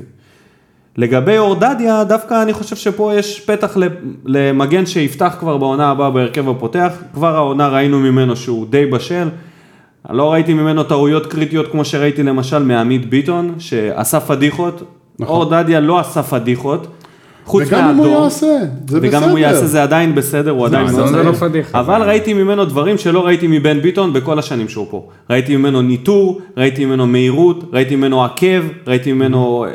[SPEAKER 1] לגבי אורדדיה, דווקא אני חושב שפה יש פתח ל- למגן שיפתח כבר בעונה הבאה בהרכב הפותח. כבר העונה ראינו ממנו שהוא די בשל. לא ראיתי ממנו טעויות קריטיות כמו שראיתי למשל מעמית ביטון, שעשה פדיחות. נכון. אורדדיה לא עשה פדיחות. חוץ
[SPEAKER 3] וגם אם הוא
[SPEAKER 1] מהאדום.
[SPEAKER 3] יעשה, זה בסדר.
[SPEAKER 1] וגם אם הוא יעשה זה עדיין בסדר, הוא עדיין
[SPEAKER 2] האדום זה
[SPEAKER 1] צעיר.
[SPEAKER 2] לא פדיחה.
[SPEAKER 1] אבל ראיתי ממנו דברים שלא ראיתי מבן ביטון בכל השנים שהוא פה. ראיתי ממנו ניטור, ראיתי ממנו מהירות, ראיתי ממנו עקב, ראיתי ממנו אה,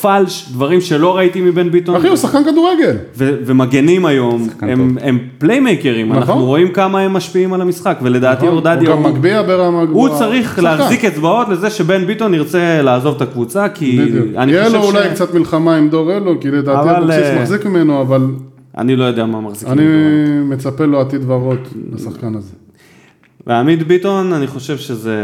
[SPEAKER 1] פלש, דברים שלא ראיתי מבן ביטון.
[SPEAKER 3] אחי, הוא שחקן כדורגל.
[SPEAKER 1] ו- ומגנים היום, הם, הם פליימייקרים,
[SPEAKER 3] נכון.
[SPEAKER 1] אנחנו רואים כמה הם משפיעים על המשחק, ולדעתי
[SPEAKER 3] הוא
[SPEAKER 1] אורדדיה
[SPEAKER 3] גם
[SPEAKER 1] הוא,
[SPEAKER 3] מגביה ברמה
[SPEAKER 1] הוא
[SPEAKER 3] גבוהה.
[SPEAKER 1] צריך
[SPEAKER 3] שחקן.
[SPEAKER 1] להחזיק אצבעות לזה שבן ביטון ירצה לעזוב את הקבוצה, כי
[SPEAKER 3] בדיוק.
[SPEAKER 1] כאילו, אני
[SPEAKER 3] יהיה
[SPEAKER 1] חושב
[SPEAKER 3] לו
[SPEAKER 1] ש...
[SPEAKER 3] אולי קצת מלחמה עם דור אלו, כי לדעתי
[SPEAKER 1] אבל,
[SPEAKER 3] אבוקסיס
[SPEAKER 1] אה,
[SPEAKER 3] מחזיק ממנו, אבל
[SPEAKER 1] אני לא יודע מה מחזיק.
[SPEAKER 3] אני
[SPEAKER 1] ממנו.
[SPEAKER 3] מצפה לו עתיד ורוד לשחקן הזה.
[SPEAKER 1] ועמית ביטון, אני חושב שזה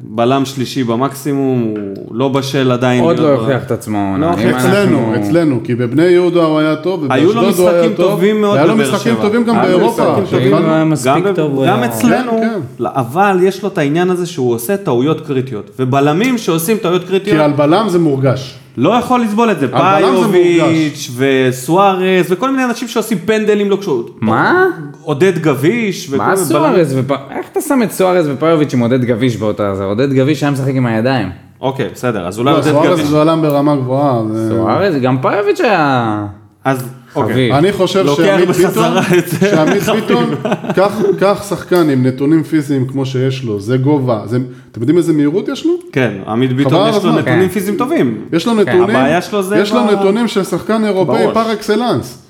[SPEAKER 1] בלם שלישי במקסימום, הוא לא בשל עדיין.
[SPEAKER 2] עוד לא
[SPEAKER 1] להיות ב-
[SPEAKER 2] הוכיח את עצמו.
[SPEAKER 1] לא,
[SPEAKER 2] אם
[SPEAKER 3] אצלנו,
[SPEAKER 2] אנחנו-
[SPEAKER 3] אצלנו, כי בבני יהודה הוא היה טוב,
[SPEAKER 1] היו לו
[SPEAKER 3] ובאשדוד הוא היה
[SPEAKER 1] משחקים
[SPEAKER 3] טוב.
[SPEAKER 1] טובים מאוד
[SPEAKER 3] היה לו
[SPEAKER 1] בבאר
[SPEAKER 3] משחקים
[SPEAKER 1] שבע.
[SPEAKER 3] טובים גם
[SPEAKER 1] היה לו
[SPEAKER 3] באירופה.
[SPEAKER 1] משחקים
[SPEAKER 2] אם הוא היה מספיק
[SPEAKER 1] גם,
[SPEAKER 2] טוב, הוא
[SPEAKER 1] טוב גם
[SPEAKER 2] היה-
[SPEAKER 1] אצלנו, לא,
[SPEAKER 3] כן,
[SPEAKER 1] אבל יש לו את העניין הזה שהוא עושה טעויות קריטיות, ובלמים שעושים טעויות
[SPEAKER 3] כי
[SPEAKER 1] קריטיות,
[SPEAKER 3] על בלם זה מורגש.
[SPEAKER 1] לא יכול לסבול את זה,
[SPEAKER 3] בלם זה
[SPEAKER 1] פאיוביץ' וסוארז וכל מיני אנשים שעושים פנדלים לא קשורים,
[SPEAKER 2] מה?
[SPEAKER 1] עודד גביש, וכל
[SPEAKER 2] מה
[SPEAKER 1] מיני בלמים-
[SPEAKER 2] סוארז ופ... איך אתה שם את סוארז ופאיוביץ' עם עודד גביש באותה זה? עודד גביש היה משחק עם הידיים.
[SPEAKER 1] אוקיי, בסדר, אז אולי
[SPEAKER 3] לא,
[SPEAKER 1] עודד
[SPEAKER 3] סוארז
[SPEAKER 1] גביש,
[SPEAKER 3] זה בלם ברמה גבוהה. זה-
[SPEAKER 2] סוארז, גם פאיוביץ' היה...
[SPEAKER 1] אז אוקיי,
[SPEAKER 2] חביב.
[SPEAKER 3] אני חושב
[SPEAKER 1] לוקח
[SPEAKER 3] שעמית ביטון,
[SPEAKER 1] בחזרה את זה.
[SPEAKER 3] שעמית ביטון, קח- קח שחקן עם נתונים פיזיים כמו שיש לו, זה גובה, זה- אתם יודעים איזה מהירות יש לו?
[SPEAKER 1] כן, עמית
[SPEAKER 3] חבל
[SPEAKER 1] ביטון
[SPEAKER 3] על
[SPEAKER 1] יש לו
[SPEAKER 3] הזמן.
[SPEAKER 1] נתונים
[SPEAKER 2] כן.
[SPEAKER 1] פיזיים טובים,
[SPEAKER 3] יש לו נתונים,
[SPEAKER 1] כן, הבעיה שלו זה
[SPEAKER 3] יש לו
[SPEAKER 1] ב-
[SPEAKER 3] נתונים של שחקן אירופאי
[SPEAKER 1] בראש.
[SPEAKER 3] פר אקסלנס.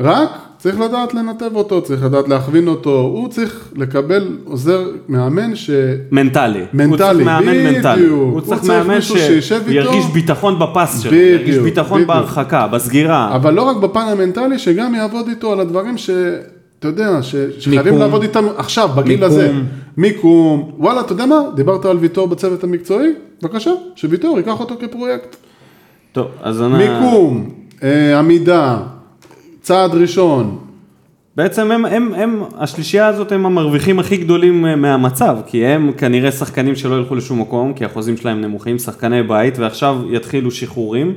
[SPEAKER 3] רק צריך לדעת לנתב אותו, צריך לדעת להכווין אותו, הוא צריך לקבל עוזר מאמן ש...
[SPEAKER 1] מנטלי. הוא
[SPEAKER 3] מנטלי,
[SPEAKER 1] צריך מאמן
[SPEAKER 3] בדיוק.
[SPEAKER 1] מנטלי. הוא
[SPEAKER 3] הוא
[SPEAKER 1] צריך
[SPEAKER 3] צריך
[SPEAKER 1] מאמן
[SPEAKER 3] מישהו שישב איתו.
[SPEAKER 1] שירגיש ביטחון בפס שלו,
[SPEAKER 3] בדיוק,
[SPEAKER 1] ירגיש ביטחון
[SPEAKER 3] בדיוק.
[SPEAKER 1] בהרחקה, בסגירה.
[SPEAKER 3] אבל לא רק בפן המנטלי, שגם יעבוד איתו על הדברים ש... אתה יודע, ש, שחייבים
[SPEAKER 2] מיקום.
[SPEAKER 3] לעבוד איתם עכשיו, בגיל הזה.
[SPEAKER 2] מיקום.
[SPEAKER 3] מיקום. וואלה, אתה יודע מה? דיברת על ויטור בצוות המקצועי? בבקשה, שוויטור ייקח אותו כפרויקט.
[SPEAKER 1] טוב, אז אני...
[SPEAKER 3] מיקום, אה, עמידה, צעד ראשון.
[SPEAKER 1] בעצם הם, הם, הם, השלישייה הזאת הם המרוויחים הכי גדולים אה, מהמצב, כי הם כנראה שחקנים שלא ילכו לשום מקום, כי החוזים שלהם נמוכים, שחקני בית, ועכשיו יתחילו שחרורים,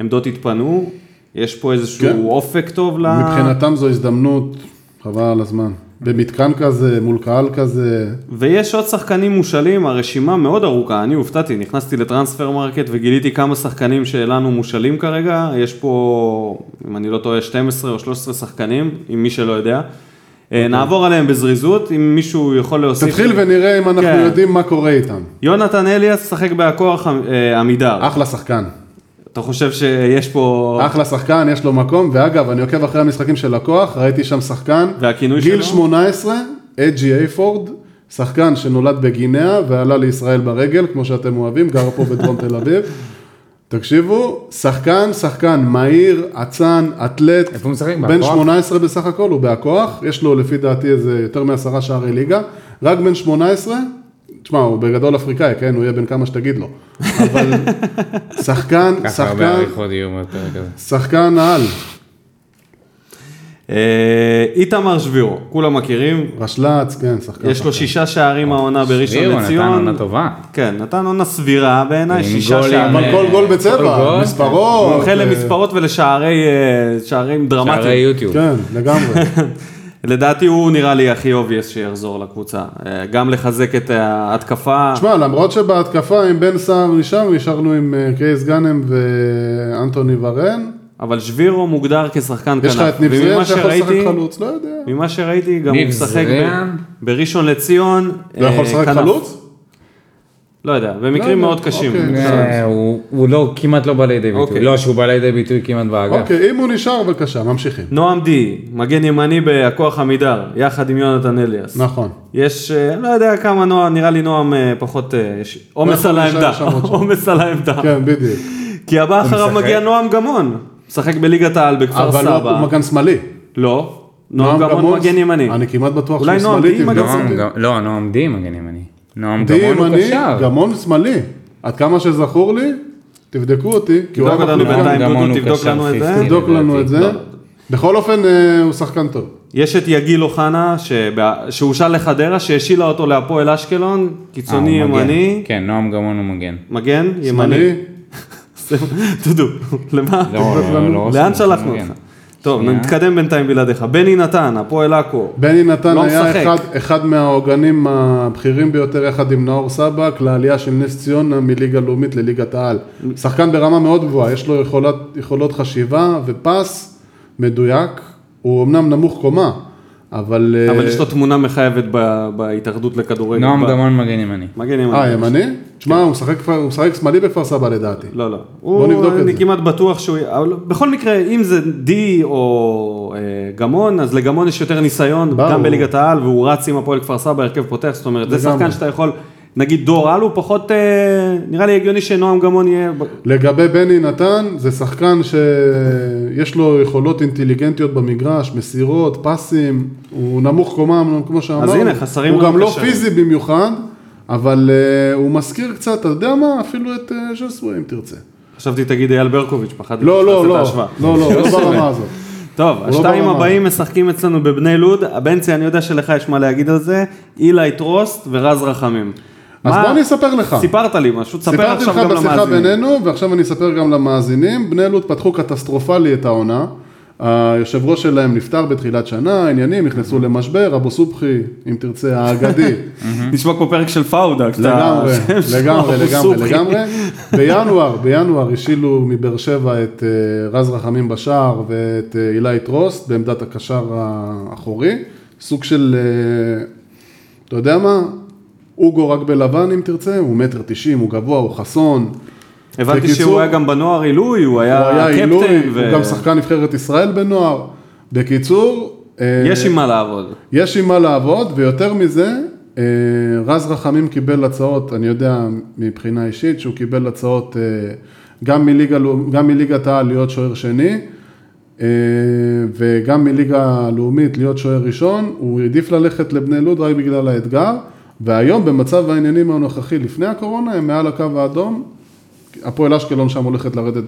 [SPEAKER 1] עמדות יתפנו, יש פה איזשהו
[SPEAKER 3] כן.
[SPEAKER 1] אופק טוב ל...
[SPEAKER 3] מבחינתם זו הזדמנות, חבל על הזמן. במתקן כזה, מול קהל כזה,
[SPEAKER 1] ויש עוד שחקנים מושאלים, הרשימה מאוד ארוכה, אני הופתעתי, נכנסתי לטרנספר מרקט וגיליתי כמה שחקנים שלנו מושאלים כרגע, יש פה, אם אני לא טועה, 12 או 13 שחקנים, עם מי שלא יודע.
[SPEAKER 2] אוקיי.
[SPEAKER 1] אה, נעבור עליהם בזריזות, אם מישהו יכול להוסיף.
[SPEAKER 3] תתחיל ונראה אם אנחנו
[SPEAKER 1] כן.
[SPEAKER 3] יודעים מה קורה איתם.
[SPEAKER 1] יונתן אליאס שחק בהכוח אה, עמידר.
[SPEAKER 3] אחלה שחקן,
[SPEAKER 1] אתה חושב שיש פה...
[SPEAKER 3] אחלה שחקן, יש לו מקום, ואגב, אני עוקב אחרי המשחקים של לקוח, ראיתי שם שחקן,
[SPEAKER 1] והכינוי
[SPEAKER 3] גיל
[SPEAKER 1] שלו?
[SPEAKER 3] 18, אג'י אייפורד, שחקן שנולד בגינאה ועלה לישראל ברגל, כמו שאתם אוהבים, גר פה בדרום תל אביב. תקשיבו, שחקן, שחקן מהיר, אצן, אתלט,
[SPEAKER 2] איפה הוא משחק?
[SPEAKER 3] בן
[SPEAKER 2] בהכוח?
[SPEAKER 3] 18 בסך הכל, הוא בהכוח, יש לו לפי דעתי איזה יותר מעשרה שערי ליגה, רק בן 18, תשמע, הוא בגדול אפריקאי, כן, הוא יהיה בן כמה שתגיד לו, אבל שחקן,
[SPEAKER 2] ככה הרבה
[SPEAKER 3] שחקן,
[SPEAKER 2] עריכות יהיו מהפרק הזה.
[SPEAKER 3] שחקן על,
[SPEAKER 1] אה, איתמר שבירו, כולם מכירים,
[SPEAKER 3] רשל"צ, כן, שחקן.
[SPEAKER 1] יש לו שישה שערים העונה בראשון
[SPEAKER 2] שיר, הוא
[SPEAKER 1] לציון.
[SPEAKER 2] אוקיי. נתן עונה טובה.
[SPEAKER 1] כן, נתן עונה סבירה בעיניי,
[SPEAKER 2] עם
[SPEAKER 1] שישה
[SPEAKER 2] גולים,
[SPEAKER 1] שערים.
[SPEAKER 3] אבל כל גול
[SPEAKER 2] כל
[SPEAKER 3] בצבע,
[SPEAKER 2] גול.
[SPEAKER 3] מספרות.
[SPEAKER 1] מומחה
[SPEAKER 3] אה,
[SPEAKER 1] למספרות ולשערים שערים
[SPEAKER 2] שערי
[SPEAKER 1] דרמטיים.
[SPEAKER 2] יוטיוב.
[SPEAKER 3] כן, לגמרי.
[SPEAKER 1] לדעתי הוא נראה לי הכי אובייס שיחזור לקבוצה. אה, גם לחזק את ההתקפה.
[SPEAKER 3] תשמע, למרות שבהתקפה עם בן סער נשאר, נשארנו עם אה, קייס גאנם ואנטוני ורן.
[SPEAKER 1] אבל שבירו מוגדר כשחקן כנף.
[SPEAKER 3] יש לך את ניב
[SPEAKER 1] וממה
[SPEAKER 3] זריאן שיכול לשחק
[SPEAKER 1] שראיתי- אה,
[SPEAKER 3] חלוץ, לא יודע.
[SPEAKER 1] ממה שראיתי, גם הוא
[SPEAKER 2] ניב
[SPEAKER 1] משחק
[SPEAKER 2] זריאן.
[SPEAKER 1] ב- בראשון לציון.
[SPEAKER 3] לא
[SPEAKER 1] אה,
[SPEAKER 3] יכול לשחק
[SPEAKER 1] כנף.
[SPEAKER 3] חלוץ?
[SPEAKER 1] לא יודע,
[SPEAKER 3] לא
[SPEAKER 1] במקרים
[SPEAKER 3] יודע,
[SPEAKER 1] מאוד קשים.
[SPEAKER 3] אוקיי.
[SPEAKER 2] אה, הוא- הוא לא, כמעט לא בא לידי
[SPEAKER 1] כן. אוקיי.
[SPEAKER 2] ביטוי. לא, שהוא בא לידי ביטוי כמעט
[SPEAKER 1] כן.
[SPEAKER 2] באגף.
[SPEAKER 3] אוקיי, אם הוא נשאר, בבקשה, ממשיכים.
[SPEAKER 1] נועם די, מגן ימני בכוח עמידר, יחד עם יונתן אליאס.
[SPEAKER 3] נכון.
[SPEAKER 1] יש, אה, לא יודע כמה נועם, נראה לי נועם אה, פחות, אה, יש עומס
[SPEAKER 3] לא יכול
[SPEAKER 1] על
[SPEAKER 3] להישאר
[SPEAKER 1] העמדה,
[SPEAKER 3] שם עוד שם.
[SPEAKER 1] עומס על העמדה.
[SPEAKER 3] כן, בדיוק.
[SPEAKER 1] כי הבא אחריו
[SPEAKER 2] משחק?
[SPEAKER 1] מגיע נועם גמון, משחק בליגת העל בכפר
[SPEAKER 3] אבל הוא- הוא
[SPEAKER 1] סבא.
[SPEAKER 3] מגן שמאלי.
[SPEAKER 1] לא, נועם גמון מגן ימני.
[SPEAKER 3] אני כמעט בטוח
[SPEAKER 1] אולי
[SPEAKER 3] שהוא
[SPEAKER 1] נועם
[SPEAKER 3] שמאלי.
[SPEAKER 1] די מגן
[SPEAKER 3] תבדוק
[SPEAKER 2] נועם
[SPEAKER 3] אותי.
[SPEAKER 2] גם- לא, נועם די מגן ימני. נועם
[SPEAKER 3] די
[SPEAKER 2] גמון הוא לא
[SPEAKER 3] ימני,
[SPEAKER 2] קשר.
[SPEAKER 3] גמון שמאלי. עד כמה שזכור לי, תבדקו אותי. כי הוא
[SPEAKER 1] תבדוק
[SPEAKER 3] היה
[SPEAKER 1] אותנו
[SPEAKER 3] מחליף גם-
[SPEAKER 1] בינתיים,
[SPEAKER 2] גמון
[SPEAKER 1] דודו,
[SPEAKER 2] הוא
[SPEAKER 1] תבדוק
[SPEAKER 2] קשר אה,
[SPEAKER 1] לנו את זה.
[SPEAKER 2] 50.
[SPEAKER 3] תבדוק לנו
[SPEAKER 2] לדעתי.
[SPEAKER 3] את זה.
[SPEAKER 1] לא, לא.
[SPEAKER 3] בכל אופן, אה, הוא שחקן טוב.
[SPEAKER 1] יש את יגיל אוחנה, שבא- שהושל לחדרה, שהשילה אותו להפועל אשקלון,
[SPEAKER 2] אה, הוא
[SPEAKER 1] קיצוני
[SPEAKER 2] מגן.
[SPEAKER 1] ימני,
[SPEAKER 2] כן, נועם גמון הוא מגן.
[SPEAKER 1] מגן ימני.
[SPEAKER 3] שמאלי.
[SPEAKER 1] דודו, למה?
[SPEAKER 2] לא, לא, לא,
[SPEAKER 1] לאן
[SPEAKER 2] הוא
[SPEAKER 1] שלחנו
[SPEAKER 2] מגן.
[SPEAKER 1] אותך? טוב,
[SPEAKER 2] שנייה.
[SPEAKER 1] נתקדם בינתיים בלעדיך. בני נתן, הפועל עכו.
[SPEAKER 3] בני נתן
[SPEAKER 1] לא משחק.
[SPEAKER 3] היה אחד, אחד מהעוגנים הבכירים ביותר, יחד עם נאור סבק, לעלייה של נס ציונה מליגה לאומית לליגת העל. שחקן ברמה מאוד גבוהה, יש לו יכולות, יכולות חשיבה ופס מדויק. הוא אמנם נמוך קומה, אבל...
[SPEAKER 1] אבל
[SPEAKER 3] אה,
[SPEAKER 1] יש לו תמונה מחייבת ב- בהתאחדות לכדורגל.
[SPEAKER 2] נועם
[SPEAKER 1] ב-
[SPEAKER 2] גמון מגן ימני.
[SPEAKER 1] מגן ימני.
[SPEAKER 3] אה, ימני? תשמע, הוא משחק כבר- הוא משחק שמאלי בכפר סבא לדעתי.
[SPEAKER 1] לא, לא. הוא,
[SPEAKER 3] נבדוק את
[SPEAKER 1] אני
[SPEAKER 3] זה.
[SPEAKER 1] כמעט בטוח שהוא... אבל בכל מקרה, אם זה די או אה, גמון, אז לגמון יש יותר ניסיון,
[SPEAKER 3] ברור.
[SPEAKER 1] גם בליגת העל, והוא רץ עם הפועל כפר סבא, הרכב פותח, זאת אומרת, זה
[SPEAKER 3] לגמרי.
[SPEAKER 1] שחקן שאתה יכול... נגיד דור על הוא פחות, אה, נראה לי הגיוני שנועם גמון יהיה... ב-
[SPEAKER 3] לגבי בני נתן, זה שחקן שיש לו יכולות אינטליגנטיות במגרש, מסירות, פסים, הוא נמוך קומה, אמנם, כמו שאמרנו.
[SPEAKER 1] הנה, חסרים
[SPEAKER 3] הוא
[SPEAKER 1] לנו
[SPEAKER 3] גם לא
[SPEAKER 1] קשרים.
[SPEAKER 3] פיזי במיוחד, אבל אה, הוא מזכיר קצת, אתה יודע מה, אפילו את אה, ז'סווה אם תרצה.
[SPEAKER 1] חשבתי תגיד אייל ברקוביץ', פחדתי
[SPEAKER 3] לא,
[SPEAKER 1] שתעשה
[SPEAKER 3] לא,
[SPEAKER 1] את
[SPEAKER 3] לא,
[SPEAKER 1] ההשוואה.
[SPEAKER 3] לא, לא, לא ברמה הזאת.
[SPEAKER 1] טוב,
[SPEAKER 3] לא
[SPEAKER 1] השתיים
[SPEAKER 3] ברמה.
[SPEAKER 1] הבאים משחקים אצלנו בבני לוד. בנצי, אני יודע שלך יש מה להגיד על זה. אילי טרוסט ורז רחמים.
[SPEAKER 3] אז
[SPEAKER 1] מה-
[SPEAKER 3] בוא אני אספר לך.
[SPEAKER 1] סיפרת לי משהו, תספר
[SPEAKER 3] סיפרתי
[SPEAKER 1] עכשיו
[SPEAKER 3] לך
[SPEAKER 1] גם
[SPEAKER 3] בשיחה
[SPEAKER 1] למאזינים.
[SPEAKER 3] בינינו, ועכשיו אני אספר גם למאזינים. בני לוד פתחו קטסטרופלי את העונה. היושב ראש שלהם נפטר בתחילת שנה, העניינים נכנסו למשבר, אבו סובחי, אם תרצה, האגדי,
[SPEAKER 1] נשמע כמו פרק של פאודה. כשאתה-
[SPEAKER 3] לגמרי,
[SPEAKER 1] שלו,
[SPEAKER 3] לגמרי,
[SPEAKER 1] הוא
[SPEAKER 3] לגמרי,
[SPEAKER 1] סובחי.
[SPEAKER 3] לגמרי. בינואר, בינואר השילו מבאר שבע את אה, רז רחמים בשער ואת אה, אילי טרוסט בעמדת הקשר האחורי. סוג של, אה, אתה יודע מה? אוגו רק בלבן אם תרצה, הוא מטר תשעים, הוא גבוה, הוא חסון.
[SPEAKER 1] הבנתי
[SPEAKER 3] בקיצור,
[SPEAKER 1] שהוא היה גם בנוער עילוי, הוא
[SPEAKER 3] הוא היה
[SPEAKER 1] היה
[SPEAKER 3] עילוי,
[SPEAKER 1] קפטן. ו-
[SPEAKER 3] הוא גם שחקן נבחרת ישראל בנוער. בקיצור, אה,
[SPEAKER 1] יש עם מה לעבוד.
[SPEAKER 3] יש עם מה לעבוד, ויותר מזה, אה, רז רחמים קיבל הצעות, אני יודע מבחינה אישית, שהוא קיבל הצעות אה, גם מליגה לאו- גם מליגת העל להיות שוער שני, אה, וגם מליגה הלאומית להיות שוער ראשון, הוא העדיף ללכת לבני לוד רק בגלל האתגר, והיום במצב העניינים הנוכחי לפני הקורונה הם מעל הקו האדום, הפועל אשקלון שם הולכת לרדת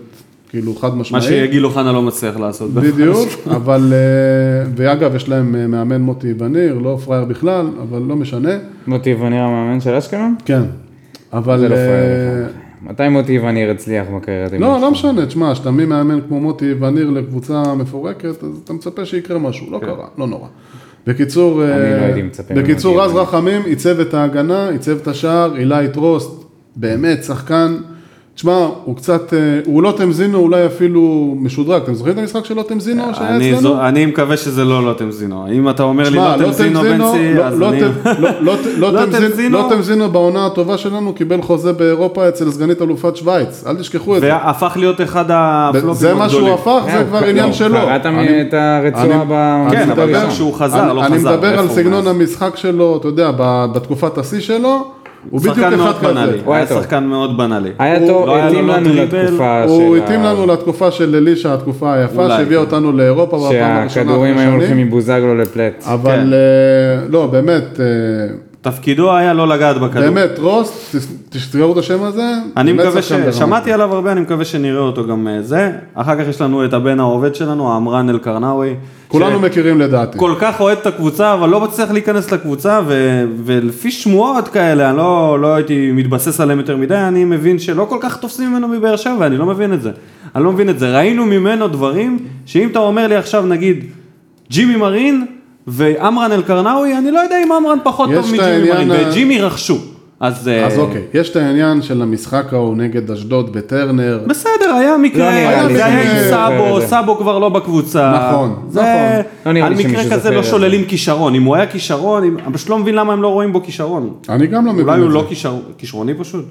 [SPEAKER 3] כאילו חד
[SPEAKER 1] מה
[SPEAKER 3] משמעית.
[SPEAKER 1] שגיל אוחנה לא מצליח לעשות.
[SPEAKER 3] בדיוק, אבל, אה, ואגב, יש להם אה, מאמן מוטי בניר, לא פראייר בכלל, אבל לא משנה,
[SPEAKER 2] מוטי וניר המאמן של אשקלון?
[SPEAKER 3] כן,
[SPEAKER 2] זה
[SPEAKER 3] אבל...
[SPEAKER 2] לא
[SPEAKER 3] אה,
[SPEAKER 2] פראייר בכלל. מתי מוטי וניר הצליח בקריירה? אתם
[SPEAKER 3] לא,
[SPEAKER 2] יודעים?
[SPEAKER 3] לא משנה, תשמע, כשאתה מביא מאמן כמו מוטי וניר לקבוצה מפורקת, אז אתה מצפה שיקרה משהו, לא קרה, לא נורא. בקיצור, אה,
[SPEAKER 2] כן. לא הייתי מצפה
[SPEAKER 3] בקיצור,
[SPEAKER 2] ממוטי
[SPEAKER 3] אז
[SPEAKER 2] וניר.
[SPEAKER 3] רחמים עיצב את ההגנה, עיצב את השער, אילי טרוסט, באמת שחקן. תשמע, הוא קצת, אה, הוא לוטם זינו אולי אפילו משודרג, אתם זוכרים את המשחק של לוטם זינו שהיה
[SPEAKER 1] אני
[SPEAKER 3] אצלנו?
[SPEAKER 1] זו- אני מקווה שזה לא לוטם זינו. אם אתה אומר לי
[SPEAKER 3] שמע,
[SPEAKER 1] לוטם זינו בנצי,
[SPEAKER 3] לא-
[SPEAKER 1] אז
[SPEAKER 3] לא
[SPEAKER 1] אני...
[SPEAKER 3] תם- לא- לא ת- לא
[SPEAKER 1] לוטם
[SPEAKER 3] תם זינו-
[SPEAKER 1] זינו-
[SPEAKER 3] לוטם זינו בעונה הטובה שלנו קיבל חוזה באירופה אצל סגנית אלופת שווייץ, אל תשכחו את זה.
[SPEAKER 1] והפך להיות אחד הפלופים
[SPEAKER 3] לא- זה מה שהוא
[SPEAKER 1] הגדולים.
[SPEAKER 3] הפך,
[SPEAKER 2] לא,
[SPEAKER 3] זה כבר
[SPEAKER 2] לא,
[SPEAKER 3] עניין שלו.
[SPEAKER 2] קראת
[SPEAKER 3] אני-
[SPEAKER 2] את הרצועה
[SPEAKER 3] אני-
[SPEAKER 2] ב...
[SPEAKER 1] כן,
[SPEAKER 3] אני
[SPEAKER 1] אבל
[SPEAKER 3] מדבר-
[SPEAKER 1] גם כשהוא חזר,
[SPEAKER 3] אני-
[SPEAKER 1] לא
[SPEAKER 3] אני
[SPEAKER 1] חזר,
[SPEAKER 3] מדבר
[SPEAKER 1] איפה
[SPEAKER 3] על
[SPEAKER 1] הוא
[SPEAKER 3] סגנון
[SPEAKER 1] מאז?
[SPEAKER 3] המשחק שלו, אתה יודע, ב- בתקופת השיא שלו, הוא בדיוק
[SPEAKER 1] שחקן
[SPEAKER 3] אחד
[SPEAKER 1] מאוד
[SPEAKER 3] כזה.
[SPEAKER 1] בנאלי,
[SPEAKER 2] הוא היה
[SPEAKER 1] היה
[SPEAKER 2] טוב.
[SPEAKER 1] שחקן מאוד בנאלי.
[SPEAKER 2] היה
[SPEAKER 1] הוא-
[SPEAKER 2] טוב,
[SPEAKER 1] לא היה לו
[SPEAKER 2] התאים
[SPEAKER 1] לא
[SPEAKER 2] לנו
[SPEAKER 1] טריפל,
[SPEAKER 2] לתקופה של...
[SPEAKER 3] הוא
[SPEAKER 2] ה-
[SPEAKER 3] התאים לנו לתקופה של אלישע, התקופה היפה
[SPEAKER 1] אולי,
[SPEAKER 3] שהביאה
[SPEAKER 1] כן.
[SPEAKER 3] אותנו לאירופה בפעם הראשונה. אחרי
[SPEAKER 2] שהכדורים היו
[SPEAKER 3] שנים.
[SPEAKER 2] הולכים מבוזגלו לפלט.
[SPEAKER 1] כן.
[SPEAKER 3] אבל אה, לא, באמת, אה,
[SPEAKER 1] תפקידו היה לא לגעת בכדור.
[SPEAKER 3] באמת, רוס, תסגרו את השם הזה.
[SPEAKER 1] אני
[SPEAKER 3] באמת
[SPEAKER 1] מקווה ש...
[SPEAKER 3] שחקן ברמה.
[SPEAKER 1] שמעתי עליו הרבה, אני מקווה שנראה אותו גם אה, זה. אחר כך יש לנו את הבן העובד שלנו, עמרן אל-קרנאווי.
[SPEAKER 3] כולנו
[SPEAKER 1] ש-
[SPEAKER 3] מכירים לדעתי.
[SPEAKER 1] כל כך אוהד את הקבוצה, אבל לא מצליח להיכנס לקבוצה, ו... ולפי שמועות כאלה, אני לא, לא הייתי מתבסס עליהם יותר מדי, אני מבין שלא כל כך תופסים ממנו מבאר שבע, ואני לא מבין את זה. אני לא מבין את זה. ראינו ממנו דברים, שאם אתה אומר לי עכשיו, נגיד, ג'ימי מרין ועמרן אל-קרנאווי, אני לא יודע אם עמרן פחות
[SPEAKER 3] יש
[SPEAKER 1] טוב
[SPEAKER 3] את
[SPEAKER 1] מג'ימי
[SPEAKER 3] העניין
[SPEAKER 1] מרין,
[SPEAKER 3] ה-
[SPEAKER 1] ואת ג'ימי רכשו. אז, אה,
[SPEAKER 3] אז אוקיי, יש את העניין של המשחק ההוא נגד אשדוד בטרנר.
[SPEAKER 1] בסדר, היה מקרה,
[SPEAKER 2] לא נראה
[SPEAKER 3] לי
[SPEAKER 1] זה היה
[SPEAKER 3] שמישהו
[SPEAKER 1] עם
[SPEAKER 2] זוכר את
[SPEAKER 1] סאבו,
[SPEAKER 2] זה.
[SPEAKER 1] סאבו כבר לא בקבוצה.
[SPEAKER 3] נכון,
[SPEAKER 1] זה-
[SPEAKER 3] נכון.
[SPEAKER 2] לא נראה
[SPEAKER 1] על
[SPEAKER 2] לי
[SPEAKER 1] מקרה
[SPEAKER 2] שמישהו
[SPEAKER 1] כזה
[SPEAKER 2] זוכר
[SPEAKER 1] לא
[SPEAKER 2] את זה.
[SPEAKER 1] שוללים כישרון, אם הוא היה כישרון, אם- אני פשוט לא מבין למה הם לא רואים בו כישרון.
[SPEAKER 3] אני גם לא מבין
[SPEAKER 1] אולי הוא
[SPEAKER 3] את זה.
[SPEAKER 1] לא כישר- כישרוני פשוט?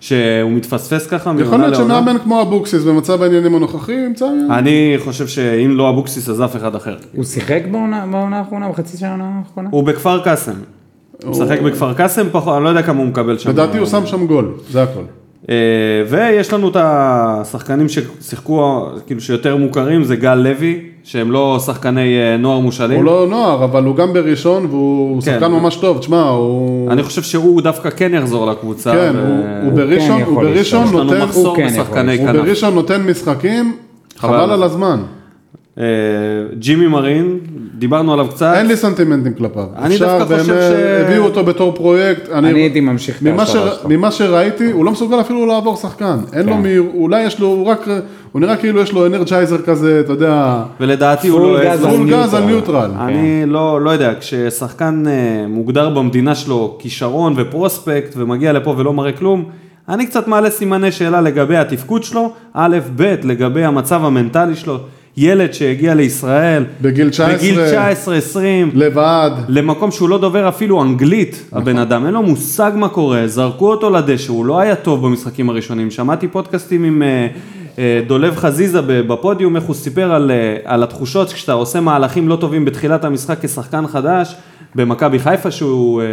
[SPEAKER 1] שהוא מתפספס ככה
[SPEAKER 3] יכול
[SPEAKER 1] מעונה
[SPEAKER 3] להיות
[SPEAKER 1] לעונה?
[SPEAKER 3] שמאמן כמו אבוקסיס במצב העניינים הנוכחי ימצא...
[SPEAKER 1] לא. אני חושב שאם לא אבוקסיס אז אף אחד אחר.
[SPEAKER 2] הוא שיחק בעונה בעונה האחרונה, בחצי של העונה האחרונה?
[SPEAKER 1] הוא בכפר קאסם. הוא משחק בכפר קאסם, פחות- אני לא יודע כמה הוא מקבל שם.
[SPEAKER 3] לדעתי הוא שם שם גול, זה הכל.
[SPEAKER 1] אה, ויש לנו את השחקנים ששיחקו, כאילו שיותר מוכרים, זה גל לוי, שהם לא שחקני אה, נוער מושאלים.
[SPEAKER 3] הוא לא נוער, אבל הוא גם בראשון והוא
[SPEAKER 1] כן.
[SPEAKER 3] שחקן ממש טוב. תשמע, הוא...
[SPEAKER 1] אני חושב שהוא דווקא כן יחזור לקבוצה.
[SPEAKER 3] כן,
[SPEAKER 1] ו-
[SPEAKER 3] הוא- הוא בראשון,
[SPEAKER 2] כן
[SPEAKER 3] הוא
[SPEAKER 2] יכול
[SPEAKER 3] בראשון
[SPEAKER 2] להשתמש.
[SPEAKER 1] יש לנו
[SPEAKER 3] נותן...
[SPEAKER 1] מחסור
[SPEAKER 2] כן יכול
[SPEAKER 1] בשחקני
[SPEAKER 3] הוא
[SPEAKER 1] כנף.
[SPEAKER 3] בראשון נותן משחקים,
[SPEAKER 1] חבל
[SPEAKER 3] חבל
[SPEAKER 1] על
[SPEAKER 3] על הזמן.
[SPEAKER 1] אה, ג'ימי מרין, דיברנו עליו קצת.
[SPEAKER 3] אין לי סנטימנטים כלפיו.
[SPEAKER 1] אני
[SPEAKER 3] אפשר
[SPEAKER 1] דווקא חושב
[SPEAKER 3] באמת-
[SPEAKER 1] ש-
[SPEAKER 3] הביאו אותו בתור פרויקט.
[SPEAKER 2] אני הייתי ממשיך את
[SPEAKER 3] ממה, ש...
[SPEAKER 2] ההשערה שלך. כן.
[SPEAKER 3] ממה שראיתי, הוא לא מסוגל אפילו לעבור שחקן. אין לו מי... אולי יש לו, הוא רק... הוא נראה כאילו יש לו אנרג'ייזר כזה, אתה יודע...
[SPEAKER 1] ולדעתי הוא
[SPEAKER 2] פול
[SPEAKER 1] לא
[SPEAKER 2] גז
[SPEAKER 1] יעזור.
[SPEAKER 2] על
[SPEAKER 3] פול גז על
[SPEAKER 2] ניוטרל.
[SPEAKER 3] ניוטרל.
[SPEAKER 1] אני לא, לא יודע, כששחקן אה, מוגדר במדינה שלו כישרון ופרוספקט ומגיע לפה ולא מראה כלום, אני קצת מעלה סימני שאלה לגבי התפקוד שלו, א', ב', לגבי המצב המנטלי שלו, ילד שהגיע לישראל,
[SPEAKER 3] בגיל 19.
[SPEAKER 1] בגיל 19, 20,
[SPEAKER 3] לבד.
[SPEAKER 1] למקום שהוא לא דובר אפילו אנגלית, הבן אדם, אין לו מושג מה קורה, זרקו אותו לדשא, הוא לא היה טוב במשחקים הראשונים. שמעתי פודקאסטים עם אה, אה, דולב חזיזה ב- בפודיום, איך הוא סיפר על, אה, על התחושות כשאתה עושה מהלכים לא טובים בתחילת המשחק כשחקן חדש, במכבי חיפה שהוא... אה,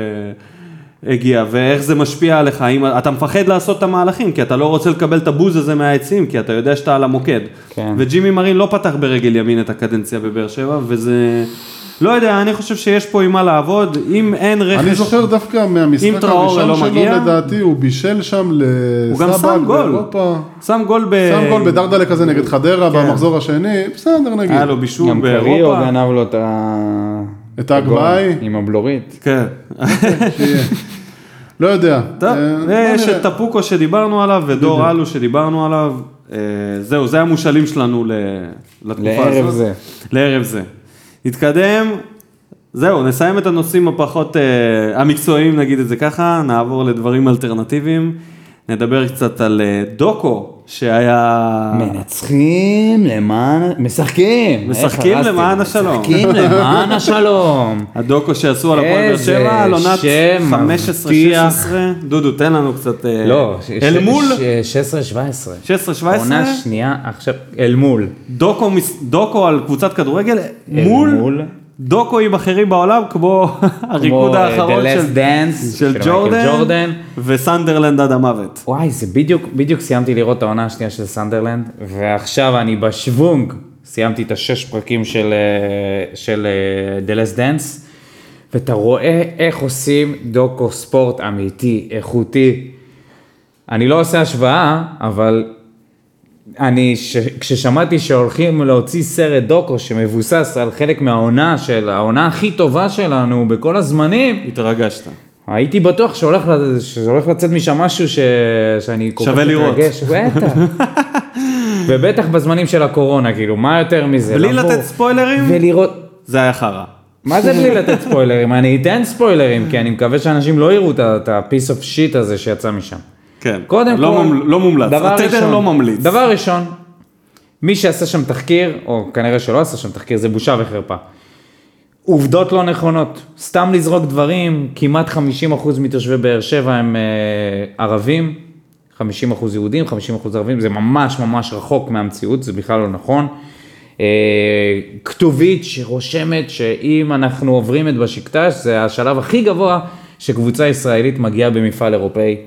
[SPEAKER 1] הגיע, ואיך זה משפיע עליך, אם אתה מפחד לעשות את המהלכים, כי אתה לא רוצה לקבל את הבוז הזה מהעצים, כי אתה יודע שאתה על המוקד.
[SPEAKER 2] כן.
[SPEAKER 1] וג'ימי מרין לא פתח ברגל ימין את הקדנציה בבאר שבע, וזה... לא יודע, אני חושב שיש פה עם מה לעבוד, אם אין רכש...
[SPEAKER 3] אני זוכר דווקא
[SPEAKER 1] אם
[SPEAKER 3] מהמשחק
[SPEAKER 1] טראורה
[SPEAKER 3] הראשון
[SPEAKER 1] לא
[SPEAKER 3] שלו,
[SPEAKER 1] מגיע-
[SPEAKER 3] לדעתי, הוא בישל שם
[SPEAKER 1] הוא גם
[SPEAKER 3] לסבק
[SPEAKER 1] שם גול. אה,
[SPEAKER 3] באירופה.
[SPEAKER 1] שם גול ב...
[SPEAKER 3] שם גול בדרדלה כזה נגד חדרה במחזור השני, בסדר נגיד.
[SPEAKER 1] כן. היה לו בישול
[SPEAKER 2] גם קריו
[SPEAKER 1] באירופה.
[SPEAKER 2] גנב לו את ה...
[SPEAKER 3] את ההגבהי?
[SPEAKER 2] הגול עם הבלורית.
[SPEAKER 1] כן.
[SPEAKER 3] שיהיה. לא יודע.
[SPEAKER 1] טוב,
[SPEAKER 3] אה, בוא
[SPEAKER 1] ויש
[SPEAKER 3] נראה.
[SPEAKER 1] את טפוקו שדיברנו עליו, ודור אלו שדיברנו עליו. אה, זהו, זה המושאלים שלנו ל- לתקופה הזאת.
[SPEAKER 2] לערב זה.
[SPEAKER 1] לערב זה. נתקדם, זהו, נסיים את הנושאים הפחות אה, המקצועיים, נגיד את זה ככה, נעבור לדברים אלטרנטיביים. נדבר קצת על אה, דוקו, שהיה...
[SPEAKER 2] מנצחים למען... משחקים!
[SPEAKER 1] משחקים
[SPEAKER 2] איך הרסתם?
[SPEAKER 1] למען השלום.
[SPEAKER 2] משחקים למען השלום!
[SPEAKER 1] הדוקו שעשו על הפועל באר
[SPEAKER 2] איזה
[SPEAKER 1] שבע, על עונת
[SPEAKER 2] שם
[SPEAKER 1] 15-16.
[SPEAKER 2] מבטיח.
[SPEAKER 1] דודו, תן לנו קצת... אה,
[SPEAKER 2] לא,
[SPEAKER 1] אל מול
[SPEAKER 2] 16-17.
[SPEAKER 1] 16-17,
[SPEAKER 2] עונה שנייה עכשיו, אל מול.
[SPEAKER 1] דוקו מס- דוקו על קבוצת כדורגל, מול
[SPEAKER 2] מול.
[SPEAKER 1] דוקו עם אחרים בעולם, כמו הריקוד
[SPEAKER 2] אה,
[SPEAKER 1] האחרון
[SPEAKER 2] The Last
[SPEAKER 1] של-
[SPEAKER 2] Dance
[SPEAKER 1] של
[SPEAKER 2] מייקל
[SPEAKER 1] ג'ורדן,
[SPEAKER 2] ג'ורדן.
[SPEAKER 1] וסנדרלנד עד המוות.
[SPEAKER 2] וואי, זה בדיוק, בדיוק סיימתי לראות את העונה השנייה של סנדרלנד, ועכשיו אני בשוונג. סיימתי את השש פרקים של, אה, של אה, The Last Dance, ואתה רואה איך עושים דוקו ספורט אמיתי, איכותי. אני לא עושה השוואה, אבל אני, ש... כששמעתי שהולכים להוציא סרט דוקו שמבוסס על חלק מהעונה של, העונה הכי טובה שלנו בכל הזמנים,
[SPEAKER 1] התרגשת.
[SPEAKER 2] הייתי בטוח שהולך, ל- שהולך לצאת משם משהו ש... שאני כל
[SPEAKER 1] שווה לראות.
[SPEAKER 2] מתרגש. בטח. ובטח בזמנים של הקורונה, כאילו, מה יותר מזה?
[SPEAKER 1] בלי
[SPEAKER 2] לבוא
[SPEAKER 1] לתת ספוילרים,
[SPEAKER 2] ולראות...
[SPEAKER 1] זה היה חרא.
[SPEAKER 2] מה זה בלי לתת ספוילרים? אני אתן ספוילרים, כי אני מקווה שאנשים לא יראו את ה- את ה-piece of shit הזה שיצא משם.
[SPEAKER 1] כן.
[SPEAKER 2] קודם
[SPEAKER 1] לא
[SPEAKER 2] כל,
[SPEAKER 1] ממ- לא מומלץ.
[SPEAKER 2] דבר
[SPEAKER 1] התדר
[SPEAKER 2] ראשון-
[SPEAKER 1] לא ממליץ.
[SPEAKER 2] דבר ראשון, מי שעשה שם תחקיר, או כנראה שלא עשה שם תחקיר, זה בושה וחרפה. עובדות לא נכונות, סתם לזרוק דברים, כמעט 50% מתושבי באר שבע הם אה, ערבים, 50% יהודים, 50% ערבים, זה ממש ממש רחוק מהמציאות, זה בכלל לא נכון. אה, כתובית שרושמת שאם אנחנו עוברים את בשקטש, זה השלב הכי גבוה שקבוצה ישראלית מגיעה במפעל אירופאי.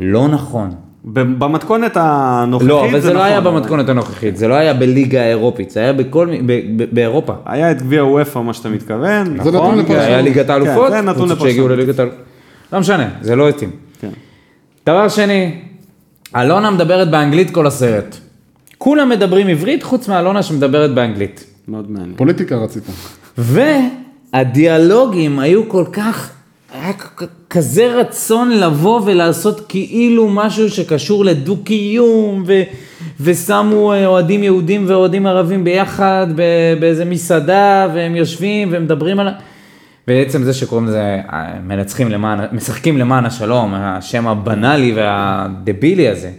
[SPEAKER 2] לא נכון.
[SPEAKER 1] ב- במתכונת הנוכחית
[SPEAKER 2] לא, אבל זה לא
[SPEAKER 1] נכון,
[SPEAKER 2] היה
[SPEAKER 1] אבל-
[SPEAKER 2] במתכונת הנוכחית, זה לא היה בליגה האירופית, זה היה בכל, מ- ב- ב- באירופה.
[SPEAKER 1] היה את גביע וופא, מה שאתה מתכוון.
[SPEAKER 3] זה נתון
[SPEAKER 2] נכון,
[SPEAKER 3] לפרשנות.
[SPEAKER 2] היה ליגת האלופות,
[SPEAKER 1] כן, זה נתון
[SPEAKER 2] קבוצות
[SPEAKER 1] לפרשנות.
[SPEAKER 2] שהגיעו לליגת האלופות. לא משנה, זה לא התאים.
[SPEAKER 1] כן.
[SPEAKER 2] דבר שני, אלונה מדברת באנגלית כל הסרט. כולם מדברים עברית חוץ מאלונה שמדברת באנגלית.
[SPEAKER 1] מאוד מעניין.
[SPEAKER 3] פוליטיקה רצית.
[SPEAKER 2] והדיאלוגים היו כל כך, היה כ- כזה רצון לבוא ולעשות כאילו משהו שקשור לדו-קיום, ו, ושמו אה, אוהדים יהודים ואוהדים ערבים ביחד ב, באיזה מסעדה, והם יושבים ומדברים על... ה- בעצם זה שקוראים לזה אה, מנצחים למען, משחקים למען השלום, השם הבנאלי והדבילי הזה.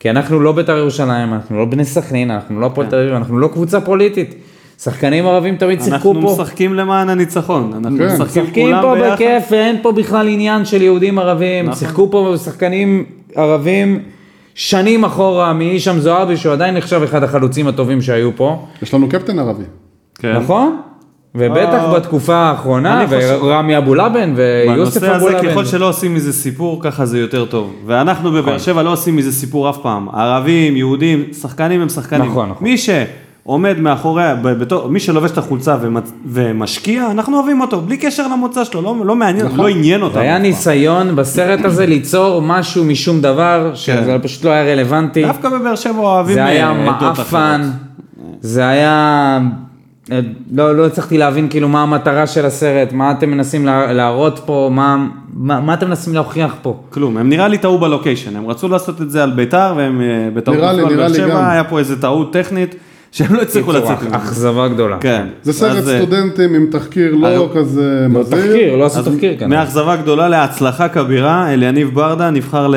[SPEAKER 2] כי אנחנו לא בית"ר ירושלים, אנחנו לא בני סכנין, אנחנו לא הפועל תל אביב, אנחנו לא קבוצה פוליטית. שחקנים ערבים תמיד שיחקו פה.
[SPEAKER 1] אנחנו משחקים למען הניצחון. אנחנו
[SPEAKER 3] כן.
[SPEAKER 1] משחקים
[SPEAKER 2] משחקים
[SPEAKER 1] כולם
[SPEAKER 2] פה
[SPEAKER 1] ביחד.
[SPEAKER 2] בכיף, ואין פה בכלל עניין של יהודים ערבים.
[SPEAKER 1] נכון.
[SPEAKER 2] שיחקו פה שחקנים ערבים שנים אחורה מהישאם זועבי, שהוא עדיין נחשב אחד החלוצים הטובים שהיו פה,
[SPEAKER 3] יש לנו קפטן ערבי.
[SPEAKER 1] כן.
[SPEAKER 2] נכון? ובטח
[SPEAKER 1] אה,
[SPEAKER 2] בתקופה האחרונה,
[SPEAKER 1] אני חושב-
[SPEAKER 2] ורמי אבו לבן ויוסף
[SPEAKER 1] בנושא
[SPEAKER 2] אבו
[SPEAKER 1] הזה
[SPEAKER 2] לבן.
[SPEAKER 1] ככל שלא עושים מזה סיפור ככה זה יותר טוב ואנחנו
[SPEAKER 2] נכון.
[SPEAKER 1] בבאר שבע לא עושים מזה סיפור אף פעם ערבים יהודים שחקנים הם שחקנים
[SPEAKER 2] נכון, נכון.
[SPEAKER 1] מי שעומד מאחורי ב- בתור מי שלובש את החולצה ומצ- ומשקיע אנחנו אוהבים אותו בלי קשר למוצא שלו לא, לא מעניין
[SPEAKER 2] נכון.
[SPEAKER 1] לא עניין אותנו.
[SPEAKER 2] היה
[SPEAKER 1] אף פעם.
[SPEAKER 2] ניסיון בסרט הזה ליצור משהו משום דבר,
[SPEAKER 1] כן.
[SPEAKER 2] שזה פשוט לא היה רלוונטי.
[SPEAKER 1] דווקא בבאר שבע אוהבים
[SPEAKER 2] זה היה
[SPEAKER 1] אה, עדות
[SPEAKER 2] מעפן,
[SPEAKER 1] אחרות.
[SPEAKER 2] זה היה... לא, לא הצלחתי להבין כאילו מה המטרה של הסרט, מה אתם מנסים לה- להראות פה, מה, מה, מה אתם מנסים להוכיח פה.
[SPEAKER 1] כלום הם נראה לי טעו בלוקיישן הם רצו לעשות את זה על ביתר והם אה, בטעות
[SPEAKER 3] נראה לי,
[SPEAKER 1] נפלו על באר
[SPEAKER 3] נראה לי גם.
[SPEAKER 1] שבע היה פה איזה טעות טכנית שהם לא הצליחו לצאת
[SPEAKER 2] בקיצור,
[SPEAKER 1] ממנו.
[SPEAKER 2] אכזבה גדולה.
[SPEAKER 1] כן.
[SPEAKER 3] זה
[SPEAKER 1] אז,
[SPEAKER 3] סרט
[SPEAKER 1] אה,
[SPEAKER 3] סטודנטים עם תחקיר לא כזה
[SPEAKER 2] לא
[SPEAKER 3] מזהיר.
[SPEAKER 2] תחקיר, לא עשו
[SPEAKER 1] אז
[SPEAKER 2] תחקיר כאן.
[SPEAKER 1] מאכזבה גדולה להצלחה כבירה, אליניב ברדה נבחר ל...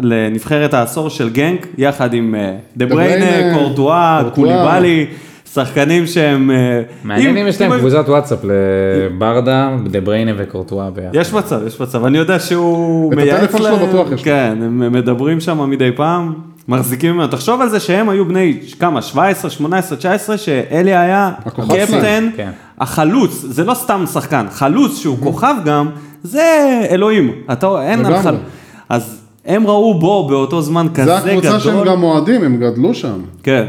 [SPEAKER 1] לנבחרת העשור של גנק, יחד עם אה, דה בריינה,
[SPEAKER 3] בריינה,
[SPEAKER 1] קורטואה,
[SPEAKER 3] קורטואה.
[SPEAKER 1] קוליבאלי, שחקנים שהם... אה,
[SPEAKER 2] מעניין אם יש להם
[SPEAKER 1] אם-
[SPEAKER 2] קבוצת וואטסאפ לברדה, דה בריינה וקורטואה ביחד.
[SPEAKER 1] יש מצב, יש מצב, אני יודע שהוא
[SPEAKER 3] את
[SPEAKER 1] מייעץ להם.
[SPEAKER 3] הטלפון שלו בטוח יש לו.
[SPEAKER 1] כן, הם מדברים שם מדי פעם, מחזיקים ממנו. תחשוב על זה שהם היו בני כמה, 17, 18, 19, שאלי היה
[SPEAKER 3] הכוכב
[SPEAKER 1] קפטן,
[SPEAKER 2] שלהם. כן.
[SPEAKER 1] החלוץ, זה לא סתם שחקן, חלוץ שהוא כוכב גם, זה אלוהים. אתה, אין,
[SPEAKER 3] Mhm. לגמרי.
[SPEAKER 1] חל... אז הם ראו בו באותו זמן כזה
[SPEAKER 3] זה
[SPEAKER 1] גדול.
[SPEAKER 3] הקבוצה שהם גם אוהדים, הם גדלו שם.
[SPEAKER 1] כן,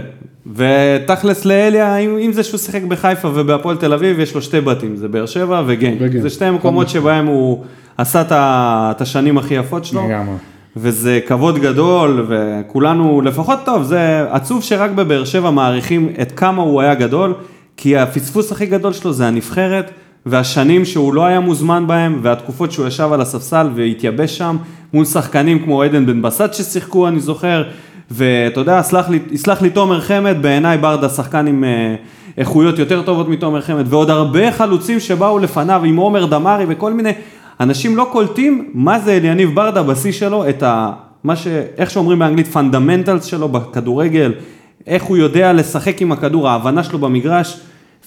[SPEAKER 1] ותכלס לאליה, עם, עם זה שהוא שיחק בחיפה ובהפועל תל אביב, יש לו שתי בתים, זה באר שבע וגנג.
[SPEAKER 3] וגנג.
[SPEAKER 1] זה שתי המקומות שבהם הוא עשה את ה- את השנים הכי יפות שלו.
[SPEAKER 2] לגמרי.
[SPEAKER 1] וזה כבוד גדול, וכולנו, לפחות טוב, זה עצוב שרק בבאר שבע מעריכים את כמה הוא היה גדול, כי הפספוס הכי גדול שלו זה הנבחרת, והשנים שהוא לא היה מוזמן בהם, והתקופות שהוא ישב על הספסל והתייבש שם, מול שחקנים כמו עדן בן בסט ששיחקו, אני זוכר, ואתה יודע, סלח לי, יסלח לי תומר חמד, בעיניי ברדה שחקן עם אה, איכויות יותר טובות מתומר חמד, ועוד הרבה חלוצים שבאו לפניו, עם עומר דמארי וכל מיני, אנשים לא קולטים מה זה אליניב ברדה בשיא שלו, את ה... מה ש... איך שאומרים באנגלית, פונדמנטלס שלו בכדורגל, איך הוא יודע לשחק עם הכדור, ההבנה שלו במגרש,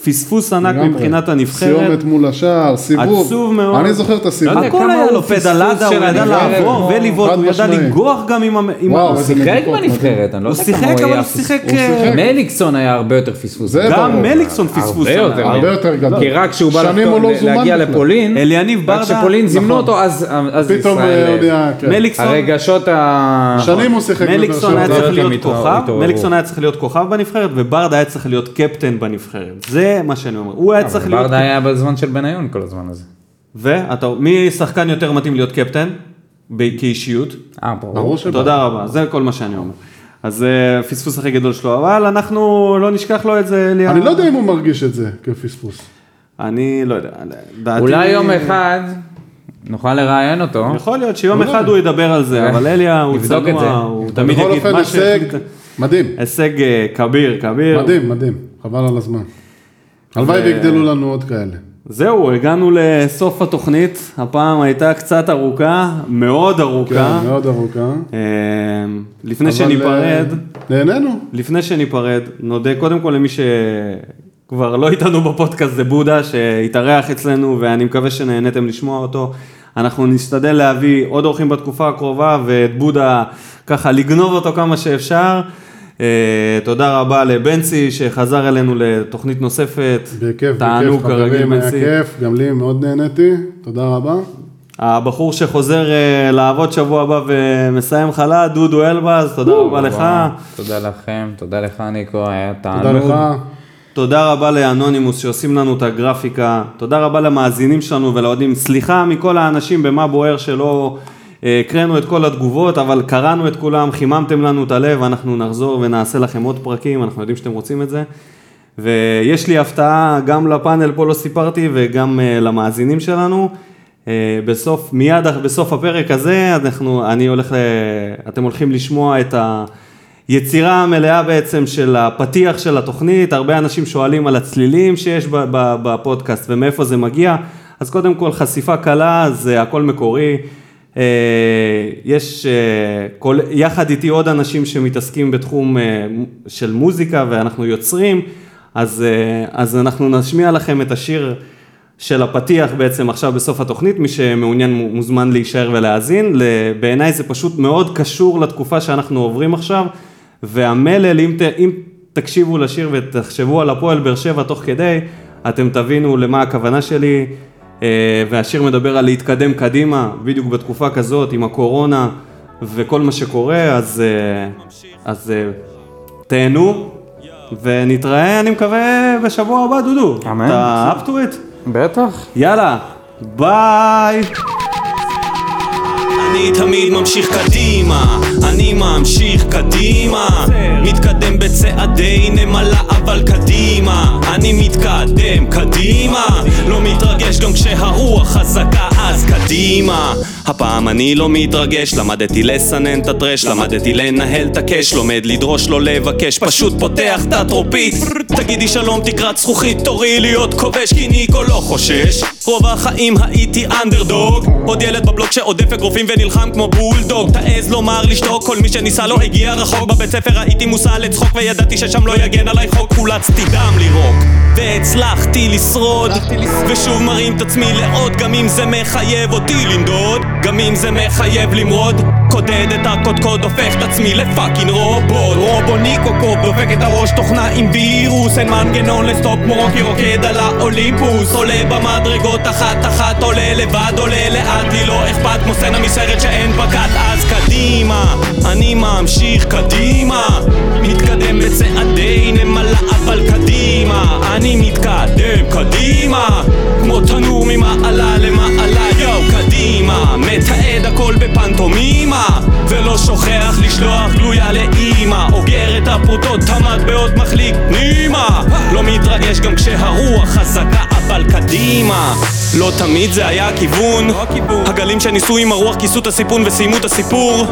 [SPEAKER 1] פספוס ענק
[SPEAKER 3] לגמרי.
[SPEAKER 1] מבחינת הנבחרת.
[SPEAKER 3] סיומת מול השער, סיבוב.
[SPEAKER 1] עצוב מאוד.
[SPEAKER 3] אני זוכר את
[SPEAKER 2] לא
[SPEAKER 3] הסיבוב.
[SPEAKER 2] יודע,
[SPEAKER 1] הכל
[SPEAKER 2] כמה
[SPEAKER 1] היה
[SPEAKER 2] הוא
[SPEAKER 1] לו
[SPEAKER 2] פספוס
[SPEAKER 1] פדלדה, הוא
[SPEAKER 2] של
[SPEAKER 1] ידע
[SPEAKER 2] הנבחרת.
[SPEAKER 1] לעבור ולבעוט,
[SPEAKER 3] חד
[SPEAKER 1] הוא ידע
[SPEAKER 3] משמעי.
[SPEAKER 1] לנגוח גם עם ה... עם ה-
[SPEAKER 3] וואו,
[SPEAKER 1] הוא
[SPEAKER 3] איזה
[SPEAKER 2] שיחק
[SPEAKER 3] מדהים.
[SPEAKER 2] בנבחרת, אני לא
[SPEAKER 1] הוא
[SPEAKER 2] יודע כמה
[SPEAKER 1] שיחק,
[SPEAKER 2] הוא
[SPEAKER 1] אבל
[SPEAKER 2] היה
[SPEAKER 1] הוא
[SPEAKER 2] פספוס.
[SPEAKER 1] שיחק...
[SPEAKER 3] הוא
[SPEAKER 1] אה,
[SPEAKER 3] שיחק.
[SPEAKER 2] מליקסון היה הרבה יותר פספוס.
[SPEAKER 3] זה
[SPEAKER 1] גם
[SPEAKER 3] ברור.
[SPEAKER 1] מליקסון פספוס.
[SPEAKER 2] הרבה
[SPEAKER 1] שם.
[SPEAKER 2] יותר
[SPEAKER 3] הרבה יותר גדול.
[SPEAKER 2] כי רק כשהוא בא
[SPEAKER 3] שנים
[SPEAKER 2] לחתום-
[SPEAKER 3] הוא לא
[SPEAKER 2] ל-
[SPEAKER 3] זומן
[SPEAKER 2] להגיע
[SPEAKER 3] בכלל.
[SPEAKER 2] לפולין,
[SPEAKER 1] אליניב
[SPEAKER 2] רק
[SPEAKER 1] ברדה,
[SPEAKER 2] כשפולין זימנו
[SPEAKER 1] נכון.
[SPEAKER 2] אותו, אז אז
[SPEAKER 3] פתאום אה, הוא
[SPEAKER 2] ישראל... אה,
[SPEAKER 3] נהיה... כן.
[SPEAKER 1] מליקסון-
[SPEAKER 2] הרגשות ה...
[SPEAKER 3] שנים הוא שיחק בבאר
[SPEAKER 1] מליקסון היה
[SPEAKER 3] שבע.
[SPEAKER 1] צריך
[SPEAKER 2] יותר
[SPEAKER 1] להיות
[SPEAKER 2] מתעורר-
[SPEAKER 1] כוכב,
[SPEAKER 2] התעוררו.
[SPEAKER 1] מליקסון היה צריך להיות כוכב בנבחרת, וברדה היה צריך להיות קפטן בנבחרת. זה מה שאני אומר. הוא היה צריך להיות...
[SPEAKER 2] ברדה היה בזמן של בניון כל הזמן הזה.
[SPEAKER 1] ואתה... מי שחקן יותר מתאים להיות קפטן? ב- כאישיות?
[SPEAKER 2] אה, ברור.
[SPEAKER 3] ברור שבא.
[SPEAKER 1] תודה רבה, זה כל מה שאני אומר. אז זה הפספוס הכי גדול שלו, אבל אנחנו לא נשכח לו את זה, אליה.
[SPEAKER 3] אני לא יודע אם הוא מרגיש את זה כפספוס.
[SPEAKER 1] אני לא יודע. דעתי-
[SPEAKER 2] אולי יום אחד נוכל לראיין אותו.
[SPEAKER 1] יכול להיות שיום
[SPEAKER 3] לא
[SPEAKER 1] אחד הוא ידבר על זה, אבל אליה הוא
[SPEAKER 2] אה, נבדוק את זה.
[SPEAKER 1] צנוע, הוא תמיד
[SPEAKER 3] בכל
[SPEAKER 1] יגיד
[SPEAKER 3] אופן,
[SPEAKER 1] מה
[SPEAKER 3] הישג
[SPEAKER 1] שהחליט.
[SPEAKER 3] מדהים.
[SPEAKER 1] הישג אה, כביר, כביר.
[SPEAKER 3] מדהים, מדהים. חבל על הזמן. הלוואי ויגדלו לנו עוד כאלה.
[SPEAKER 1] זהו, הגענו לסוף התוכנית, הפעם הייתה קצת ארוכה, מאוד ארוכה.
[SPEAKER 3] כן, מאוד ארוכה.
[SPEAKER 1] אה, לפני
[SPEAKER 3] אבל,
[SPEAKER 1] שניפרד,
[SPEAKER 3] אה, נהנינו.
[SPEAKER 1] לפני שניפרד, נודה קודם כל למי שכבר לא איתנו בפודקאסט, זה בודה, שהתארח אצלנו, ואני מקווה שנהניתם לשמוע אותו. אנחנו נשתדל להביא עוד אורחים בתקופה הקרובה, ואת בודה, ככה לגנוב אותו כמה שאפשר. אה, תודה רבה לבנצי שחזר אלינו לתוכנית נוספת.
[SPEAKER 3] בכיף,
[SPEAKER 1] תענוג
[SPEAKER 3] בכיף,
[SPEAKER 1] כרגיל,
[SPEAKER 3] חברים, היה
[SPEAKER 1] בנצי.
[SPEAKER 3] כיף, גם לי מאוד נהניתי, תודה רבה.
[SPEAKER 1] הבחור שחוזר אה, לעבוד שבוע הבא ומסיים חלה, דודו אלבז, תודה רבה לך.
[SPEAKER 2] תודה לכם, תודה לך ניקו, היה
[SPEAKER 3] תודה
[SPEAKER 2] תענוג.
[SPEAKER 3] לך,
[SPEAKER 1] תודה רבה לאנונימוס שעושים לנו את הגרפיקה, תודה רבה למאזינים שלנו ולאוהדים, סליחה מכל האנשים במה בוער שלא אה, הקראנו את כל התגובות, אבל קראנו את כולם, חיממתם לנו את הלב, אנחנו נחזור ונעשה לכם עוד פרקים, אנחנו יודעים שאתם רוצים את זה. ויש לי הפתעה, גם לפאנל פה לא סיפרתי וגם אה, למאזינים שלנו. אה, בסוף, מיד אח- בסוף הפרק הזה, אנחנו, אני הולך, ל, אתם הולכים לשמוע את היצירה המלאה בעצם של הפתיח של התוכנית, הרבה אנשים שואלים על הצלילים שיש ב- ב- בפודקאסט ומאיפה זה מגיע, אז קודם כל חשיפה קלה, זה הכל מקורי. אה, יש אה, כל, יחד איתי עוד אנשים שמתעסקים בתחום אה, של מוזיקה ואנחנו יוצרים, אז, אה, אז אנחנו נשמיע לכם את השיר של הפתיח בעצם עכשיו בסוף התוכנית, מי שמעוניין מו- מוזמן להישאר ולהאזין, ל- בעיניי זה פשוט מאוד קשור לתקופה שאנחנו עוברים עכשיו, והמלל, אם, ת, אם תקשיבו לשיר ותחשבו על הפועל באר שבע תוך כדי, אתם תבינו למה הכוונה שלי, אה, והשיר מדבר על להתקדם קדימה, בדיוק בתקופה כזאת, עם הקורונה וכל מה שקורה, אז, אה, אז אה, תהנו, ונתראה, אני מקווה, בשבוע הבא, דודו.
[SPEAKER 2] אמן.
[SPEAKER 1] אתה up to it?
[SPEAKER 2] בטח.
[SPEAKER 1] יאללה, ביי!
[SPEAKER 7] אני תמיד ממשיך קדימה, אני ממשיך קדימה. מתקדם בצעדי נמלה אבל קדימה, אני מתקדם קדימה. לא מתרגש גם כשהרוח חזקה אז קדימה. הפעם אני לא מתרגש, למדתי לסנן את הטרש, למדתי לנהל את הקש, לומד לדרוש לא לבקש, פשוט פותח את הטרופית. תגידי שלום תקרת זכוכית, תורי להיות כובש, כי ניקו לא חושש. רוב החיים הייתי אנדרדוג, עוד ילד בבלוק שעודף אגרופים ונלחם כמו בולדוג. תעז לומר לשתוק, כל מי שניסה לא הגיע רחוק, בבית ספר הייתי מושא לצחוק וידעתי ששם לא יגן עליי חוק, חולצתי דם לירוק. והצלחתי לשרוד, ושוב מרים את עצמי לעוד, גם אם זה מחייב אותי לנדוד, גם אם זה מחייב למרוד. קודד את הקודקוד, הופך את עצמי לפאקינג רובוט רובו ניקוקופ, דופק את הראש תוכנה עם וירוס אין מנגנון לסטופ כמו רוקי רוקד על האולימפוס עולה במדרגות אחת אחת, עולה לבד, עולה לאט לי לא אכפת כמו סצנה מסרט שאין בקת אז קדימה, אני ממשיך קדימה מתקדם בצעדי נמלה אבל קדימה אני מתקדם קדימה כמו תנור ממעלה למעלה יואו קדימה מתעד הכל בפנטומימה ולא שוכח לשלוח גלויה לאימא אוגר את הפרוטות תמת באות מחליק פנימה לא מתרגש גם כשהרוח חזקה אבל קדימה לא תמיד זה היה הכיוון הגלים שניסו עם הרוח כיסו את הסיפון וסיימו את הסיפור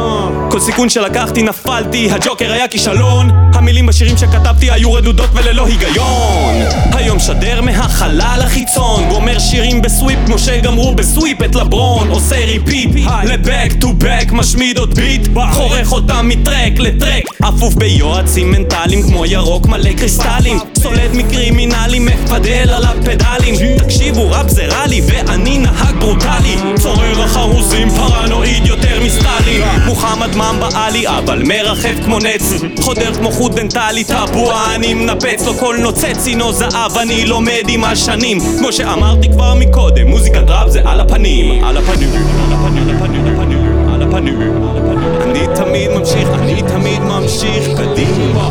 [SPEAKER 7] כל סיכון שלקחתי נפלתי הג'וקר היה כישלון המילים בשירים שכתבתי היו רדודות וללא היגיון היום שדר מהחלל החיצון גומר שירים בסוויפ כמו שגמרו בסוויפ את לברון עושה ריפיט לבק טו בק משמיד עוד ביט חורך אותם מטרק לטרק אפוף ביועצים מנטליים כמו ירוק מלא קריסטלים סולד מקרימינלי, מפדל על הפדלים תקשיבו, ראפ זה רע לי, ואני נהג ברוטלי צורר החרוזים, פרנואיד יותר מסטלין מוחמד ממבה עלי, אבל מרחב כמו נץ חודר כמו חוט דנטלי, טבוע אני מנפץ לו כל נוצץ, הינו זהב, אני לומד עם השנים כמו שאמרתי כבר מקודם, מוזיקת ראפ זה על הפנים על הפנים, על הפנים, על הפנים, על הפנים על הפנים, על הפנים. אני תמיד ממשיך, אני תמיד ממשיך קדימה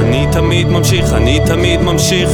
[SPEAKER 7] אני תמיד ממשיך, אני תמיד ממשיך